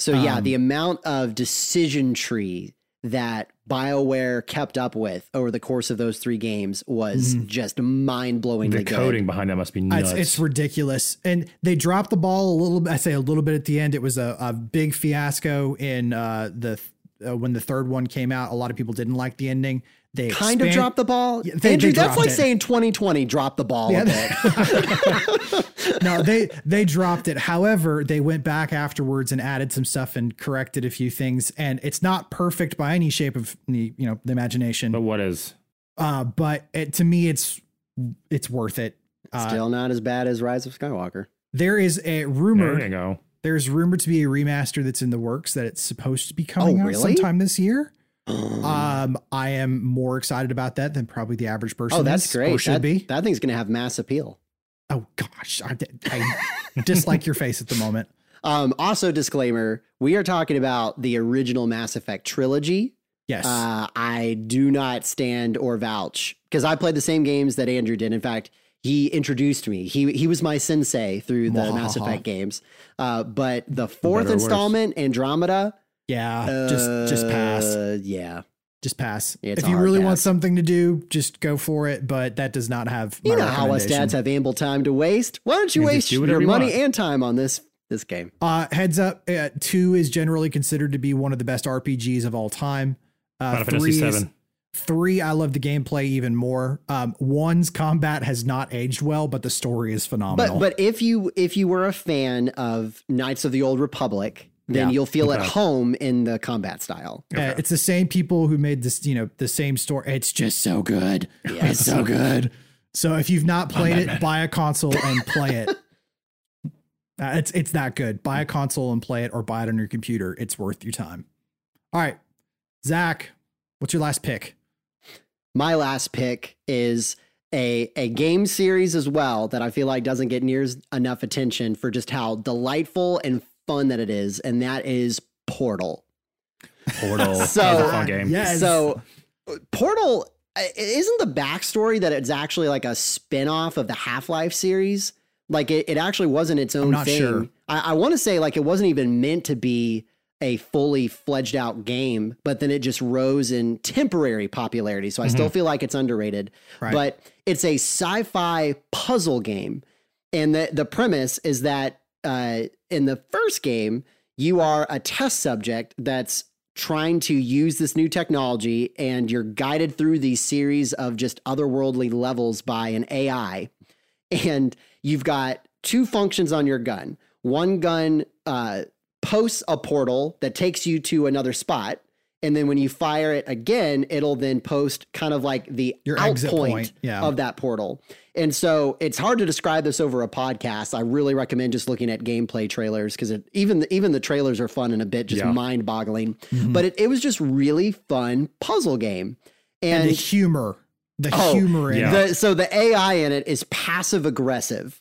Speaker 3: So yeah,
Speaker 2: Um,
Speaker 3: the amount of decision tree that BioWare kept up with over the course of those three games was
Speaker 2: Mhm.
Speaker 3: just mind blowingly
Speaker 4: The
Speaker 3: good.
Speaker 4: coding behind that must be
Speaker 2: Uh,
Speaker 4: nuts.
Speaker 2: It's, it's ridiculous. And they dropped the ball a little bit. I say a little bit at the end. It was a, a big fiasco in uh, the uh, when the third one came out. A lot of people didn't like the ending. They
Speaker 3: Kind of
Speaker 2: expand-
Speaker 3: dropped the ball.
Speaker 2: Yeah, they-
Speaker 3: Andrew,
Speaker 2: they
Speaker 3: that's
Speaker 2: dropped
Speaker 3: like
Speaker 2: it.
Speaker 3: saying 2020 dropped the ball a bit.
Speaker 2: no, they they dropped it. However, they went back afterwards and added some stuff and corrected a few things. And it's not perfect by any shape of the you know the imagination.
Speaker 4: but what is?
Speaker 2: uh, but it, to me, it's it's worth it. Uh,
Speaker 3: Still not as bad as Rise of Skywalker.
Speaker 2: there is a
Speaker 4: There
Speaker 2: rumor
Speaker 4: you go.
Speaker 2: There's rumored to be a remaster that's in the works that it's supposed to be coming out
Speaker 3: Oh, really? Hmm.
Speaker 2: sometime this year. Um, I am more excited about that than probably the average person.
Speaker 3: oh, that's
Speaker 2: is,
Speaker 3: great.
Speaker 2: Or should
Speaker 3: that,
Speaker 2: be.
Speaker 3: that thing's going to have mass appeal.
Speaker 2: oh gosh, I, di- I dislike your face at the moment.
Speaker 3: Um, also, disclaimer we are talking about the original Mass Effect trilogy.
Speaker 2: Yes,
Speaker 3: Uh, I do not stand or vouch because I played the same games that Andrew did. In fact, he introduced me. He he was my sensei through the Mass Effect games. Uh, but the fourth
Speaker 4: Better or worse.
Speaker 3: installment, Andromeda,
Speaker 2: yeah. just just pass.
Speaker 3: uh, Yeah,
Speaker 2: Just pass.
Speaker 3: uh, It's
Speaker 2: If
Speaker 3: a
Speaker 2: you
Speaker 3: hard
Speaker 2: really want
Speaker 3: pass.
Speaker 2: something to do, just go for it. But that does not have my
Speaker 3: you know how us
Speaker 2: recommendation.
Speaker 3: dads have ample time to waste. Why don't you,
Speaker 4: You just
Speaker 3: waste
Speaker 4: do
Speaker 3: your
Speaker 4: whatever you
Speaker 3: money
Speaker 4: want.
Speaker 3: and time on this this game?
Speaker 2: Uh, heads up, uh, two is generally considered to be one of the best RPGs of all time. Uh,
Speaker 4: Final Fantasy
Speaker 2: three is-
Speaker 4: Seven.
Speaker 2: Three, I love the gameplay even more. Um, one's combat has not aged well, but the story is phenomenal.
Speaker 3: But but if you if you were a fan of Knights of the Old Republic, then
Speaker 2: Yeah.
Speaker 3: you'll feel at
Speaker 4: Okay.
Speaker 3: home in the combat style.
Speaker 2: Uh, it's the same people who made this, you know, the same story. It's just so good.
Speaker 3: Yeah.
Speaker 2: It's so good. So if you've not played it, buy a console and play it. Uh, it's it's that good. Buy a console and play it, or buy it on your computer. It's worth your time. All right, Zach, what's your last pick?
Speaker 3: my last pick is a a game series as well that I feel like doesn't get near as- enough attention for just how delightful and fun that it is, and that is Portal.
Speaker 4: Portal.
Speaker 3: So-
Speaker 4: that was a
Speaker 2: uh,
Speaker 4: fun game.
Speaker 2: Yes.
Speaker 3: So Portal i- isn't the backstory that it's actually like a spin-off of the Half-Life series. Like it, it actually wasn't its own
Speaker 2: not
Speaker 3: thing.
Speaker 2: sure.
Speaker 3: I, I want to say like it wasn't even meant to be a fully fledged out game, but then it just rose in temporary popularity. So I still feel like it's underrated.
Speaker 2: Mm-hmm. Right.
Speaker 3: But it's a sci-fi puzzle game. And the, the premise is that uh, in the first game, you are a test subject that's trying to use this new technology and you're guided through these series of just otherworldly levels by an AI. And you've got two functions on your gun. One gun uh, posts a portal that takes you to another spot. And then when you fire it again, it'll then post kind of like the
Speaker 2: Your
Speaker 3: out
Speaker 2: exit
Speaker 3: point,
Speaker 2: point, yeah.
Speaker 3: of that portal. And so it's hard to describe this over a podcast. I really recommend just looking at gameplay trailers because even the, even the trailers are fun and a bit just
Speaker 4: Yeah.
Speaker 3: mind boggling.
Speaker 2: Mm-hmm.
Speaker 3: But it, it was just really fun puzzle game.
Speaker 2: And
Speaker 3: And,
Speaker 2: the humor, the
Speaker 3: Oh,
Speaker 2: humor in
Speaker 4: yeah.
Speaker 2: it.
Speaker 3: the, so the AI in it is passive aggressive.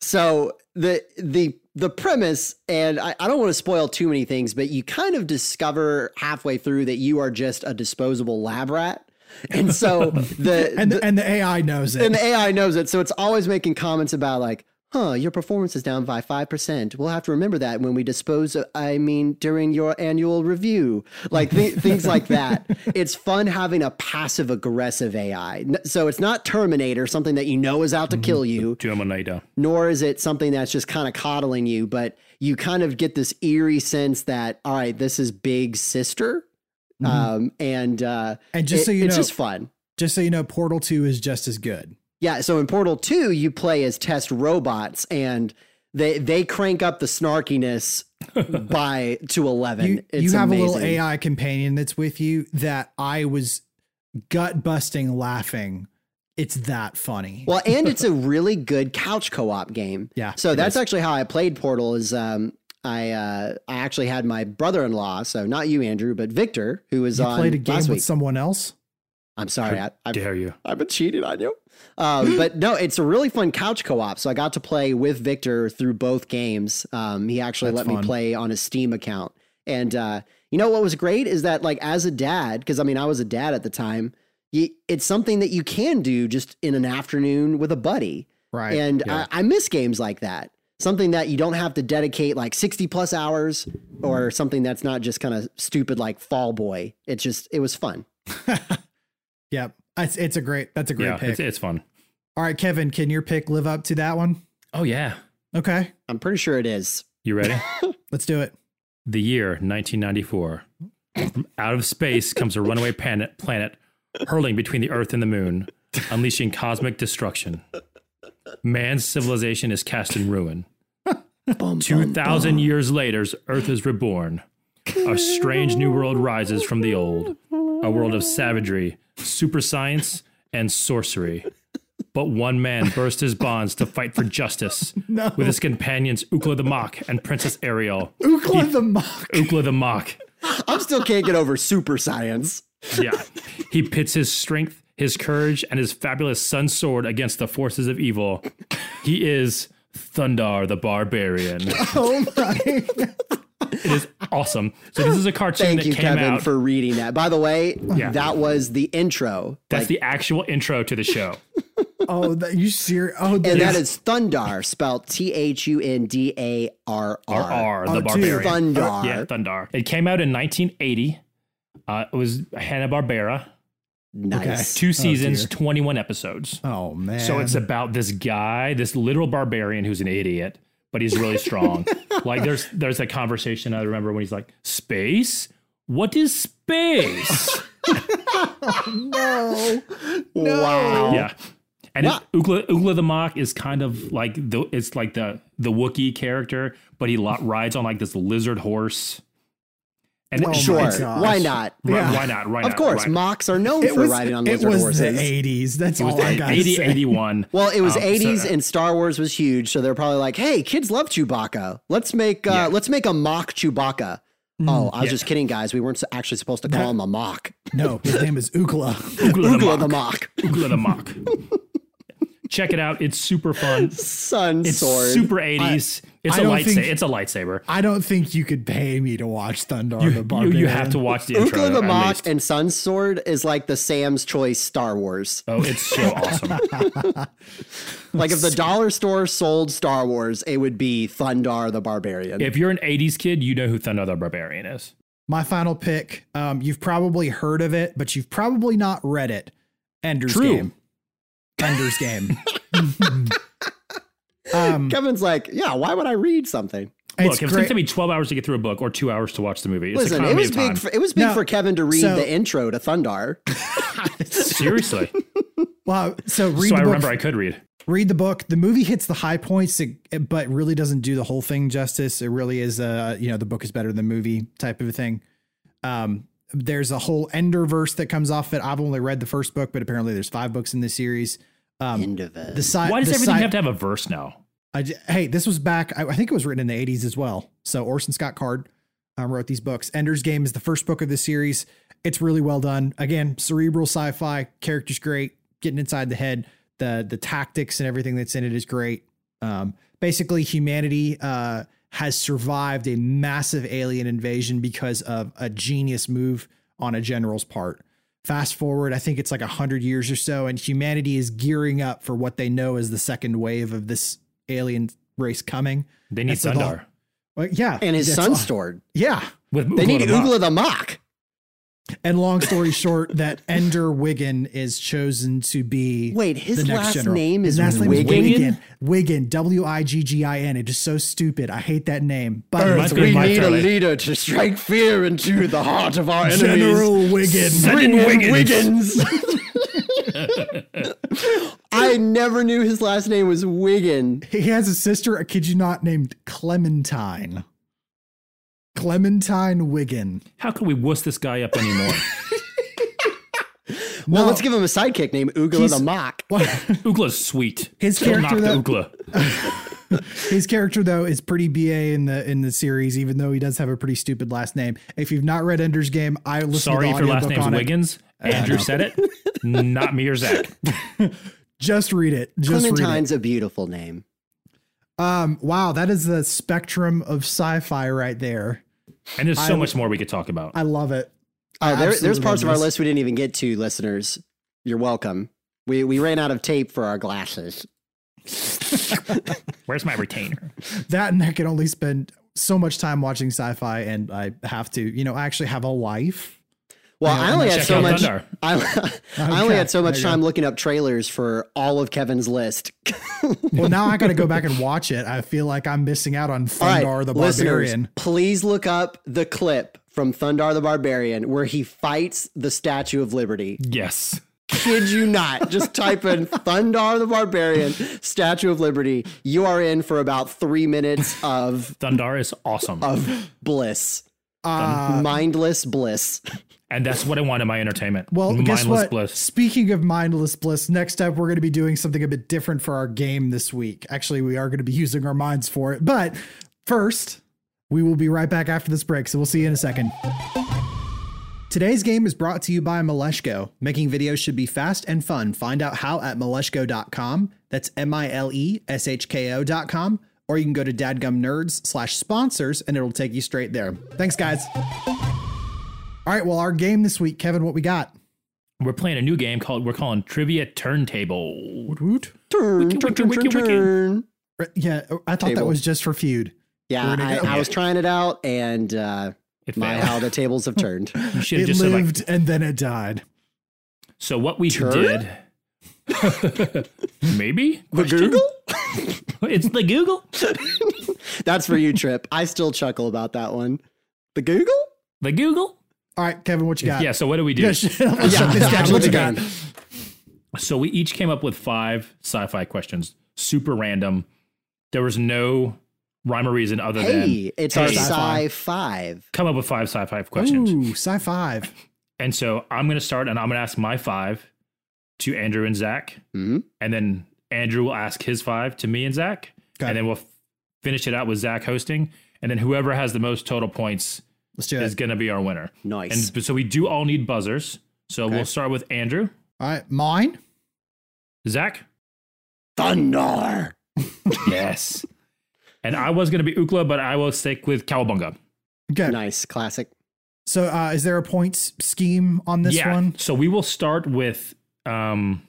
Speaker 3: So the the the premise, and I, I don't want to spoil too many things, but you kind of discover halfway through that you are just a disposable lab rat. And so the
Speaker 2: and
Speaker 3: the-
Speaker 2: the, and the AI knows it.
Speaker 3: and the AI knows it, so it's always making comments about like, "Huh, your performance is down by five percent. We'll have to remember that when we dispose. Of, I mean, during your annual review, like th- things like that. It's fun having a passive aggressive AI. N- So it's not Terminator, something that you know is
Speaker 2: Mm-hmm.
Speaker 3: out to kill you,
Speaker 4: Terminator.
Speaker 3: nor is it something that's just kind of coddling you, but you kind of get this eerie sense that all right, this is Big Sister,
Speaker 2: Mhm.
Speaker 3: um, and uh,
Speaker 2: and just
Speaker 3: it-
Speaker 2: so you know,
Speaker 3: it's
Speaker 2: just,
Speaker 3: just fun.
Speaker 2: so you know, Portal Two is just as good.
Speaker 3: Yeah, so in Portal 2, you play as test robots and they they crank up the snarkiness by to 11.
Speaker 2: You,
Speaker 3: it's
Speaker 2: you have
Speaker 3: amazing.
Speaker 2: a little AI companion that's with you that I was gut busting laughing. It's that funny.
Speaker 3: Well, and it's a really good couch co-op game.
Speaker 2: Yeah,
Speaker 3: So that's actually how I played Portal is um I uh I actually had my brother-in-law, so not you Andrew, but Victor who was
Speaker 2: you
Speaker 3: on
Speaker 2: played a game
Speaker 3: last
Speaker 2: with
Speaker 3: week.
Speaker 2: someone else.
Speaker 3: I'm sorry. I, I've
Speaker 4: Dare you?
Speaker 3: I've been cheating on you. Um, but no, it's a really fun couch co-op. So I got to play with Victor through both games. Um, he actually
Speaker 2: That's
Speaker 3: let
Speaker 2: fun.
Speaker 3: me play on his Steam account. And uh, you know what was great is that like as a dad, because I mean I was a dad at the time. You, it's something that you can do just in an afternoon with a buddy.
Speaker 2: Right.
Speaker 3: and
Speaker 4: yeah.
Speaker 3: I, I miss games like that. Something that you don't have to dedicate like 60 plus hours or something that's not just kind of stupid like Fall Boy. It's just, it was fun.
Speaker 2: yep. It's, it's a great. That's a great
Speaker 4: Yeah,
Speaker 2: pick.
Speaker 4: it's, it's fun.
Speaker 2: All right, Kevin, can your pick live up to that one?
Speaker 4: Oh yeah,
Speaker 2: Okay,
Speaker 3: I'm pretty sure it is.
Speaker 4: you ready?
Speaker 2: let's do it.
Speaker 4: the year 1994. From out of space comes a runaway planet, planet hurling between the Earth and the Moon, unleashing cosmic destruction. Man's civilization is cast in ruin.
Speaker 3: Bum, bum,
Speaker 4: 2,000 years later, Earth is reborn. A strange new world rises from the old, a world of savagery, super science, and sorcery. But one man burst his bonds to fight for justice
Speaker 2: No.
Speaker 4: with his companions Ukla the Mock and Princess Ariel.
Speaker 2: Ookla the Mock.
Speaker 4: Ukla the Mock
Speaker 3: I still can't get over super science.
Speaker 4: yeah. He pits his strength, his courage, and his fabulous sun sword against the forces of evil. He is Thundar the Barbarian. It
Speaker 2: Oh my!
Speaker 4: is awesome. So this is a cartoon
Speaker 3: Thank
Speaker 4: that
Speaker 3: you,
Speaker 4: came
Speaker 3: Kevin,
Speaker 4: out.
Speaker 3: for reading that. By the way,
Speaker 4: Yeah.
Speaker 3: that was the intro.
Speaker 4: that's
Speaker 3: Like,
Speaker 4: the actual intro to the show.
Speaker 2: Oh, that, you serious? Oh,
Speaker 3: and
Speaker 2: that's
Speaker 3: that is Thundar, spelled T H U N D A R
Speaker 4: R
Speaker 3: R.
Speaker 4: R the
Speaker 2: dude.
Speaker 4: Barbarian.
Speaker 3: Thundar.
Speaker 4: Yeah, Thundar. It came out in 1980. Uh, it was Hanna Barbera.
Speaker 3: Nice.
Speaker 4: Two seasons,
Speaker 2: dear.
Speaker 4: 21 episodes.
Speaker 2: Oh man!
Speaker 4: So it's about this guy, this literal barbarian who's an idiot, but he's really strong. like there's there's a conversation I remember when he's like, "Space? What is space?"
Speaker 2: no. Oh.
Speaker 3: Wow.
Speaker 4: yeah. And it's, Ugla, Ugla the Mock is kind of like the it's like the the Wookiee character, but he lo- rides on like this lizard horse. And
Speaker 2: Oh my
Speaker 3: Sure.
Speaker 2: gosh.
Speaker 3: Why not?
Speaker 4: Why,
Speaker 2: Yeah.
Speaker 4: why not? Why not?
Speaker 3: Of course,
Speaker 4: Why-
Speaker 3: mocks are known
Speaker 2: It
Speaker 3: for
Speaker 2: was,
Speaker 3: riding on
Speaker 2: it
Speaker 3: lizard
Speaker 2: was
Speaker 3: horses.
Speaker 2: the '80s. That's all I got
Speaker 4: 80,
Speaker 2: to say.
Speaker 4: 81.
Speaker 3: Well, it was
Speaker 4: Um, so-
Speaker 3: 80s and Star Wars was huge, so they're probably like, "Hey, kids love Chewbacca. Let's make uh,
Speaker 4: Yeah.
Speaker 3: let's make a mock Chewbacca." Oh, I was
Speaker 4: Yeah.
Speaker 3: just kidding, guys. We weren't actually supposed to call him a mock.
Speaker 2: No, his name is Ookla.
Speaker 4: Ugla the
Speaker 3: Ugla
Speaker 4: Mock.
Speaker 3: the mock.
Speaker 4: Ugla the Mock. Check it out. It's super fun.
Speaker 3: Sun
Speaker 4: It's
Speaker 3: sword.
Speaker 4: super 80s. it's
Speaker 2: I
Speaker 4: a
Speaker 2: don't
Speaker 4: lightsaber.
Speaker 2: think-
Speaker 4: It's a lightsaber.
Speaker 2: I don't think you could pay me to watch Thunder the
Speaker 4: You,
Speaker 2: Barbarian.
Speaker 4: you have to watch the intro.
Speaker 3: Ukla the
Speaker 4: at
Speaker 3: Mock
Speaker 4: least.
Speaker 3: and Sun Sword is like the Sam's Choice Star Wars.
Speaker 4: Oh, it's so awesome.
Speaker 3: Like if the dollar store sold Star Wars, it would be Thundar the Barbarian.
Speaker 4: If you're an 80s kid, you know who Thunder the Barbarian is.
Speaker 2: My final pick. Um, you've probably heard of it, but you've probably not read it. Ender's
Speaker 4: True.
Speaker 2: Game. Ender's Game. um,
Speaker 3: Kevin's like, yeah, why would I read something?
Speaker 4: Look,
Speaker 2: it's
Speaker 4: if it's going
Speaker 2: great.
Speaker 4: to be 12 hours to get through a book or two hours to watch the movie, it's
Speaker 3: Listen,
Speaker 4: economy
Speaker 3: it was
Speaker 4: of time.
Speaker 3: big. For, it was big
Speaker 2: No,
Speaker 3: for Kevin to read
Speaker 2: so-
Speaker 3: the intro to Thundar.
Speaker 4: Seriously.
Speaker 2: Wow. So read
Speaker 4: so I
Speaker 2: the book
Speaker 4: remember I could read.
Speaker 2: read the book. The movie hits the high points, it- but really doesn't do the whole thing justice. It really is a you know the book is better than the movie type of a thing. Um, there's a whole Ender verse that comes off it. I've only read the first book, but apparently there's five books in this series. Um,
Speaker 3: End of it.
Speaker 2: the side.
Speaker 4: Why does
Speaker 2: the
Speaker 4: everything
Speaker 2: sci-
Speaker 4: have to have a verse now?
Speaker 2: I j- hey, this was back. I, I think it was written in the 80s as well. So Orson Scott Card um, wrote these books. Ender's Game is the first book of the series. It's really well done. Again, cerebral sci-fi. Characters great. Getting inside the head. The the tactics and everything that's in it is great. Um, basically, humanity uh, has survived a massive alien invasion because of a genius move on a general's part Fast forward, I think it's like 100 years or so, and humanity is gearing up for what they know is the second wave of this alien race coming.
Speaker 4: They need
Speaker 2: That's a lot.
Speaker 4: Sundar
Speaker 2: Well, yeah.
Speaker 3: and his
Speaker 2: that's
Speaker 3: son
Speaker 2: all-
Speaker 3: stored.
Speaker 2: Yeah.
Speaker 4: with
Speaker 3: They need
Speaker 4: Ugla
Speaker 3: Oogla the Mock.
Speaker 2: And long story short, that Ender Wiggin is chosen to be
Speaker 3: Wait, his
Speaker 2: the next
Speaker 3: last
Speaker 2: general.
Speaker 3: name is
Speaker 2: His last name
Speaker 3: Wiggin?
Speaker 2: is Wiggin. Wiggin. W i g g i n. It is so stupid. I hate that name. But
Speaker 4: Earth,
Speaker 2: it's
Speaker 4: we
Speaker 2: Wiggin.
Speaker 4: need- Charlie.
Speaker 3: leader to strike fear into the heart of our
Speaker 2: General Wiggin.
Speaker 4: Send in
Speaker 3: Bring in
Speaker 4: Wiggins.
Speaker 3: Wiggins. I never knew his last name was Wiggin.
Speaker 2: He has a sister. I kid you not, named Clementine. Clementine Wiggin.
Speaker 4: How can we wuss this guy up anymore?
Speaker 3: Well,
Speaker 2: No.
Speaker 3: let's give him a sidekick named Oogla
Speaker 2: He's-
Speaker 3: the Mock.
Speaker 4: Ugla's sweet.
Speaker 2: His
Speaker 4: Don't knock
Speaker 2: character
Speaker 4: the
Speaker 2: that-
Speaker 4: Ugla.
Speaker 2: His character though is pretty ba in the in the series, even though he does have a pretty stupid last name. If you've not read Ender's Game, I listened
Speaker 4: Sorry
Speaker 2: to
Speaker 4: if
Speaker 2: the
Speaker 4: your last
Speaker 2: audiobook
Speaker 4: name's
Speaker 2: on it. Uh,
Speaker 4: Wiggins. Andrew said it, not me or Zach.
Speaker 2: Just read it. Just read it.
Speaker 3: Clementine's a beautiful name.
Speaker 2: Um, wow, that is the spectrum of sci-fi right there.
Speaker 4: And there's so
Speaker 2: I-
Speaker 4: much more we could talk about.
Speaker 2: I love it.
Speaker 3: Uh, there, there's
Speaker 2: absolutely
Speaker 3: parts of
Speaker 2: love
Speaker 3: our
Speaker 2: this.
Speaker 3: list we didn't even get to, listeners. You're welcome. We, we ran out of tape for our glasses.
Speaker 4: Where's my retainer?
Speaker 2: That and I can only spend so much time watching sci-fi, and I have to, you know, I actually have a life.
Speaker 3: Well,
Speaker 2: Yeah,
Speaker 3: I only had
Speaker 4: Check
Speaker 3: so
Speaker 4: out
Speaker 3: much.
Speaker 4: Thunder.
Speaker 3: I, I only
Speaker 2: Okay,
Speaker 3: had so much
Speaker 2: there you go.
Speaker 3: time looking up trailers for all of Kevin's list.
Speaker 2: Well, now I got to go back and watch it. I feel like I'm missing out on
Speaker 3: All right,
Speaker 2: Thundar the
Speaker 3: listeners,
Speaker 2: Barbarian.
Speaker 3: Please look up the clip from Thundar the Barbarian where he fights the Statue of Liberty.
Speaker 4: Yes.
Speaker 3: Kid you not. Just type in Thundar the Barbarian, Statue of Liberty. You are in for about three minutes of
Speaker 4: Thundar is awesome.
Speaker 3: of bliss.
Speaker 2: Uh,
Speaker 3: Mindless bliss.
Speaker 4: and that's what I want in my entertainment.
Speaker 2: well,
Speaker 4: mindless
Speaker 2: guess what?
Speaker 4: bliss.
Speaker 2: Speaking of mindless bliss, next up we're going to be doing something a bit different for our game this week. Actually, we are going to be using our minds for it, but first we will be right back after this break. So we'll see you in a second. Today's game is brought to you by Mileshko. Making videos should be fast and fun. Find out how at mileshko.com. That's M I L E S H K O.com. Or you can go to dadgumnerds slash sponsors and it'll take you straight there. Thanks, guys. All right. Well, our game this week, Kevin, what we got?
Speaker 4: We're playing a new game called we're calling Trivia Turntable.
Speaker 2: Woot.
Speaker 3: Turn,
Speaker 4: Wiki, wiki,
Speaker 3: turn, turn, turn,
Speaker 4: wiki, wiki.
Speaker 3: turn.
Speaker 2: Uh, Yeah. I thought that
Speaker 3: Table.
Speaker 2: was just for feud.
Speaker 3: Yeah,
Speaker 2: We're gonna
Speaker 3: I,
Speaker 2: go.
Speaker 3: I was trying it out and uh,
Speaker 4: It
Speaker 3: my
Speaker 4: failed.
Speaker 3: how the tables have turned.
Speaker 4: You should
Speaker 2: It
Speaker 4: have just said like
Speaker 2: lived and then it died.
Speaker 4: So what we
Speaker 3: Turd?
Speaker 4: did? Maybe
Speaker 3: The Google?
Speaker 4: it's the Google.
Speaker 3: That's for you, Trip. I still chuckle about that one. The Google?
Speaker 4: The Google.
Speaker 2: All right, Kevin, what you got?
Speaker 4: Yeah. So what do we do?
Speaker 2: Yeah, shut- let's shut this down.
Speaker 3: that's
Speaker 2: What
Speaker 3: the
Speaker 2: you got?
Speaker 3: game.
Speaker 4: So we each came up with five sci-fi questions, super random. There was no rhyme or reason other than
Speaker 3: Hey, it's our
Speaker 4: Hey.
Speaker 3: sci five.
Speaker 4: come up with five sci-fi questions.
Speaker 2: Ooh, sci five.
Speaker 4: And so I'm going to start, and I'm going to ask my five to Andrew and Zach,
Speaker 3: Mhm.
Speaker 4: and then Andrew will ask his five to me and Zach,
Speaker 2: Okay.
Speaker 4: and then we'll f- finish it out with Zach hosting, and then whoever has the most total points
Speaker 2: Let's do
Speaker 4: is
Speaker 2: it.
Speaker 4: going to be our winner.
Speaker 3: Nice.
Speaker 4: And b- so we do all need buzzers. So
Speaker 3: Okay.
Speaker 4: we'll start with Andrew,
Speaker 2: All right, mine.
Speaker 4: Zach.
Speaker 3: Thunder.
Speaker 4: Yes. And I was going to be Ukla, but I will stick with Cowabunga.
Speaker 2: Okay.
Speaker 3: Nice. Classic.
Speaker 2: So, uh, is there a points scheme on this
Speaker 4: yeah.
Speaker 2: one?
Speaker 4: So we will start with um,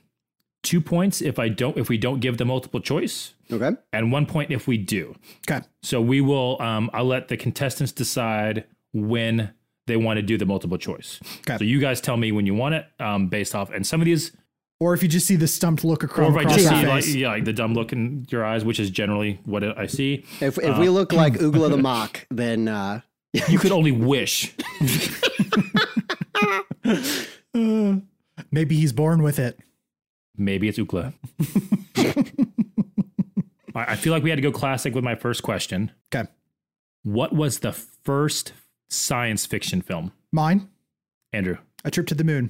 Speaker 4: two points if I don't if we don't give the multiple choice,
Speaker 3: Okay.
Speaker 4: and one point if we do.
Speaker 2: Okay.
Speaker 4: So we will. Um, I'll let the contestants decide when they want to do the multiple choice.
Speaker 2: Okay.
Speaker 4: So you guys tell me when you want it, um, based off. And some of these,
Speaker 2: Or if you just see the stumped look acro-
Speaker 4: or if
Speaker 2: across,
Speaker 4: I just
Speaker 2: your
Speaker 4: see like,
Speaker 2: face.
Speaker 4: yeah, like the dumb look in your eyes, which is generally what I see.
Speaker 3: If, if we look like
Speaker 2: Uh,
Speaker 3: Oogla the Mock, then uh,
Speaker 4: You could only wish.
Speaker 2: Uh, Maybe he's born with it.
Speaker 4: Maybe it's Ukla. I I feel like we had to go classic with my first question.
Speaker 2: Okay.
Speaker 4: What was the first science fiction film,
Speaker 2: Mine,
Speaker 4: Andrew?
Speaker 2: a trip to the moon.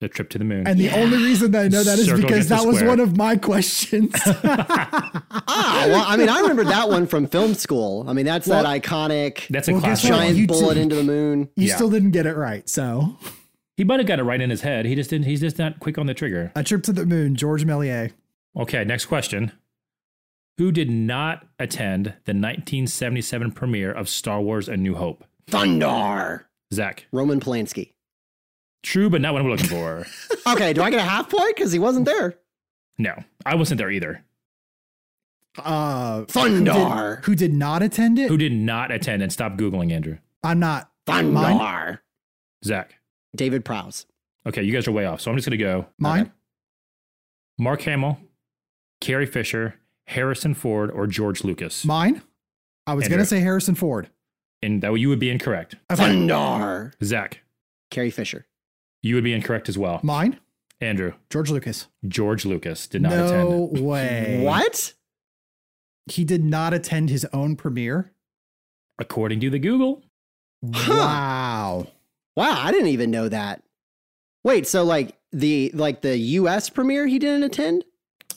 Speaker 4: The Trip to the Moon.
Speaker 2: And the only reason that I know that is
Speaker 4: Circle
Speaker 2: because
Speaker 4: against the
Speaker 2: that was
Speaker 4: square.
Speaker 2: one of my questions.
Speaker 3: ah, well, I mean, I remember that one from film school. I mean, that's that iconic
Speaker 4: That's a
Speaker 2: Well, guess
Speaker 4: classic
Speaker 2: what?
Speaker 4: one.
Speaker 3: giant
Speaker 2: You
Speaker 3: bullet
Speaker 2: too.
Speaker 3: into the moon.
Speaker 2: you
Speaker 4: Yeah.
Speaker 2: still didn't get it right. So,
Speaker 4: He might have got it right in his head. He just didn't. He's just not quick on the trigger.
Speaker 2: a trip to the moon, George Méliès.
Speaker 4: Okay, next question. Who did not attend the 1977 premiere of Star Wars A New Hope?
Speaker 3: Thunder.
Speaker 4: Zach,
Speaker 3: Roman Polanski.
Speaker 4: True, but not what I'm looking for.
Speaker 3: Okay, do I get a half point? Because he wasn't there.
Speaker 4: no, I wasn't there either.
Speaker 2: Uh,
Speaker 3: Thundar.
Speaker 2: who did not attend it?
Speaker 4: Who did not attend and stop Googling, Andrew?
Speaker 2: I'm not.
Speaker 3: Thundar.
Speaker 2: Mine.
Speaker 4: Zach.
Speaker 3: David Prowse.
Speaker 4: Okay, you guys are way off. So I'm just going to go
Speaker 2: Mine.
Speaker 3: Okay.
Speaker 4: Mark Hamill, Carrie Fisher, Harrison Ford, or George Lucas.
Speaker 2: Mine. I was
Speaker 4: Andrew.
Speaker 2: gonna say Harrison Ford.
Speaker 4: and that you would be incorrect.
Speaker 2: Okay.
Speaker 3: Thundar.
Speaker 4: Zach,
Speaker 3: Carrie Fisher.
Speaker 4: you would be incorrect as well.
Speaker 2: Mine.
Speaker 4: Andrew,
Speaker 2: George Lucas.
Speaker 4: George Lucas did not attend.
Speaker 2: no way.
Speaker 3: What?
Speaker 2: He did not attend his own premiere.
Speaker 4: According to the Google,
Speaker 3: Huh.
Speaker 2: Wow.
Speaker 3: Wow, I didn't even know that. Wait, so like the like the U.S. premiere he didn't attend?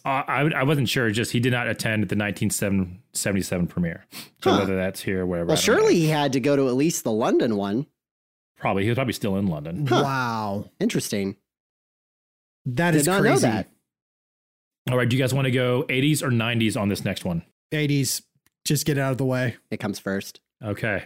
Speaker 4: uh, I, would- I wasn't sure. Just he did not attend the 1977 premiere. So
Speaker 3: Huh.
Speaker 4: whether that's here or wherever.
Speaker 3: Well,
Speaker 4: I don't know.
Speaker 3: surely he had to go to at least the London one.
Speaker 4: Probably. He was probably still in London.
Speaker 3: Huh.
Speaker 2: Wow.
Speaker 3: Interesting.
Speaker 2: That
Speaker 3: Did
Speaker 2: is
Speaker 3: not know
Speaker 2: crazy.
Speaker 3: that.
Speaker 4: All right. Do you guys want to go 80s or 90s on this next one?
Speaker 2: 80s. Just get out of the way.
Speaker 3: It comes first.
Speaker 4: Okay.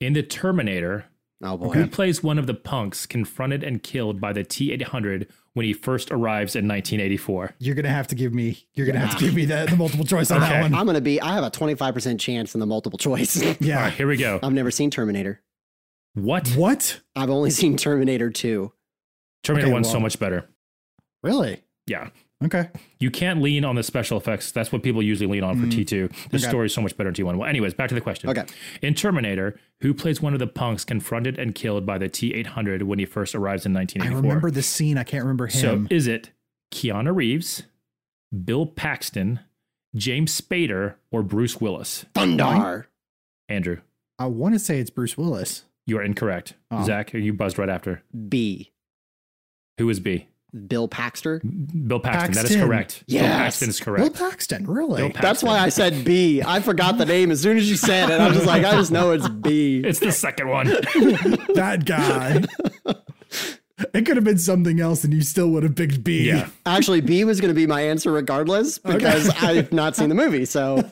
Speaker 4: In the Terminator,
Speaker 3: Oh boy.
Speaker 4: Who plays one of the punks confronted and killed by the T 800 when he first arrives in 1984?
Speaker 2: You're gonna have to give me. You're gonna have to
Speaker 3: Yeah.
Speaker 2: give me the, the multiple choice on
Speaker 4: Okay.
Speaker 2: that one.
Speaker 3: I'm gonna be. I have a 25 percent chance in the multiple choice.
Speaker 4: All right,
Speaker 2: Yeah.
Speaker 4: here we go.
Speaker 3: I've never seen Terminator.
Speaker 4: What?
Speaker 2: What?
Speaker 3: I've only seen Terminator 2.
Speaker 4: Terminator
Speaker 2: Okay,
Speaker 4: 1's so
Speaker 2: well-
Speaker 4: much better.
Speaker 2: Really?
Speaker 4: Yeah.
Speaker 2: Okay.
Speaker 4: You can't lean on the special effects. That's what people usually lean on for
Speaker 2: Mm.
Speaker 4: T2. The
Speaker 2: Okay.
Speaker 4: story is so much better in T1. Well, anyways, back to the question.
Speaker 3: Hmm. Okay.
Speaker 4: In Terminator, who plays one of the punks confronted and killed by the T 800 when he first arrives in
Speaker 2: I
Speaker 4: 1984?
Speaker 2: remember the scene. I can't remember
Speaker 4: So
Speaker 2: him.
Speaker 4: is it Keanu Reeves, Bill Paxton, James Spader, or Bruce Willis?
Speaker 3: Thundar.
Speaker 4: Andrew.
Speaker 2: I want to say it's Bruce Willis.
Speaker 4: You are incorrect.
Speaker 2: Oh.
Speaker 4: Zach, you buzzed right after.
Speaker 3: B.
Speaker 4: Who is B?
Speaker 3: Bill Paxter.
Speaker 4: Bill Paxton. That is
Speaker 2: Paxton.
Speaker 4: correct. Bill
Speaker 3: Yes.
Speaker 4: Paxton is
Speaker 2: Bill
Speaker 4: correct.
Speaker 2: Paxton. Really?
Speaker 4: Bill Pa-
Speaker 3: That's why I said B. I forgot the name as soon as you said it. I was just like, I just know it's B.
Speaker 4: it's the second one.
Speaker 2: that guy. it could have been something else, and you still would have picked B.
Speaker 4: yeah.
Speaker 3: Actually, B was going to be my answer regardless because I've not seen the movie. So,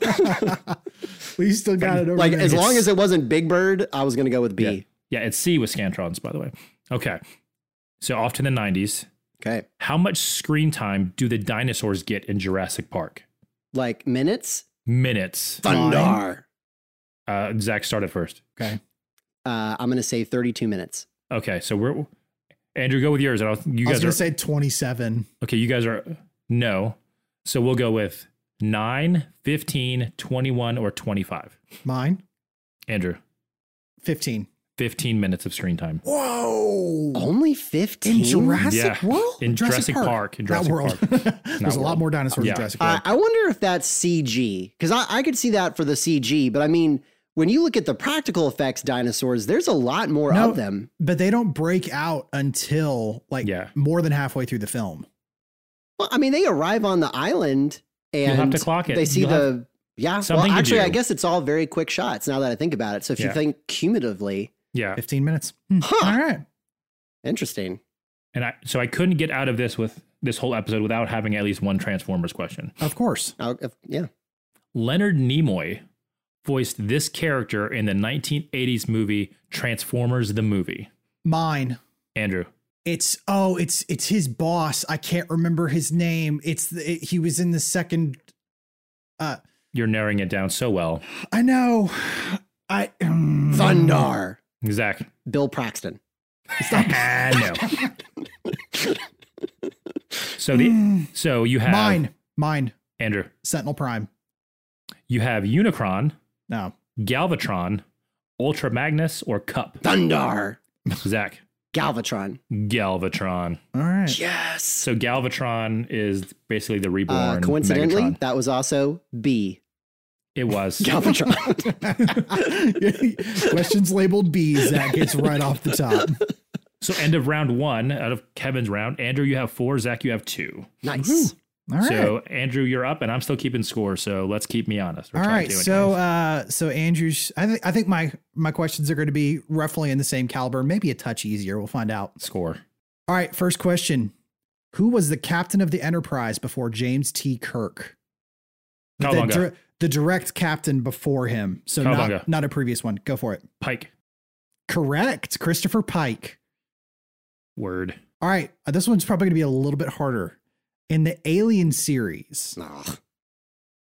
Speaker 2: Well, you still got it over
Speaker 3: like,
Speaker 2: there.
Speaker 3: as long as it wasn't Big Bird, I was going to go with B.
Speaker 4: yeah. Yeah, it's C with Scantrons, by the way. Okay. So off to the 90s.
Speaker 3: Okay.
Speaker 4: How much screen time do the dinosaurs get in Jurassic Park?
Speaker 3: Like minutes.
Speaker 4: Minutes.
Speaker 3: Thundar.
Speaker 4: Uh, Zach started first.
Speaker 2: Okay.
Speaker 3: Uh, I'm going to say 32 minutes.
Speaker 4: Okay. So we're. Andrew, go with yours. And I'll, you
Speaker 2: I was
Speaker 4: guys
Speaker 2: gonna say
Speaker 4: are.
Speaker 2: 27.
Speaker 4: okay. You guys are. No. So we'll go with 9, 15, 21, or 25.
Speaker 2: Mine?
Speaker 4: Andrew,
Speaker 2: 15.
Speaker 4: 15 minutes of screen time.
Speaker 2: Whoa.
Speaker 3: Only
Speaker 2: in
Speaker 3: 15.
Speaker 2: Jurassic
Speaker 4: Yeah.
Speaker 2: World?
Speaker 4: In Jurassic Park, in Jurassic
Speaker 2: that world.
Speaker 4: Park.
Speaker 2: There's a lot
Speaker 4: world.
Speaker 2: more dinosaurs
Speaker 4: Yeah.
Speaker 2: in Jurassic
Speaker 3: Uh,
Speaker 2: World.
Speaker 3: I wonder if that's CG because I, I could see that for the CG, but I mean, when you look at the practical effects dinosaurs, there's a lot more
Speaker 2: No.
Speaker 3: of them.
Speaker 2: but they don't break out until like
Speaker 4: Yeah.
Speaker 2: more than halfway through the film.
Speaker 3: Well, I mean, they arrive on the island and
Speaker 4: You'll have to clock it.
Speaker 3: they see
Speaker 4: You'll
Speaker 3: the
Speaker 4: have-
Speaker 3: yeah. Well,
Speaker 4: something to
Speaker 3: actually,
Speaker 4: do.
Speaker 3: I guess it's all very quick shots now that I think about it. So if
Speaker 4: Yeah.
Speaker 3: you think cumulatively,
Speaker 4: Yeah.
Speaker 2: 15 minutes. Hmm.
Speaker 3: Huh.
Speaker 2: All right.
Speaker 3: interesting.
Speaker 4: And I so I couldn't get out of this with this whole episode without having at least one Transformers question.
Speaker 2: Of course.
Speaker 3: I'll- if- yeah,
Speaker 4: Leonard Nimoy voiced this character in the 1980s movie Transformers the movie.
Speaker 2: Mine.
Speaker 4: Andrew.
Speaker 2: It's oh, it's it's his boss. I can't remember his name. It's the, it- he was in the second
Speaker 4: You're narrowing it down so well.
Speaker 2: I know. I
Speaker 4: Mm-hmm.
Speaker 2: mm.
Speaker 3: Thundar,
Speaker 4: Zach.
Speaker 3: Bill Paxton.
Speaker 4: I so the so you have
Speaker 2: Mm. Mine. Mine.
Speaker 4: Andrew.
Speaker 2: Sentinel Prime.
Speaker 4: You have Unicron,
Speaker 2: No.
Speaker 4: Galvatron, Ultra Magnus, or Cup.
Speaker 3: Thundar,
Speaker 4: Zach.
Speaker 3: Galvatron.
Speaker 4: Galvatron.
Speaker 2: All right.
Speaker 3: Yes.
Speaker 4: So Galvatron is basically the reborn.
Speaker 3: Uh, coincidentally,
Speaker 4: Megatron.
Speaker 3: that was also B.
Speaker 4: it was.
Speaker 3: Galvatron.
Speaker 2: Questions labeled B's that gets right off the top.
Speaker 4: So end of round one out of Kevin's round. Andrew, you have four. Zach, you have two.
Speaker 3: nice.
Speaker 2: All right.
Speaker 4: so Andrew, you're up, and I'm still keeping score. So let's keep me honest. We're
Speaker 2: All
Speaker 4: trying
Speaker 2: right.
Speaker 4: to do it.
Speaker 2: So uh so Andrews I think I think my my questions are going to be roughly in the same caliber, maybe a touch easier. We'll find out.
Speaker 4: score.
Speaker 2: All right, first question. Who was the captain of the Enterprise before James T. Kirk?
Speaker 4: How
Speaker 2: the,
Speaker 4: long ago?
Speaker 2: dir- the direct captain before him. So
Speaker 4: Cowabunga.
Speaker 2: not, not a previous one. Go for it.
Speaker 4: Pike.
Speaker 2: Correct. Christopher Pike.
Speaker 4: Word.
Speaker 2: All right, uh, this one's probably going to be a little bit harder. In the Alien series,
Speaker 3: Ugh.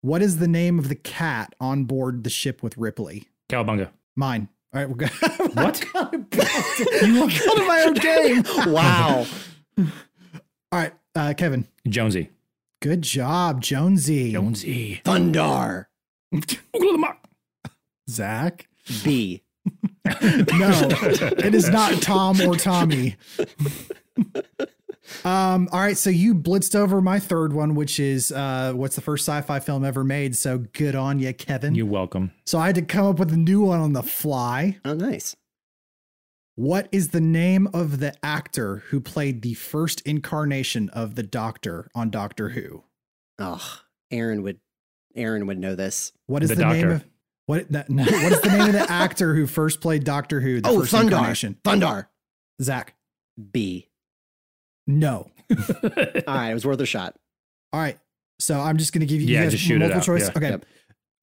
Speaker 2: what is the name of the cat on board the ship with Ripley?
Speaker 4: Cowabunga.
Speaker 2: Mine. All right, we're good.
Speaker 4: What?
Speaker 2: you look out of my own game.
Speaker 3: wow.
Speaker 2: All right, uh, Kevin.
Speaker 4: Jonesy.
Speaker 2: Good job, Jonesy.
Speaker 4: Jonesy.
Speaker 3: Thundar.
Speaker 2: Zach.
Speaker 3: B.
Speaker 2: No, it is not Tom or Tommy. um. All right, so you blitzed over my third one, which is uh, what's the first sci-fi film ever made? So good on you, Kevin.
Speaker 4: You're welcome.
Speaker 2: so I had to come up with a new one on the fly.
Speaker 3: Oh, nice.
Speaker 2: What is the name of the actor who played the first incarnation of the Doctor on Doctor Who?
Speaker 3: Ugh. Aaron would Aaron would know this.
Speaker 2: What is
Speaker 4: The
Speaker 2: the, name
Speaker 4: Doctor.
Speaker 2: of what? That, no, what is the name of the actor who first played Doctor Who? The
Speaker 3: oh,
Speaker 2: first
Speaker 3: Thundar.
Speaker 2: incarnation?
Speaker 3: Thundar.
Speaker 2: Zach.
Speaker 3: B.
Speaker 2: No.
Speaker 3: All right, it was worth a shot.
Speaker 2: All right. So I'm just going to give you,
Speaker 4: Yeah,
Speaker 2: you guys
Speaker 4: just shoot it
Speaker 2: multiple
Speaker 4: out.
Speaker 2: choice.
Speaker 4: Yeah.
Speaker 2: Okay.
Speaker 3: Yep.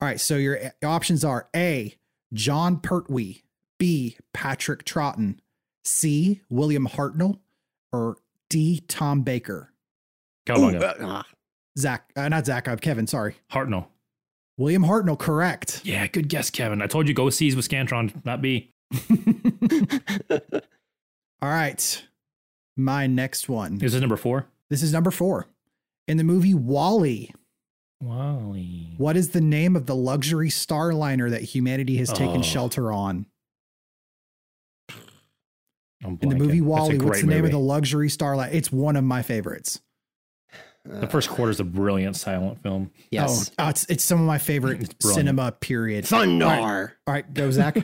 Speaker 2: All right. So your a- options are A, John Pertwee, B, Patrick Troughton, C, William Hartnell, or D, Tom Baker.
Speaker 3: Ooh,
Speaker 4: Cowabunga.
Speaker 3: uh, ah.
Speaker 2: Zach, uh, not Zach, I'm Kevin. Sorry.
Speaker 4: Hartnell.
Speaker 2: William Hartnell, correct.
Speaker 4: Yeah, good guess, Kevin. I told you go with C's with Scantron, not B.
Speaker 3: Uh,
Speaker 2: All right. My next one.
Speaker 4: This is number four.
Speaker 2: This is number four. In the movie Wally,
Speaker 4: Wally.
Speaker 2: what is the name of the luxury starliner that humanity has taken
Speaker 4: Oh.
Speaker 2: shelter on?
Speaker 4: I'm
Speaker 2: In the movie
Speaker 4: blanking. That's a
Speaker 2: Wally, what's
Speaker 4: great
Speaker 2: the name of the
Speaker 4: movie.
Speaker 2: luxury starliner? It's one of my favorites.
Speaker 4: The first quarter is a brilliant silent film.
Speaker 3: Yes.
Speaker 2: Oh, oh, it's, it's some of my favorite
Speaker 4: It's brilliant.
Speaker 2: cinema period.
Speaker 3: Thundar.
Speaker 2: All right, go, Zach.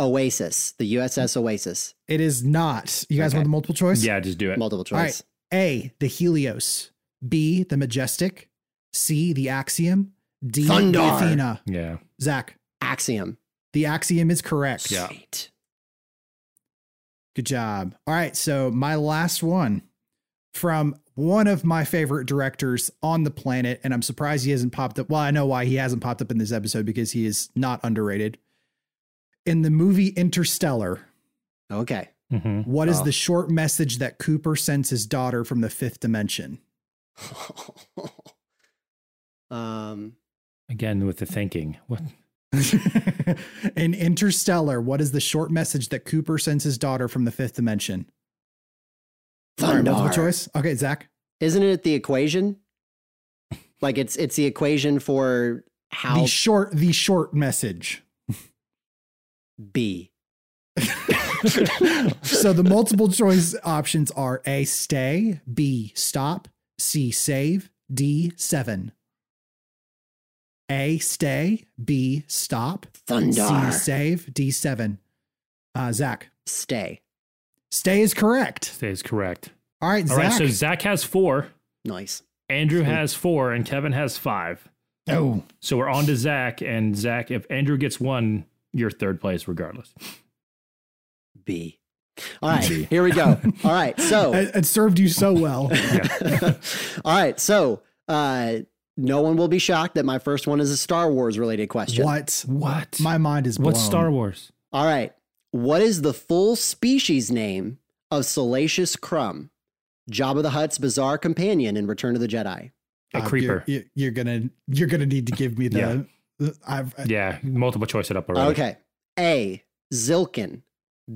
Speaker 3: Oasis. The USS Oasis.
Speaker 2: it is not. You guys
Speaker 3: Okay.
Speaker 2: want the multiple choice?
Speaker 4: yeah, just do it.
Speaker 3: Multiple
Speaker 2: All right.
Speaker 3: choice.
Speaker 2: A, the Helios. B, the Majestic. C, the Axiom. D, the
Speaker 3: Thundar.
Speaker 2: Athena.
Speaker 4: Yeah.
Speaker 2: Zach,
Speaker 3: Axiom.
Speaker 2: the Axiom is correct.
Speaker 4: Yeah.
Speaker 3: Sweet.
Speaker 2: Good job. All right. So, my last one from one of my favorite directors on the planet. And I'm surprised he hasn't popped up. Well, I know why he hasn't popped up in this episode because he is not underrated. In the movie Interstellar,
Speaker 3: Okay.
Speaker 4: hmm
Speaker 2: what is
Speaker 3: Oh.
Speaker 2: the short message that Cooper sends his daughter from the fifth dimension?
Speaker 3: um,
Speaker 4: Again, with the thinking. What?
Speaker 2: In Interstellar, what is the short message that Cooper sends his daughter from the fifth dimension? All right, multiple
Speaker 3: Thundar.
Speaker 2: choice. Okay, Zach.
Speaker 3: Isn't it the equation? Like it's it's the equation for how
Speaker 2: The short, the short message.
Speaker 3: B.
Speaker 2: so the multiple choice options are A stay, B stop, C save, D seven. A stay, B stop,
Speaker 3: Thundar.
Speaker 2: C save, D seven. Uh, Zach,
Speaker 3: Stay.
Speaker 2: stay is correct.
Speaker 4: Stays correct.
Speaker 2: All right,
Speaker 4: All right,
Speaker 2: Zach.
Speaker 4: so Zach has four,
Speaker 3: Nice.
Speaker 4: Andrew has four, and Kevin has five.
Speaker 2: oh,
Speaker 4: So we're on to Zach, and Zach, if Andrew gets one, you're third place regardless.
Speaker 3: B. All right.
Speaker 4: B.
Speaker 3: Here we go. All right. So
Speaker 2: it, it served you so well.
Speaker 3: All right. So uh no one will be shocked that my first one is a Star Wars related question.
Speaker 2: what?
Speaker 4: What?
Speaker 2: My mind is blown.
Speaker 4: What's Star Wars?
Speaker 3: All right. What is the full species name of Salacious Crumb, Jabba the Hutt's bizarre companion in Return of the Jedi?
Speaker 4: A
Speaker 2: Uh,
Speaker 4: creeper.
Speaker 2: You're, you're gonna you're gonna need to give me the. I've, uh,
Speaker 4: yeah, multiple choice it up already.
Speaker 3: Okay. A. Zilkin.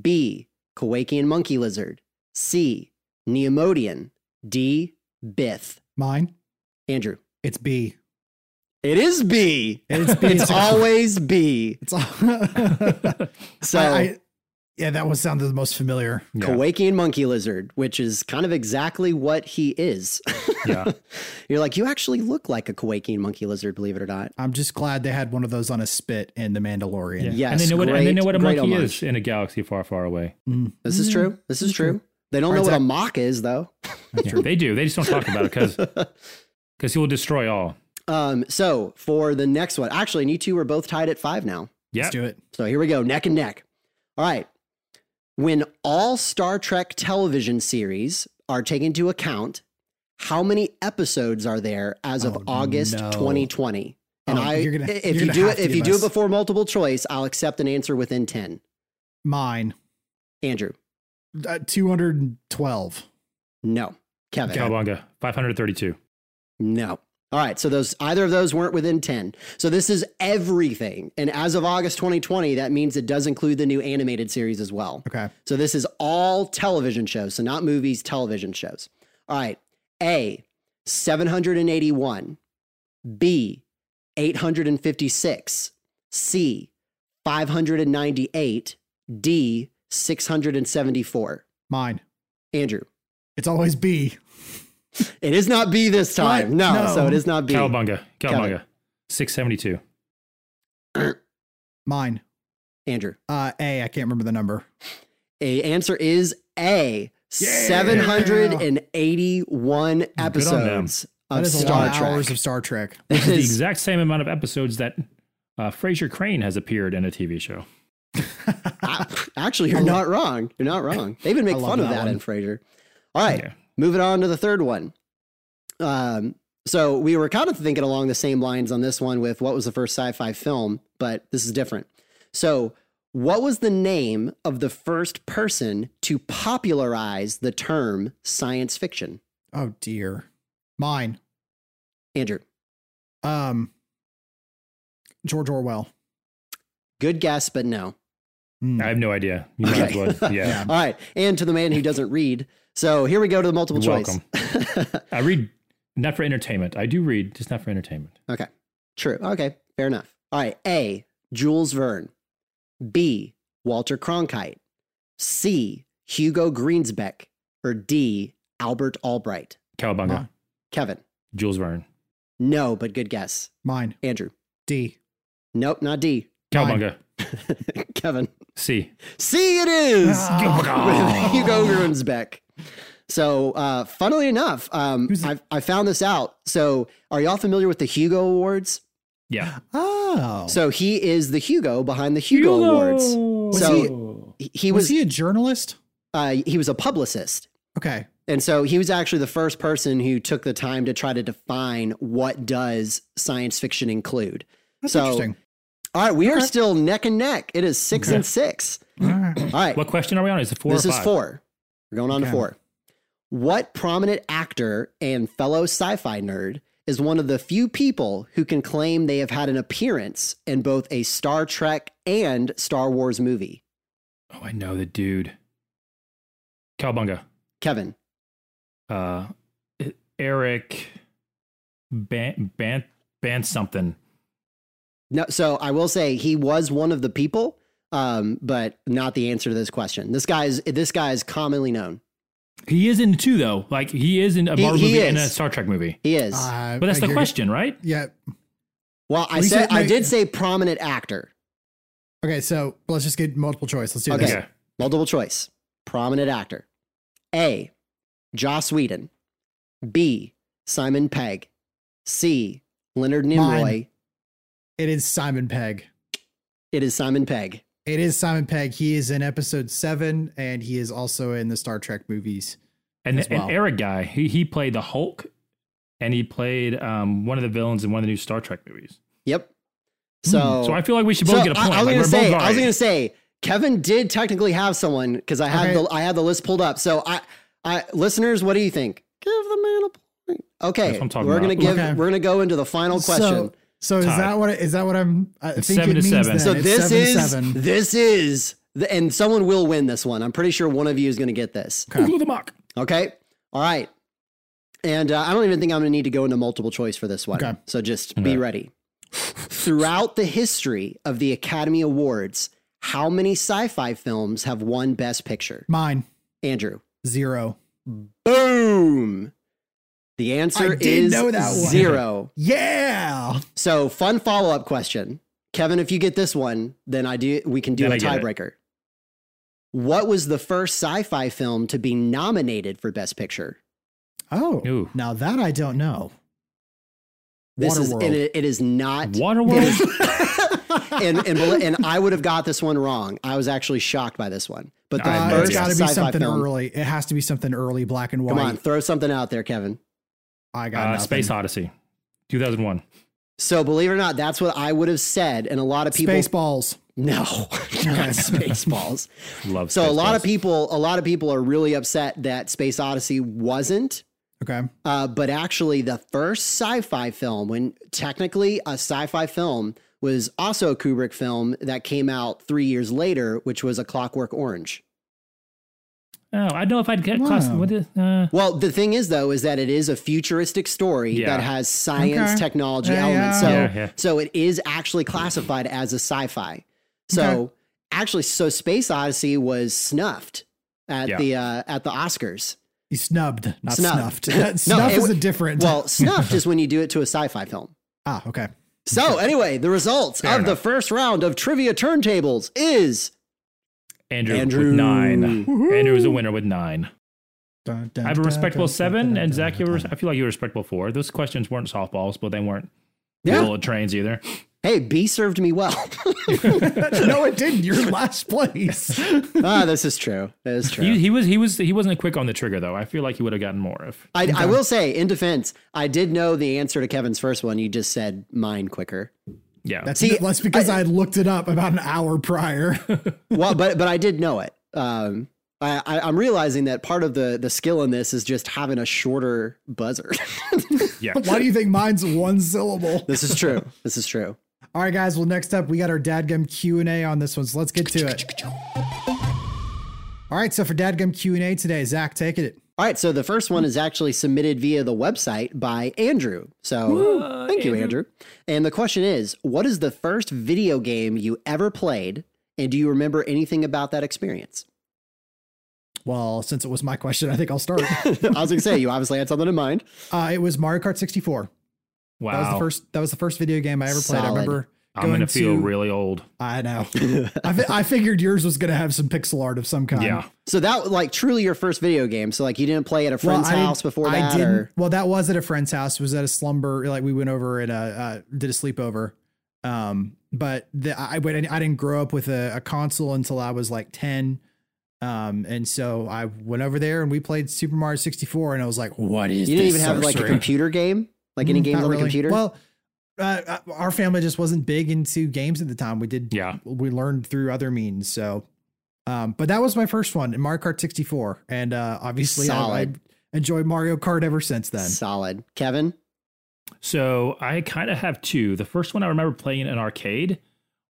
Speaker 3: B. Kowakian monkey lizard. C. Neomodian. D. Bith.
Speaker 2: mine.
Speaker 3: Andrew.
Speaker 2: It's B.
Speaker 3: It is B.
Speaker 2: It's B.
Speaker 3: It's always B.
Speaker 2: It's all.
Speaker 3: So
Speaker 2: I- I- yeah, that one sounded the most familiar.
Speaker 4: Yeah.
Speaker 3: Kowakian monkey lizard, which is kind of exactly what he is.
Speaker 4: Yeah.
Speaker 3: You're like, you actually look like a Kowakian monkey lizard, believe it or not.
Speaker 2: I'm just glad they had one of those on a spit in The Mandalorian.
Speaker 4: Yeah.
Speaker 3: Yes,
Speaker 4: and they know what and they
Speaker 3: great-
Speaker 4: know what a
Speaker 3: great
Speaker 4: monkey
Speaker 3: homage.
Speaker 4: is in a galaxy far, far away.
Speaker 2: Mm.
Speaker 3: This is true. This is true. They don't
Speaker 2: All
Speaker 3: know
Speaker 2: right,
Speaker 3: what
Speaker 2: Zach.
Speaker 3: a mock is, though.
Speaker 4: Yeah, they do. They just don't talk about it because because he will destroy all.
Speaker 3: Um, so for the next one, actually, and you two are both tied at five now.
Speaker 4: Yeah,
Speaker 2: Let's do it.
Speaker 3: So here we go, neck and neck. All right. When all Star Trek television series are taken into account, how many episodes are there as of
Speaker 2: Oh,
Speaker 3: August
Speaker 2: no.
Speaker 3: 2020? And
Speaker 2: Oh,
Speaker 3: I,
Speaker 2: you're gonna-
Speaker 3: if
Speaker 2: you're
Speaker 3: you
Speaker 2: gonna
Speaker 3: do
Speaker 2: have
Speaker 3: it,
Speaker 2: to
Speaker 3: if
Speaker 2: give
Speaker 3: you do it
Speaker 2: us-
Speaker 3: before multiple choice, I'll accept an answer within 10.
Speaker 2: Mine.
Speaker 3: Andrew,
Speaker 2: uh, 212.
Speaker 3: No. Kevin.
Speaker 4: Cowabunga, 532.
Speaker 3: No. All right, so those either of those weren't within 10. So this is everything. And as of August 2020, that means it does include the new animated series as well.
Speaker 2: Okay.
Speaker 3: So this is all television shows, so not movies, television shows. All right. A 781, B 856, C 598, D 674.
Speaker 2: Mine.
Speaker 3: Andrew,
Speaker 2: It's always B.
Speaker 3: it is not B this time. No,
Speaker 2: No.
Speaker 3: so it is not B.
Speaker 4: Cowabunga, Cowabunga, 672.
Speaker 2: Mine.
Speaker 3: Andrew.
Speaker 2: Uh, A. I can't remember the number.
Speaker 3: A answer is A.
Speaker 2: Yeah.
Speaker 3: 781 episodes
Speaker 2: That
Speaker 3: of
Speaker 2: is a
Speaker 3: Star
Speaker 2: lot of hours
Speaker 3: Trek.
Speaker 2: of Star Trek.
Speaker 4: Which is
Speaker 3: That
Speaker 4: the
Speaker 3: is-
Speaker 4: exact same amount of episodes that uh, Fraser Crane has appeared in a TV show.
Speaker 3: I- actually, you're not wrong. You're not wrong. They even make
Speaker 2: I love
Speaker 3: fun of
Speaker 2: that
Speaker 3: that
Speaker 2: one.
Speaker 3: in Frasier. All right,
Speaker 4: Yeah.
Speaker 3: moving on to the third one. Um, so we were kind of thinking along the same lines on this one with what was the first sci-fi film, but this is different. So, what was the name of the first person to popularize the term science fiction?
Speaker 2: Oh dear. Mine.
Speaker 3: Andrew.
Speaker 2: Um. George Orwell.
Speaker 3: Good guess, but no.
Speaker 2: Hmm.
Speaker 4: I have no idea. You might as
Speaker 3: Okay.
Speaker 4: well. Yeah.
Speaker 2: Yeah.
Speaker 3: All right. And to the man who doesn't read. So here we go to the multiple
Speaker 4: You're
Speaker 3: choice.
Speaker 4: I read not for entertainment. I do read, just not for entertainment.
Speaker 3: okay. True. Okay. Fair enough. All right. A. Jules Verne. B. Walter Cronkite. C. Hugo Greensbeck. Or D. Albert Albright.
Speaker 4: Cowabunga,
Speaker 2: Huh.
Speaker 3: Kevin.
Speaker 4: Jules Verne.
Speaker 3: No, but good guess.
Speaker 2: Mine.
Speaker 3: Andrew.
Speaker 2: D.
Speaker 3: Nope, not D.
Speaker 2: Mine.
Speaker 4: Cowabunga,
Speaker 3: Kevin.
Speaker 4: C.
Speaker 3: C. It is.
Speaker 2: Ah.
Speaker 3: with Hugo Gernsback. So, uh, funnily enough, um,
Speaker 2: Who's-
Speaker 3: I, I found this out. So, are y'all familiar with the Hugo Awards?
Speaker 4: Yeah.
Speaker 2: Oh.
Speaker 3: So, he is the Hugo behind the Hugo, Awards.
Speaker 2: Was
Speaker 4: So
Speaker 3: He, he
Speaker 2: was,
Speaker 3: was,
Speaker 2: he a journalist?
Speaker 3: uh, he was a publicist,
Speaker 2: Okay.
Speaker 3: and so he was actually the first person who took the time to try to define what does science fiction include.
Speaker 2: That's
Speaker 3: So-
Speaker 2: interesting.
Speaker 3: All right, we are
Speaker 2: Okay.
Speaker 3: still neck and neck. It is six
Speaker 4: Okay.
Speaker 3: and six.
Speaker 2: All right.
Speaker 3: All right,
Speaker 4: what question are we on? Is it four
Speaker 3: this
Speaker 4: or
Speaker 3: is
Speaker 4: five?
Speaker 3: four. We're going on to
Speaker 2: Okay.
Speaker 3: four. What prominent actor and fellow sci fi nerd is one of the few people who can claim they have had an appearance in both a Star Trek and Star Wars movie?
Speaker 4: Oh, I know the dude. Cowabunga.
Speaker 3: Kevin,
Speaker 4: Uh, Eric Ban Ban Ban something.
Speaker 3: no, so I will say he was one of the people, um, but not the answer to this question. This guy's this guy is commonly known.
Speaker 4: He is in two though. Like he is in a
Speaker 3: He-
Speaker 4: Marvel
Speaker 3: he
Speaker 4: movie and a
Speaker 3: is.
Speaker 4: Star Trek movie.
Speaker 3: He is.
Speaker 2: Uh,
Speaker 4: But that's the
Speaker 2: you're-
Speaker 4: question, right?
Speaker 2: Yeah.
Speaker 3: well, I
Speaker 2: well, you
Speaker 3: said
Speaker 2: said
Speaker 3: I
Speaker 2: ma-
Speaker 3: did say prominent actor.
Speaker 2: Okay. So let's just get multiple choice. Let's do
Speaker 3: Okay.
Speaker 2: this.
Speaker 4: Okay.
Speaker 3: Multiple choice. Prominent actor. A. Joss Whedon. B. Simon Pegg. C. Leonard Nimoy.
Speaker 2: Mine. It is Simon Pegg.
Speaker 3: It is Simon Pegg.
Speaker 2: It is Simon Pegg. He is in episode seven, and he is also in the Star Trek movies.
Speaker 4: And
Speaker 2: As
Speaker 4: an
Speaker 2: well.
Speaker 4: Eric guy, he he played the Hulk, and he played um one of the villains in one of the new Star Trek movies. Hmm.
Speaker 3: Yep.
Speaker 2: Hmm,
Speaker 3: So,
Speaker 4: So I feel like we should
Speaker 3: so
Speaker 4: both get a point.
Speaker 3: I, I was
Speaker 4: like
Speaker 3: gonna
Speaker 4: we're
Speaker 3: say,
Speaker 4: both
Speaker 3: I was
Speaker 4: right.
Speaker 3: gonna say, Kevin did technically have someone because I had
Speaker 2: Okay.
Speaker 3: the I had the list pulled up. So I, I listeners, what do you think? Give the man a point. Okay,
Speaker 4: That's what I'm talking
Speaker 3: we're gonna
Speaker 4: about.
Speaker 3: give.
Speaker 2: Okay.
Speaker 3: We're gonna go into the final question.
Speaker 2: So, so is
Speaker 4: Tied.
Speaker 2: that what is that what I'm? I
Speaker 4: It's
Speaker 2: think
Speaker 4: seven
Speaker 2: it
Speaker 4: to
Speaker 2: means
Speaker 4: seven.
Speaker 2: then.
Speaker 3: So
Speaker 2: It's
Speaker 3: this
Speaker 2: seven to
Speaker 3: is
Speaker 2: seven.
Speaker 3: this is the, and someone will win this one. I'm pretty sure one of you is going to get this.
Speaker 4: Ooh, the mock.
Speaker 3: Okay. All right. And uh, I don't even think I'm going to need to go into multiple choice for this one.
Speaker 2: Okay.
Speaker 3: So just
Speaker 4: Okay.
Speaker 3: be ready. Throughout the history of the Academy Awards, how many sci-fi films have won Best Picture?
Speaker 2: mine
Speaker 3: Andrew.
Speaker 2: zero.
Speaker 3: Boom. The answer
Speaker 2: I did
Speaker 3: is
Speaker 2: know that one.
Speaker 3: zero.
Speaker 2: Yeah.
Speaker 3: So fun follow-up question. Kevin, if you get this one, then I do we can do
Speaker 4: Then
Speaker 3: a
Speaker 4: I get it.
Speaker 3: tiebreaker. What was the first sci-fi film to be nominated for Best Picture?
Speaker 2: Oh,
Speaker 4: Ooh.
Speaker 2: now that I don't know.
Speaker 3: This is
Speaker 2: Waterworld.
Speaker 3: and it, it is not
Speaker 4: Waterworld.
Speaker 3: and, and
Speaker 2: Uh,
Speaker 3: and I would have got this one wrong. I was actually shocked by this one. But the
Speaker 4: I
Speaker 2: Uh,
Speaker 4: had no
Speaker 3: first
Speaker 2: it's got to be
Speaker 3: sci-fi
Speaker 2: something
Speaker 3: film.
Speaker 2: early. It has to be something early, black and white.
Speaker 3: Come on, throw something out there, Kevin.
Speaker 2: I got
Speaker 4: uh,
Speaker 2: nothing.
Speaker 4: Space Odyssey, 2001.
Speaker 3: So believe it or not, that's what I would have said. And a lot of people
Speaker 2: Spaceballs.
Speaker 3: no, not Spaceballs.
Speaker 4: Love
Speaker 3: So a lot of
Speaker 4: Spaceballs.
Speaker 3: people, a lot of people are really upset that Space Odyssey wasn't.
Speaker 2: Okay.
Speaker 3: Uh, but actually, the first sci-fi film, when technically a sci-fi film, was also a Kubrick film that came out three years later, which was A Clockwork Orange.
Speaker 4: Oh, I don't know if I'd get class.
Speaker 2: Wow.
Speaker 4: What is, uh,
Speaker 3: Well, the thing is, though, is that it is a futuristic story
Speaker 4: Yeah.
Speaker 3: that has science,
Speaker 2: Okay.
Speaker 3: technology
Speaker 2: Yeah, yeah.
Speaker 3: elements. So,
Speaker 4: Yeah, yeah.
Speaker 3: so it is actually classified as a sci-fi. So,
Speaker 2: Okay.
Speaker 3: actually, so Space Odyssey was snuffed at
Speaker 4: Yeah.
Speaker 3: the uh, at the Oscars.
Speaker 2: He snubbed, not
Speaker 3: Snubbed.
Speaker 2: snuffed.
Speaker 3: No,
Speaker 2: Snuff
Speaker 3: it
Speaker 2: is
Speaker 3: w-
Speaker 2: a different.
Speaker 3: Well, snuffed is when you do it to a sci-fi film.
Speaker 2: ah, okay.
Speaker 3: So, anyway, the results
Speaker 4: Fair
Speaker 3: of the
Speaker 4: enough.
Speaker 3: first round of trivia turntables is
Speaker 4: Andrew,
Speaker 3: Andrew.
Speaker 4: with nine.
Speaker 2: Woohoo.
Speaker 4: Andrew was a winner with nine.
Speaker 2: Dun, dun,
Speaker 4: I have a
Speaker 2: dun,
Speaker 4: respectable
Speaker 2: dun,
Speaker 4: seven,
Speaker 2: dun, dun,
Speaker 4: and
Speaker 2: dun,
Speaker 4: Zach, you
Speaker 2: dun,
Speaker 4: were,
Speaker 2: dun.
Speaker 4: I feel like you were respectable four. Those questions weren't softballs, but they weren't
Speaker 3: Yeah.
Speaker 4: bullet trains either.
Speaker 3: hey, B served me well.
Speaker 2: no, it didn't. You're in last place.
Speaker 3: ah, this is true. That is true.
Speaker 4: He, he was he was he wasn't quick on the trigger though. I feel like he would have gotten more if
Speaker 3: I, I will say, in defense, I did know the answer to Kevin's first one. You just said mine quicker.
Speaker 4: yeah.
Speaker 2: That's,
Speaker 3: See,
Speaker 2: that's because I, had looked it up about an hour prior.
Speaker 3: Well, but but I did know it. Um, I, I, I'm realizing that part of the the skill in this is just having a shorter buzzer.
Speaker 4: yeah.
Speaker 2: Why do you think mine's one syllable?
Speaker 3: this is true. This is true.
Speaker 2: All right, guys. Well, next up, we got our Dadgum Q and A on this one, so let's get to it. All right, so for Dadgum Q and A today, Zach, take it.
Speaker 3: All right, so the first one is actually submitted via the website by Andrew. So thank
Speaker 4: Uh,
Speaker 3: you, Andrew. And the question is, what is the first video game you ever played, and do you remember anything about that experience?
Speaker 2: Well, since it was my question, I think I'll start.
Speaker 3: I was going to say you obviously had something in mind.
Speaker 2: uh, it was Mario Kart 64.
Speaker 4: Wow.
Speaker 2: That was the first. That was the first video game I ever played. I
Speaker 3: Solid.
Speaker 2: remember.
Speaker 4: I'm gonna
Speaker 2: going
Speaker 4: feel
Speaker 2: to-
Speaker 4: really old.
Speaker 2: I know. I, fi- I figured yours was going to have some pixel art of some kind.
Speaker 4: Yeah.
Speaker 3: So that was, like truly your first video game. So like you didn't play at a friend's
Speaker 2: I didn't-
Speaker 3: house before
Speaker 2: I
Speaker 3: that.
Speaker 2: didn't.
Speaker 3: Or,
Speaker 2: Well, that was at a friend's house. It was at a slumber. Like we went over and uh, uh did a sleepover. Um, but the, I but I didn't grow up with a, a console until I was like ten. Um, and so I went over there and we played Super Mario sixty four, and I was like, "What is
Speaker 3: you didn't
Speaker 2: this
Speaker 3: even have like a
Speaker 2: sorcery?
Speaker 3: computer game, like any
Speaker 2: Mm,
Speaker 3: games
Speaker 2: not
Speaker 3: on
Speaker 2: really.
Speaker 3: the computer.
Speaker 2: Well, uh, uh, our family just wasn't big into games at the time. We did.
Speaker 4: Yeah.
Speaker 2: We learned through other means. So, um, but that was my first one, Mario Kart 64, and uh, obviously I, I
Speaker 3: Solid.
Speaker 2: enjoyed Mario Kart ever since then.
Speaker 3: Solid, Kevin.
Speaker 4: So I kind of have two. The first one I remember playing in an arcade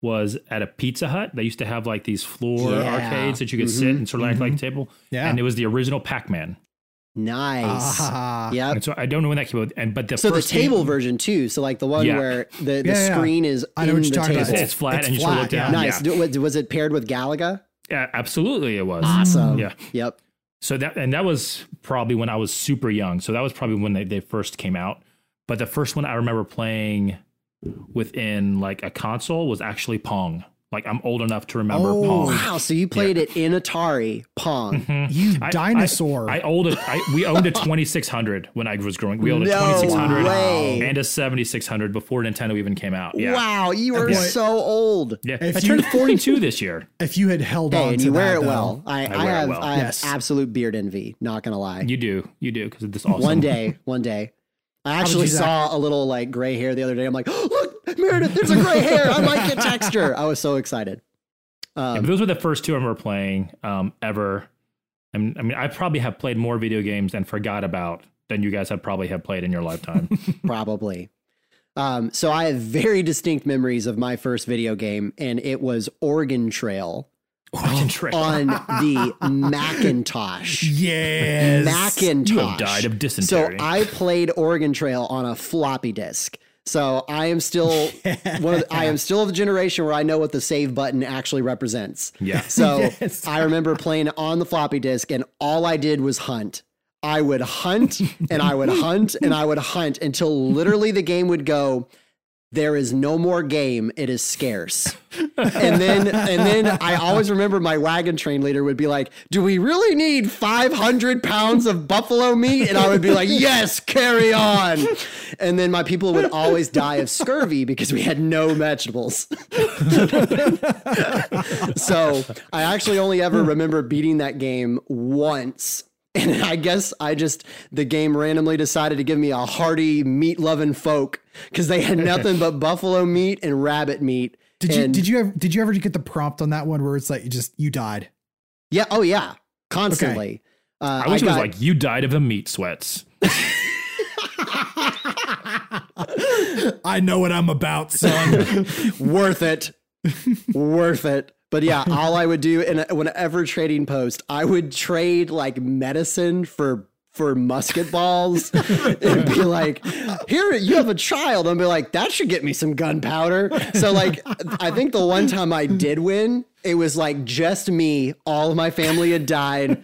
Speaker 4: was at a Pizza Hut. They used to have like these floor
Speaker 3: Yeah.
Speaker 4: arcades that you could sit
Speaker 3: Mhm.
Speaker 4: and sort of act like a table.
Speaker 2: Yeah.
Speaker 4: And it was the original Pac-Man.
Speaker 3: Nice.
Speaker 2: Ah.
Speaker 3: Yep.
Speaker 4: And so I don't know when that came out. And but the
Speaker 3: Uh, So the
Speaker 4: first
Speaker 3: table
Speaker 4: game-
Speaker 3: version too. So like the one
Speaker 4: Yeah.
Speaker 3: where the, the
Speaker 2: Yeah, yeah.
Speaker 3: screen is
Speaker 2: I know
Speaker 3: in
Speaker 2: what you're
Speaker 3: the
Speaker 2: talking
Speaker 3: table.
Speaker 2: about. Mm.
Speaker 4: It's, it's flat
Speaker 2: It's
Speaker 4: and you sort of
Speaker 2: flat,
Speaker 4: look down.
Speaker 2: yeah.
Speaker 3: Nice.
Speaker 4: Yeah.
Speaker 3: Do- Was, was it paired with Galaga?
Speaker 4: Yeah, absolutely it was.
Speaker 3: Awesome.
Speaker 4: Yeah.
Speaker 3: Yep.
Speaker 4: So that and that was probably when I was super young. So that was probably when they, they first came out. But the first one I remember playing within like a console was actually Pong. Like I'm old enough to remember
Speaker 2: Oh.
Speaker 4: Pong. Mm-hmm.
Speaker 3: Wow. So you played it in Atari Pong.
Speaker 2: You
Speaker 4: I-
Speaker 2: dinosaur.
Speaker 4: I, I owned a, I, we owned a 2600 when I was growing. We owned a
Speaker 3: No
Speaker 4: 2600
Speaker 3: way.
Speaker 4: and a 7600 before Nintendo even came out. Yeah.
Speaker 3: Wow. You are
Speaker 2: boy.
Speaker 3: so old.
Speaker 4: Yeah.
Speaker 2: If
Speaker 4: I turned
Speaker 2: you-
Speaker 4: 42 this year.
Speaker 2: if you had held on
Speaker 3: Hey, and
Speaker 2: to
Speaker 3: you wear
Speaker 2: that,
Speaker 3: it
Speaker 2: though,
Speaker 3: well. I, I,
Speaker 4: wear it
Speaker 3: have,
Speaker 4: well.
Speaker 3: I have
Speaker 2: Yes.
Speaker 3: absolute beard envy. Not gonna lie.
Speaker 4: You do. You do because of this awesome.
Speaker 3: One day. One day. I
Speaker 2: about
Speaker 3: actually
Speaker 2: you, Zach?
Speaker 3: saw a little like gray hair the other day. I'm like, oh, look, Meredith, there's a gray hair. I like the texture. I was so excited. Um,
Speaker 4: Yeah, but those were the first two I remember playing um, ever. I mean, I mean, I probably have played more video games and forgot about than you guys have probably have played in your lifetime.
Speaker 3: probably. Um, so I have very distinct memories of my first video game, and it was Oregon Trail
Speaker 4: Oregon
Speaker 2: Oh,
Speaker 4: Trail.
Speaker 3: on the Macintosh.
Speaker 2: Yes.
Speaker 3: Macintosh.
Speaker 4: You have died of dysentery.
Speaker 3: So I played Oregon Trail on a floppy disk. So I am still one of the, I am still of the generation where I know what the save button actually represents.
Speaker 4: yeah.
Speaker 3: So
Speaker 2: Yes.
Speaker 3: I remember playing on the floppy disk, and all I did was hunt. I would hunt and I would hunt and I would hunt until literally the game would go. There is no more game. It is scarce. And then, and then I always remember my wagon train leader would be like, "Do we really need 500 pounds of buffalo meat?" And I would be like, "Yes, carry on." And then my people would always die of scurvy because we had no vegetables.
Speaker 4: Hmm.
Speaker 3: So I actually only ever remember beating that game once. And I guess I just, the game randomly decided to give me a hearty meat loving folk because they had nothing but buffalo meat and rabbit meat.
Speaker 2: Did you
Speaker 3: And-
Speaker 2: did you ever did you ever get the prompt on that one where it's like you just you died?
Speaker 3: Yeah. Oh, yeah. Constantly. Uh,
Speaker 4: I wish it was
Speaker 3: got-
Speaker 4: like you died of the meat sweats.
Speaker 2: I know what I'm about, son.
Speaker 3: worth it worth it but yeah all i would do in a, whenever trading post i would trade like medicine for for musket balls and be like here you have a child and be like that should get me some gunpowder so like i think the one time i did win it was like just me all of my family had died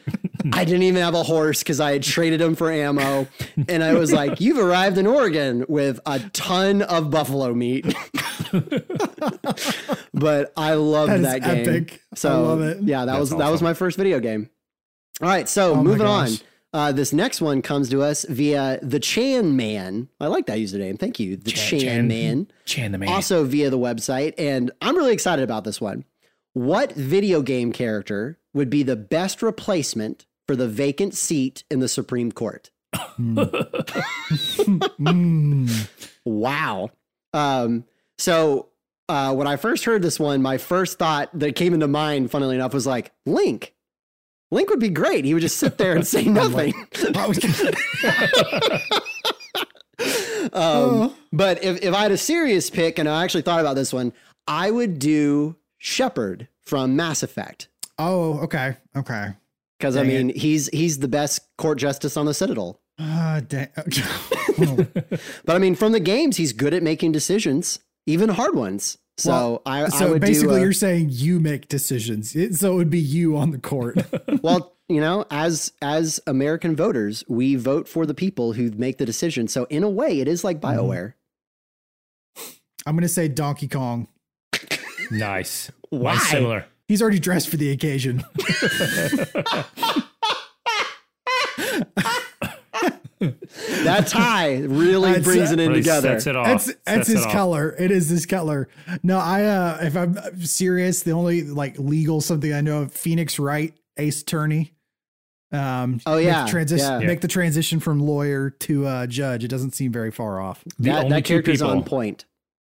Speaker 3: I didn't even have a horse because I had traded him for ammo. And I was like, You've arrived in Oregon with a ton of buffalo meat. but I loved
Speaker 2: That
Speaker 3: that,
Speaker 2: is
Speaker 3: game.
Speaker 2: epic. I
Speaker 3: So
Speaker 2: love it. Oh
Speaker 3: yeah, that was that was
Speaker 4: awesome.
Speaker 3: my first video game. All right, so
Speaker 2: my
Speaker 3: moving on.
Speaker 2: gosh.
Speaker 3: Uh, this next one comes to us via the Chan Man. I like that username. Thank you, the Chan, Man.
Speaker 4: Chan the man.
Speaker 3: Also via the website, and I'm really excited about this one. What video game character would be the best replacement for the vacant seat in the Supreme Court?
Speaker 2: Mm.
Speaker 3: Wow. Um, so uh, when I first heard this one, my first thought that came into mind, funnily enough, was like Link. Link would be great. He would just sit there and say nothing. um,
Speaker 2: Oh.
Speaker 3: but if, if I had a serious pick, and I actually thought about this one, I would do Shepard from Mass Effect.
Speaker 2: Oh, okay, okay.
Speaker 3: Because I
Speaker 2: Dang
Speaker 3: mean, he's he's the best court justice on the Citadel.
Speaker 2: Uh, dang.
Speaker 3: But I mean, from the games, he's good at making decisions, even hard ones. So
Speaker 2: Well,
Speaker 3: I, I
Speaker 2: so
Speaker 3: would
Speaker 2: basically,
Speaker 3: do, uh,
Speaker 2: you're saying you make decisions. It, so it would be you on the court.
Speaker 3: well, you know, as as American voters, we vote for the people who make the decision. So in a way, it is like
Speaker 4: Mm-hmm.
Speaker 3: Bioware.
Speaker 2: I'm gonna say Donkey Kong.
Speaker 4: nice.
Speaker 3: Why?
Speaker 4: Mine's similar.
Speaker 2: He's already dressed for the occasion.
Speaker 3: That tie really
Speaker 2: That's-
Speaker 3: brings it in
Speaker 4: Really
Speaker 3: together.
Speaker 4: sets it off.
Speaker 2: That's
Speaker 4: Sets
Speaker 2: that's his
Speaker 4: Oh, it off.
Speaker 2: color. It is his color. No, I uh if I'm serious, the only like legal something I know of Phoenix Wright, Ace Attorney. Um
Speaker 3: Oh,
Speaker 2: make the
Speaker 3: yeah,
Speaker 2: transition
Speaker 3: yeah.
Speaker 2: make the transition from lawyer to uh judge. It doesn't seem very far off.
Speaker 4: The
Speaker 3: That,
Speaker 4: only
Speaker 3: that
Speaker 4: two
Speaker 3: character's on
Speaker 4: people-
Speaker 3: point.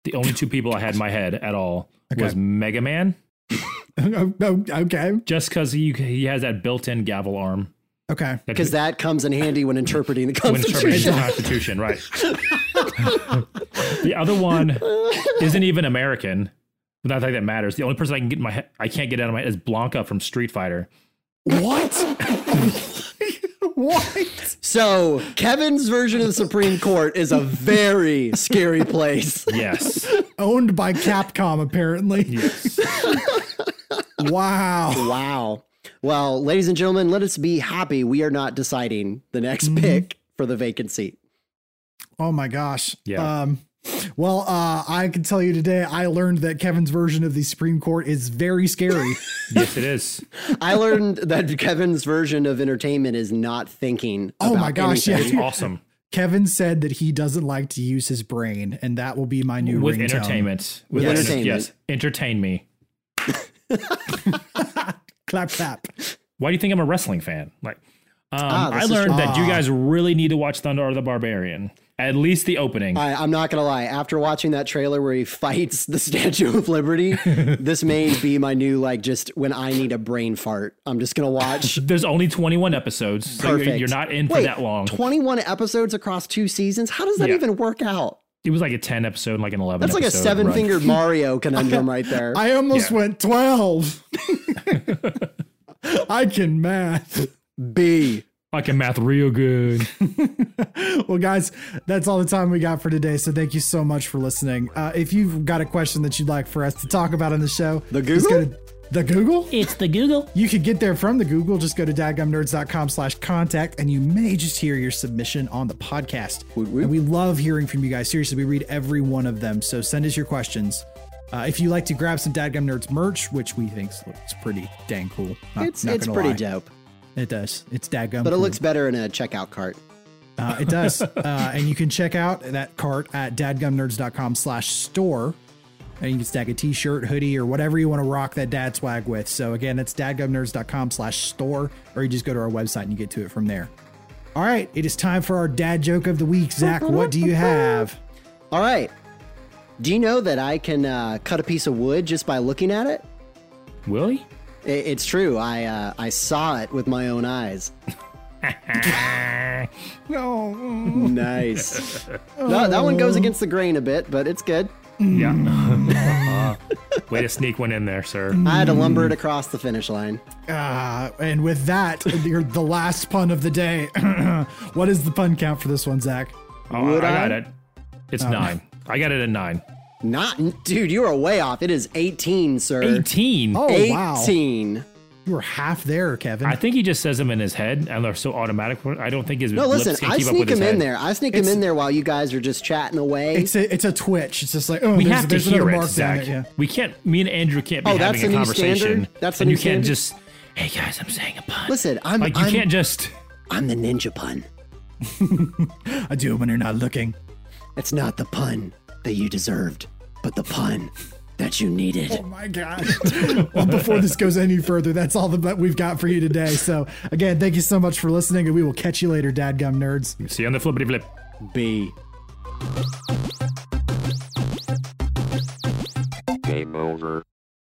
Speaker 4: The only two people I had in my head at all
Speaker 2: Okay.
Speaker 4: was Mega Man,
Speaker 2: Oh, oh, okay.
Speaker 4: just because he, he has that built-in gavel arm.
Speaker 2: Okay.
Speaker 3: Because that comes in handy when interpreting the
Speaker 4: when interpreting the
Speaker 3: Constitution.
Speaker 4: Constitution, right? the other one isn't even American. But not that that matters. The only person I can get in my head, I can't get out of my head is Blanca from Street Fighter.
Speaker 2: What? what?
Speaker 3: So Kevin's version of the Supreme Court is a very scary place.
Speaker 4: Yes,
Speaker 2: Owned by Capcom, apparently.
Speaker 4: yes.
Speaker 2: Wow.
Speaker 3: Wow. Well, ladies and gentlemen, let us be happy we are not deciding the next
Speaker 4: Mm-hmm.
Speaker 3: pick for the vacant seat.
Speaker 2: Oh my gosh.
Speaker 4: Yeah.
Speaker 2: Um, well, uh, I can tell you today, I learned that Kevin's version of the Supreme Court is very scary.
Speaker 4: yes, it is.
Speaker 3: I learned that Kevin's version of entertainment is not thinking.
Speaker 2: Oh
Speaker 3: about
Speaker 2: my gosh,
Speaker 3: anything.
Speaker 4: It's
Speaker 2: yeah.
Speaker 4: awesome
Speaker 2: Kevin said that he doesn't like to use his brain, and that will be my new
Speaker 4: with
Speaker 2: ringtone.
Speaker 4: entertainment. With
Speaker 3: Yes.
Speaker 4: entertainment.
Speaker 3: Entertainment.
Speaker 4: Yes, entertain me.
Speaker 2: Clap, clap.
Speaker 4: Why do you think I'm a wrestling fan? Like, um,
Speaker 3: Ah, this
Speaker 4: I
Speaker 3: is-
Speaker 4: learned that you
Speaker 2: Ah.
Speaker 4: guys really need to watch Thunder or the Barbarian. At least the opening.
Speaker 3: I, I'm not gonna lie. After watching that trailer where he fights the Statue of Liberty, this may be my new like. Just when I need a brain fart, I'm just gonna watch.
Speaker 4: There's only 21 episodes, so you're-
Speaker 3: Perfect.
Speaker 4: you're not in for
Speaker 3: Wait,
Speaker 4: that long.
Speaker 3: 21 episodes across two seasons. How does that
Speaker 4: Yeah.
Speaker 3: even work out?
Speaker 4: it was like a 10 episode, and like an 11.
Speaker 3: That's like a
Speaker 4: episode
Speaker 3: seven
Speaker 4: run.
Speaker 3: fingered Mario conundrum right there.
Speaker 2: I almost
Speaker 4: Yeah.
Speaker 2: went 12. I can math.
Speaker 3: B.
Speaker 4: I can math real good.
Speaker 2: well, guys, that's all the time we got for today. So thank you so much for listening. Uh, if you've got a question that you'd like for us to talk about on the show,
Speaker 3: The
Speaker 2: just go
Speaker 3: Google?
Speaker 2: to the Google.
Speaker 1: It's the Google.
Speaker 2: You could get there from the Google. Just go to dadgumnerds.com slash contact and you may just hear your submission on the podcast.
Speaker 3: woot.
Speaker 2: And we love hearing from you guys. Seriously, we read every one of them. So send us your questions. Uh, if you like to grab some Dadgum Nerds merch, which we think looks pretty dang cool. Not-
Speaker 3: It's
Speaker 2: not
Speaker 3: it's
Speaker 2: gonna
Speaker 3: pretty
Speaker 2: lie.
Speaker 3: dope,
Speaker 2: It does. It's Dadgum.
Speaker 3: but it
Speaker 4: Mm-hmm.
Speaker 2: cool.
Speaker 3: looks better in a checkout cart.
Speaker 2: Uh, it does. uh, and you can check out that cart at dadgumnerds.com slash store. And you can stack a t-shirt, hoodie, or whatever you want to rock that dad swag with. So again, that's dadgumnerds.com slash store, or you just go to our website and you get to it from there. All right, it is time for our dad joke of the week. Zach, what do you have?
Speaker 3: All right. Do you know that I can uh, cut a piece of wood just by looking at it?
Speaker 4: Willie?
Speaker 3: I- It's true. I uh, I saw it with my own eyes.
Speaker 2: No.
Speaker 3: Nice. that, that one goes against the grain a bit, but it's good. Hmm.
Speaker 4: Yeah. Uh-huh. Way to sneak one in there, sir.
Speaker 3: I had to lumber
Speaker 4: Mm.
Speaker 3: it across the finish line.
Speaker 2: Ah, and with that, you're the last pun of the day. what is the pun count for this one, Zach?
Speaker 4: Oh,
Speaker 3: Would
Speaker 4: I got
Speaker 3: I? Oh.
Speaker 4: it. It's nine. I got it at nine.
Speaker 3: Not, dude, you are way off. It is 18, sir.
Speaker 4: 18.
Speaker 2: Oh, wow.
Speaker 3: 18.
Speaker 2: You were half there, Kevin.
Speaker 4: I think he just says them in his head, and they're so automatic. I don't think his
Speaker 3: No,
Speaker 4: lips
Speaker 3: listen,
Speaker 4: can
Speaker 3: I
Speaker 4: keep up
Speaker 3: sneak
Speaker 4: with his
Speaker 3: him in
Speaker 4: head.
Speaker 3: there. I sneak him in there while you guys are just chatting away.
Speaker 2: it's a it's a twitch. It's just like oh,
Speaker 4: We
Speaker 2: there's,
Speaker 4: have to
Speaker 2: there's
Speaker 4: hear
Speaker 2: another
Speaker 4: it,
Speaker 2: mark down
Speaker 4: Zach.
Speaker 2: there, yeah.
Speaker 4: We can't. Me and Andrew can't be
Speaker 3: Oh,
Speaker 4: having
Speaker 3: that's
Speaker 4: a
Speaker 3: the new
Speaker 4: conversation.
Speaker 3: standard? That's the
Speaker 4: and
Speaker 3: new
Speaker 4: you can't
Speaker 3: standard?
Speaker 4: just. Hey guys, I'm saying a pun.
Speaker 3: Listen, I'm,
Speaker 4: like you
Speaker 3: I'm,
Speaker 4: can't just.
Speaker 3: I'm the ninja pun.
Speaker 2: I do it when you're not looking.
Speaker 3: It's not the pun that you deserved, but the pun that you needed.
Speaker 2: Oh my God. well, before this goes any further, that's all that we've got for you today. So, again, thank you so much for listening, and we will catch you later, Dadgum Nerds.
Speaker 4: See you on the flippity flip.
Speaker 3: B.